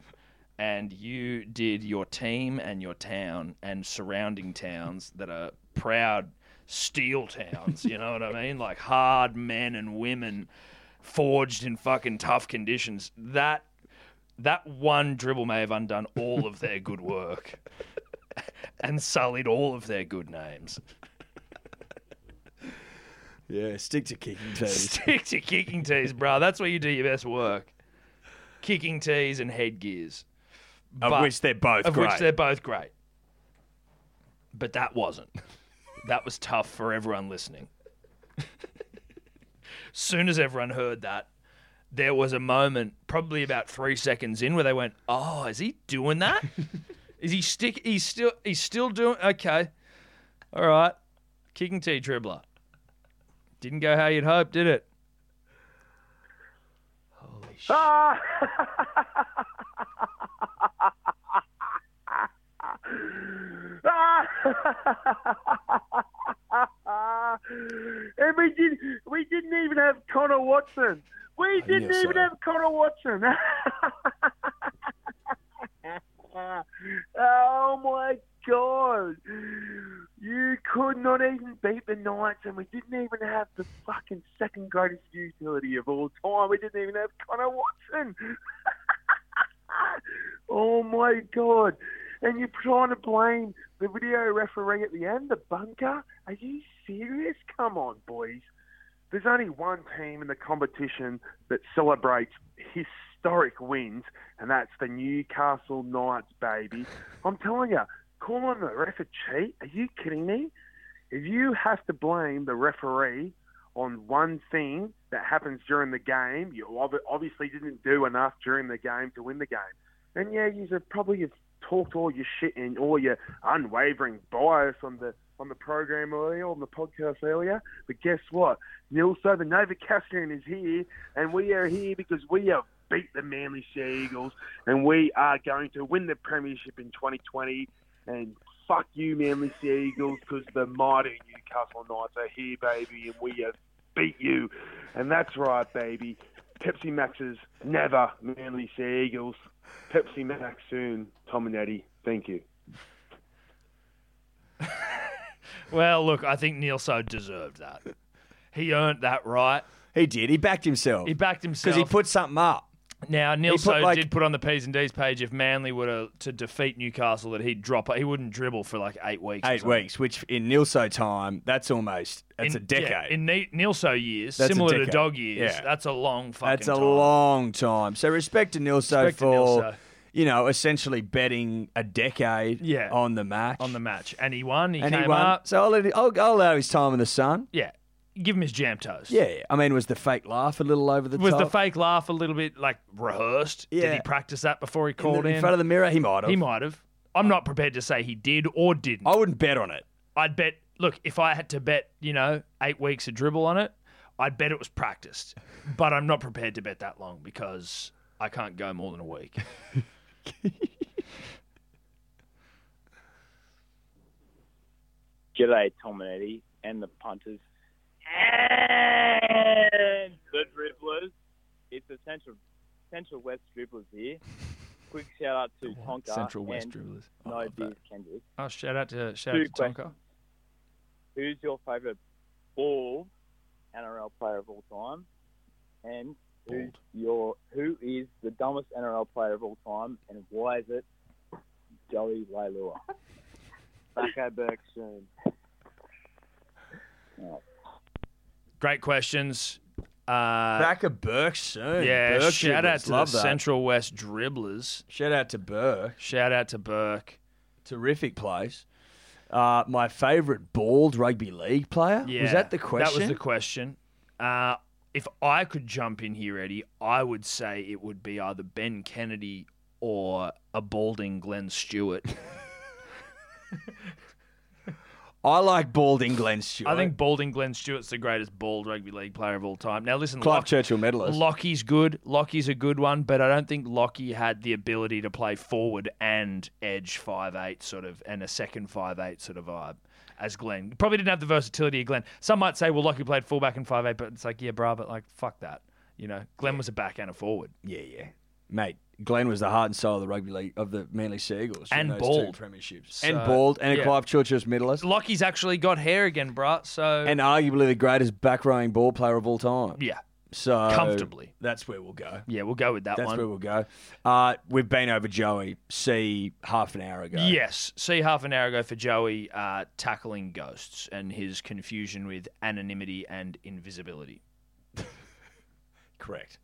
And you did your team and your town and surrounding towns that are proud steel towns. You know what I mean? Like hard men and women forged in fucking tough conditions. That that one dribble may have undone all of their good work and sullied all of their good names. Yeah, stick to kicking tees. Stick to kicking tees, bro. That's where you do your best work. Kicking tees and headgears. Of which they're both Of which great. they're both great. But that wasn't. that was tough for everyone listening. Soon as everyone heard that, there was a moment, probably about three seconds in, where they went, "Oh, is he doing that? is he stick? He's still he's still doing okay. All right, kicking tee dribbler. Didn't go how you'd hoped, did it? Ah! and we did. We didn't even have Connor Watson. We I knew didn't even so. have Connor Watson. oh my god! You could not even beat the Knights, and we didn't even have the fucking second greatest utility of all time. We didn't even have Connor Watson. oh my god! And you're trying to blame the video referee at the end, the bunker? Are you serious? Come on, boys. There's only one team in the competition that celebrates historic wins, and that's the Newcastle Knights, baby. I'm telling you, calling the ref a cheat? Are you kidding me? If you have to blame the referee on one thing that happens during the game. You ob- obviously didn't do enough during the game to win the game. And yeah, you probably have talked all your shit and all your unwavering bias on the on the program earlier, on the podcast earlier. But guess what? Nil Sober Nova Castrian is here, and we are here because we have beat the Manly Sea Eagles, and we are going to win the premiership in 2020. And fuck you, Manly Sea Eagles, because the mighty Newcastle Knights are here, baby, and we have beat you. And that's right, baby. Pepsi Max's never Manly Sea Eagles. Pepsi Max soon, Tom and Eddie. Thank you. Well, look, I think Neil so deserved that. He earned that right. He did. He backed himself. He backed himself Because he put something up. Now Neil He put, so like- did put on the P's and D's page if Manly were to, to defeat Newcastle that he'd drop. He wouldn't dribble for like eight weeks. or Eight something. weeks, which in Nilso time, that's almost that's In- a yeah, decade. in Ne- Nilso years, That's a similar to decade. dog years, Yeah. that's a long fucking that's a time. long time. So respect to Nilso Respect to for Nilso. you know essentially betting a decade Yeah. on the match. on the match, and he won. He and came he won. up. So I'll, let it- I'll, I'll allow his time in the sun. Yeah, give him his jam toast. Yeah, yeah. I mean, was the fake laugh a little over the was top? the fake laugh a little bit like rehearsed? Did he Yeah. practice that before he the- called in, in front of the mirror? He might have. He might have. I'm not prepared to say he did or didn't. I wouldn't bet on it. I'd bet. Look, if I had to bet, you know, eight weeks of dribble on it, I'd bet it was practiced. But I'm not prepared to bet that long because I can't go more than a week. G'day, Tom and Eddie, and the punters. And the dribblers. It's the Central, Central West dribblers here. Quick shout out to Tonka. Central West and Dribblers. No Beers Kendrick. Oh, shout out to shout Two out to Tonka. questions. Who's your favourite bald NRL player of all time? And who's your who is the dumbest NRL player of all time? And why is it Joey Lailua? Back back soon. Great questions. Uh, Back of Burke soon. Yeah, Burke shout out dribblers. to Love the that. Central West Dribblers. Shout out to Burke. Shout out to Burke. Terrific place. Uh, my favourite bald rugby league player. Yeah, Was that the That question? was the question. Uh, if I could jump in here, Eddie, I would say it would be either Ben Kennedy or a balding Glenn Stewart. I like balding Glenn Stewart. I think balding Glenn Stewart's the greatest bald rugby league player of all time. Now listen, Clive Lock- Churchill medalist. Lockie's good. Lockie's a good one, but I don't think Lockie had the ability to play forward and edge five eight sort of and a second five eight sort of vibe as Glenn. Probably didn't have the versatility of Glenn. Some might say, well, Lockie played fullback and five eight, but it's like, yeah, brah, but like fuck that. You know, Glenn was a back and a forward. Yeah, yeah. Mate, Glenn was the heart and soul of the rugby league of the Manly Seagulls in And those two bald. premierships, So, and bald, and yeah. a Clive Churchill's medalist, Lockie's actually got hair again, brah. So and uh, arguably the greatest back rowing ball player of all time. Yeah. so Comfortably. That's where we'll go. Yeah, we'll go with that That's one. where we'll go. Uh, we've been over Joey. See half an hour ago. Yes. See half an hour ago for Joey uh, tackling ghosts and his confusion with anonymity and invisibility. Correct.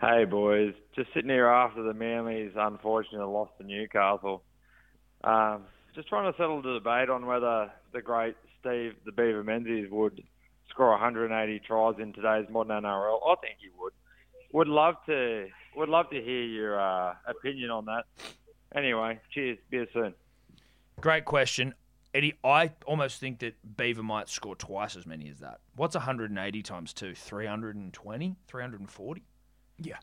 Hey boys, just sitting here after the Manly's unfortunate loss to Newcastle. Um, just trying to settle the debate on whether the great Steve the Beaver Menzies would score 180 tries in today's modern NRL. I think he would. Would love to. Would love to hear your uh, opinion on that. Anyway, cheers. Be here soon. Great question. Eddie, I almost think that Beaver might score twice as many as that. What's 180 times 2? 320? 340? Yeah.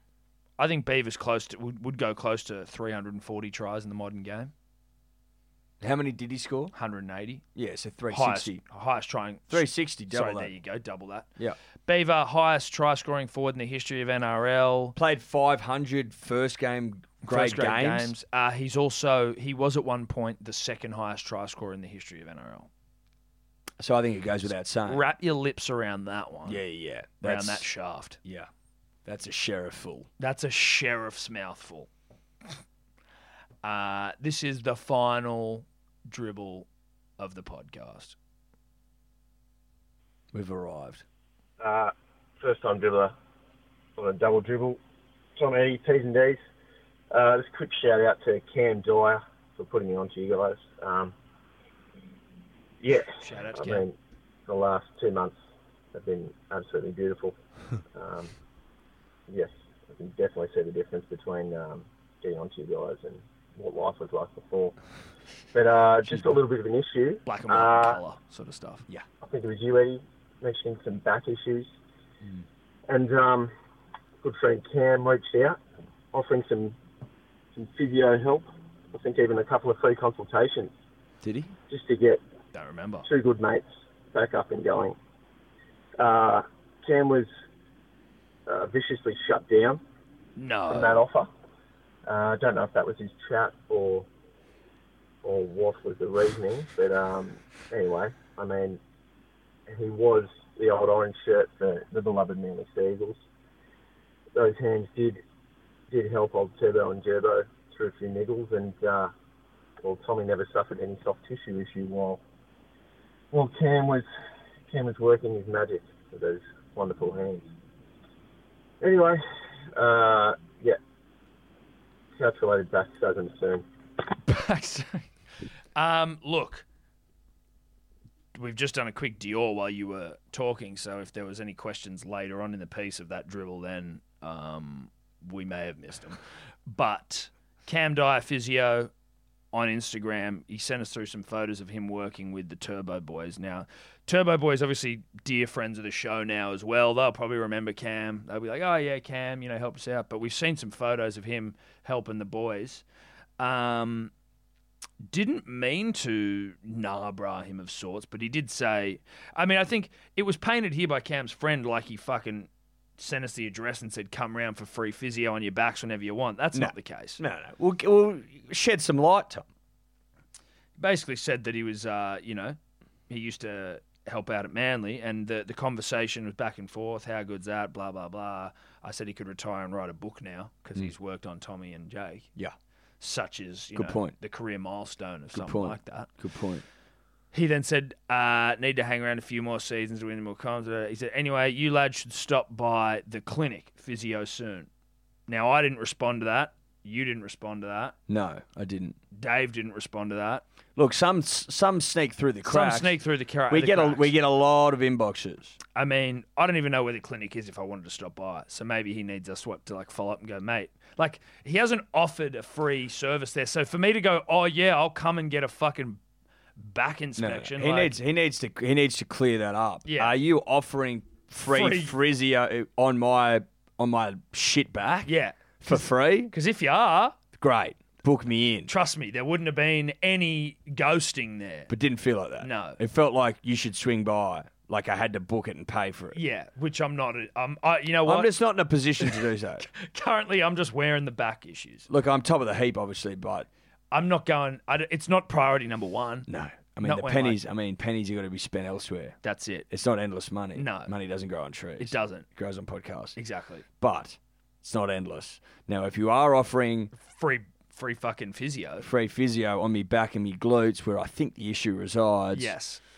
I think Beaver's close to would, would go close to 340 tries in the modern game. How many did he score? 180. Yeah, so 360. Highest, highest trying. 360, double Sorry, that. there you go, double that. Yeah. Beaver, highest try scoring forward in the history of NRL. Played 500 first game grade First grade games. Uh, he's also he was at one point the second highest try scorer in the history of NRL. So I think it goes without saying. Wrap your lips around that one. Yeah, yeah, yeah. Around That's- that shaft. Yeah. That's a sheriff full. That's a sheriff's mouthful. Uh, this is the final dribble of the podcast. We've arrived. Uh, first time dribbler on a double dribble. Tom Eddie, P's and D's. Uh, just a quick shout out to Cam Dyer for putting me on to you guys. Um, Yeah. Shout out to I Ken. mean, the last two months have been absolutely beautiful. um, yes, I can definitely see the difference between um, getting onto you guys and what life was like before. But uh, just a little bit of an issue. Black and white, Uh, color sort of stuff. Yeah. I think it was you, Eddie, mentioning some back issues. Mm. And um, good friend Cam reached out, offering some some physio help. I think even a couple of free consultations Did he? just to get Don't remember. two good mates back up and going. Uh, Cam was uh, viciously shut down from that No. offer. Uh, I don't know if that was his chat or or what was the reasoning, but um, anyway, I mean, he was the old orange shirt for the beloved Manly Seagulls. Those hands did did help old Turbo and Gerbo through a few niggles, and uh, well, Tommy never suffered any soft tissue issue while while Cam was Cam was working his magic with those wonderful hands. Anyway, uh, yeah. Calculated back spasms soon. Um, look, we've just done a quick Dior while you were talking, so if there was any questions later on in the piece of that dribble, then um, we may have missed them. But Cam Dyer physio on Instagram, he sent us through some photos of him working with the Turbo Boys. Now, Turbo Boys obviously dear friends of the show now as well. They'll probably remember Cam. They'll be like, "Oh yeah, Cam, you know, help us out." But we've seen some photos of him helping the boys. Um, didn't mean to nabra him of sorts, but he did say. I mean, I think it was painted here by Cam's friend like he fucking sent us the address and said, "Come round for free physio on your backs whenever you want." That's No. not the case. No, no. We'll, we'll shed some light, Tom. basically said that he was, uh, you know, he used to help out at Manly, and the the conversation was back and forth. How good's that? Blah blah blah. I said he could retire and write a book now because Mm. he's worked on Tommy and Jake. Yeah. such as you Good know, point. the career milestone of Good something point. like that. Good point. He then said, uh, need to hang around a few more seasons to win more comps. Uh, He said, anyway, you lads should stop by the clinic, physio soon. Now, I didn't respond to that. You didn't respond to that. No, I didn't. Dave didn't respond to that. Look, some some sneak through the Some cracks. sneak through the cra- We the get a cracks. we get a lot of inboxes. I mean, I don't even know where the clinic is if I wanted to stop by. So maybe he needs us what to like follow up and go, mate. Like he hasn't offered a free service there. So for me to go, oh yeah, I'll come and get a fucking back No, no, no. inspection. He like- needs he needs to he needs to clear that up. Yeah. Are you offering free, physio on my on my shit back? Yeah. For free? Because if you are, great. Book me in. Trust me, there wouldn't have been any ghosting there. But didn't feel like that. No. It felt like you should swing by. Like I had to book it and pay for it. Yeah, which I'm not. I'm. I, you know what? I'm just not in a position to do so. Currently, I'm just wearing the back issues. Look, I'm top of the heap, obviously, but I'm not going. I, don't- it's not priority number one. No, I mean Not the when, pennies. I mean pennies are got to be spent elsewhere. That's it. It's not endless money. No. money doesn't grow on trees. It doesn't. It grows on podcasts. Exactly. But it's not endless. Now, if you are offering Uh, Free, free fucking physio. free physio on me back and me glutes, where I think the issue resides, Yes.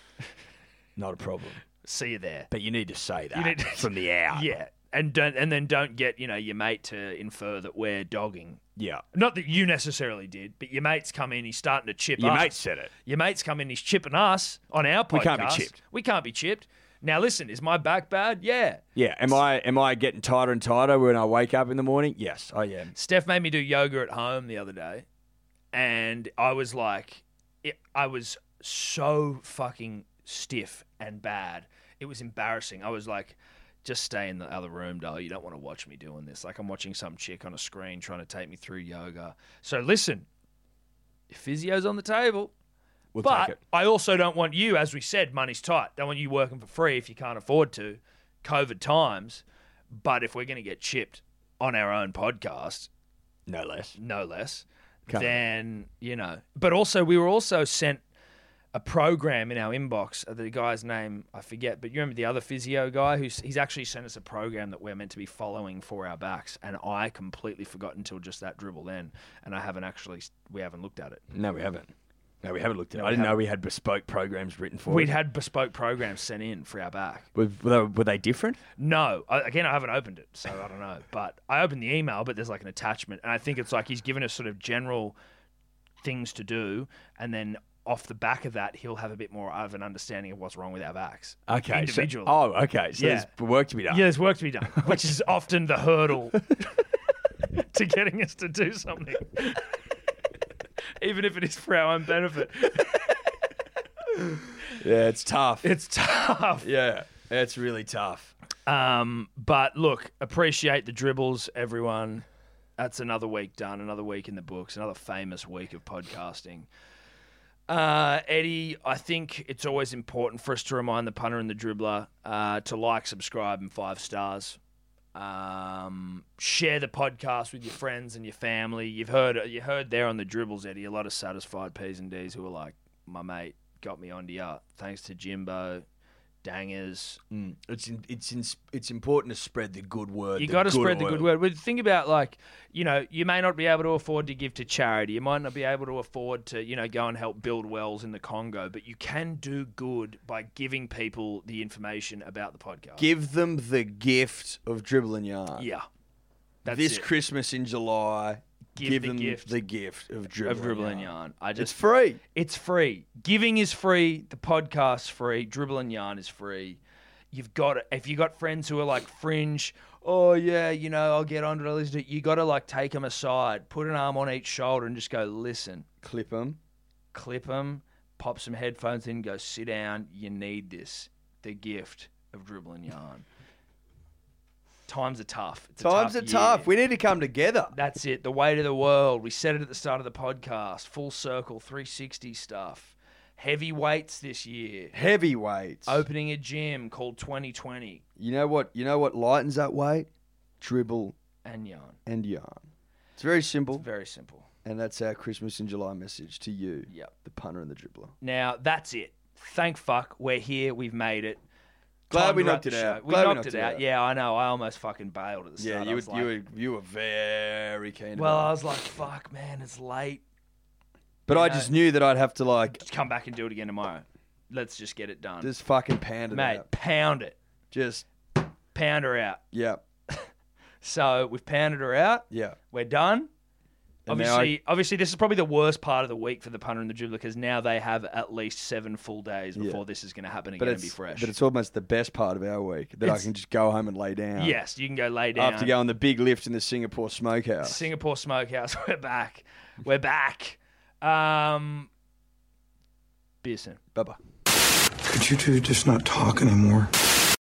not a problem. See you there. But you need to say that You need to- from the out. Yeah, and don't and then don't get you know your mate to infer that we're dogging. Yeah. Not that you necessarily did, but your mate's come in. He's starting to chip. Your us. mate said it. Your mate's come in. He's chipping us on our podcast. We can't be chipped. We can't be chipped. Now listen, is my back bad? Yeah. Yeah. Am I am I getting tighter and tighter when I wake up in the morning? Yes, I am. Steph made me do yoga at home the other day, and I was like, it, I was so fucking stiff and bad. It was embarrassing. I was like, just stay in the other room, doll. You don't want to watch me doing this. Like I'm watching some chick on a screen trying to take me through yoga. So listen, if physio's on the table. We'll but take it. I also don't want you, as we said, money's tight. Don't want you working for free if you can't afford to. COVID times. But if we're going to get chipped on our own podcast, no less, no less, Can't. then you know. But also, we were also sent a program in our inbox. uh, The guy's name I forget, but you remember the other physio guy who's he's actually sent us a program that we're meant to be following for our backs, and I completely forgot until just that dribble then, and I haven't actually we haven't looked at it. No, we haven't. No, we haven't looked at No, it. we I didn't know haven't. we had bespoke programs written for We'd it. had bespoke programs sent in for our back. Were, were they, were they different? No, I, again, I haven't opened it, so I don't know. But I opened the email, but there's like an attachment, and I think it's like he's given us sort of general things to do, and then off the back of that, he'll have a bit more of an understanding of what's wrong with our backs. Okay, so- Individually. oh, okay, so there's work to be done. Yeah, there's work to be done, which is often the hurdle to getting us to do something, even if it is for our own benefit. Yeah, it's tough. It's tough. Yeah, it's really tough. Um, but look, appreciate the dribbles, everyone. That's another week done, another week in the books, another famous week of podcasting. Uh, Eddie, I think it's always important for us to remind the punter and the dribbler uh, to like, subscribe, and five stars. Um, share the podcast with your friends and your family. You've heard you heard there on the dribbles, Eddie, a lot of satisfied P's and D's who are like, "My mate got me onto ya." Thanks to Jimbo, Dangers, Mm. It's in, it's in, it's important to spread the good word. You got to spread the oil. good word. Well, think about like, you know, you may not be able to afford to give to charity. You might not be able to afford to, you know, go and help build wells in the Congo, but you can do good by giving people the information about the podcast. Give them the gift of dribbling yarn. Yeah. That's this it. Christmas in July, Give give, the them gift the gift of dribbling, Of dribbling yarn. I just it's free. It's free. Giving is free. The podcast's free. Dribbling yarn is free. You've got to, if you got friends who are like fringe. Oh yeah, you know I'll get onto it. I'll listen to it," You got to like take them aside, put an arm on each shoulder, and just go listen. Clip them. Clip them. Pop some headphones in. Go sit down. You need this. The gift of dribbling yarn. Times are tough. It's a Times are year. tough. We need to come together. That's it. The weight of the world. We said it at the start of the podcast. Full circle, 360 stuff. Heavy weights this year. Heavyweights. Opening a gym called 2020 You know what? You know what lightens that weight? Dribble and yarn. and yarn. It's very simple. very simple. And that's our Christmas in July message to you, yep. the punter and the dribbler. Now, that's it. Thank fuck. We're here. We've made it. Glad Time we to wrap knocked it the show. out. We Glad we knocked, knocked it it out. out. Yeah, I know. I almost fucking bailed at the Yeah, start. I you were, was like- you were you were very keen. well, about I it. was like, fuck, man, it's late. but you I know. just knew that I'd have to like Come back and do it again tomorrow. Let's just get it done. just fucking pound it Mate, out. pound it. Just pound her out. Yeah, So we've pounded her out. yeah. We're done. And now obviously, obviously, this is probably the worst part of the week for the punter and the dribbler because now they have at least seven full days Yeah. before this is going to happen But again and it's be fresh. but it's almost the best part of our week that It's- I can just go home and lay down. yes, you can go lay down. After going the big lift in the Singapore smokehouse. Singapore Smokehouse, we're back. We're back. Um, Beerson. Bye bye. Could you two just not talk anymore?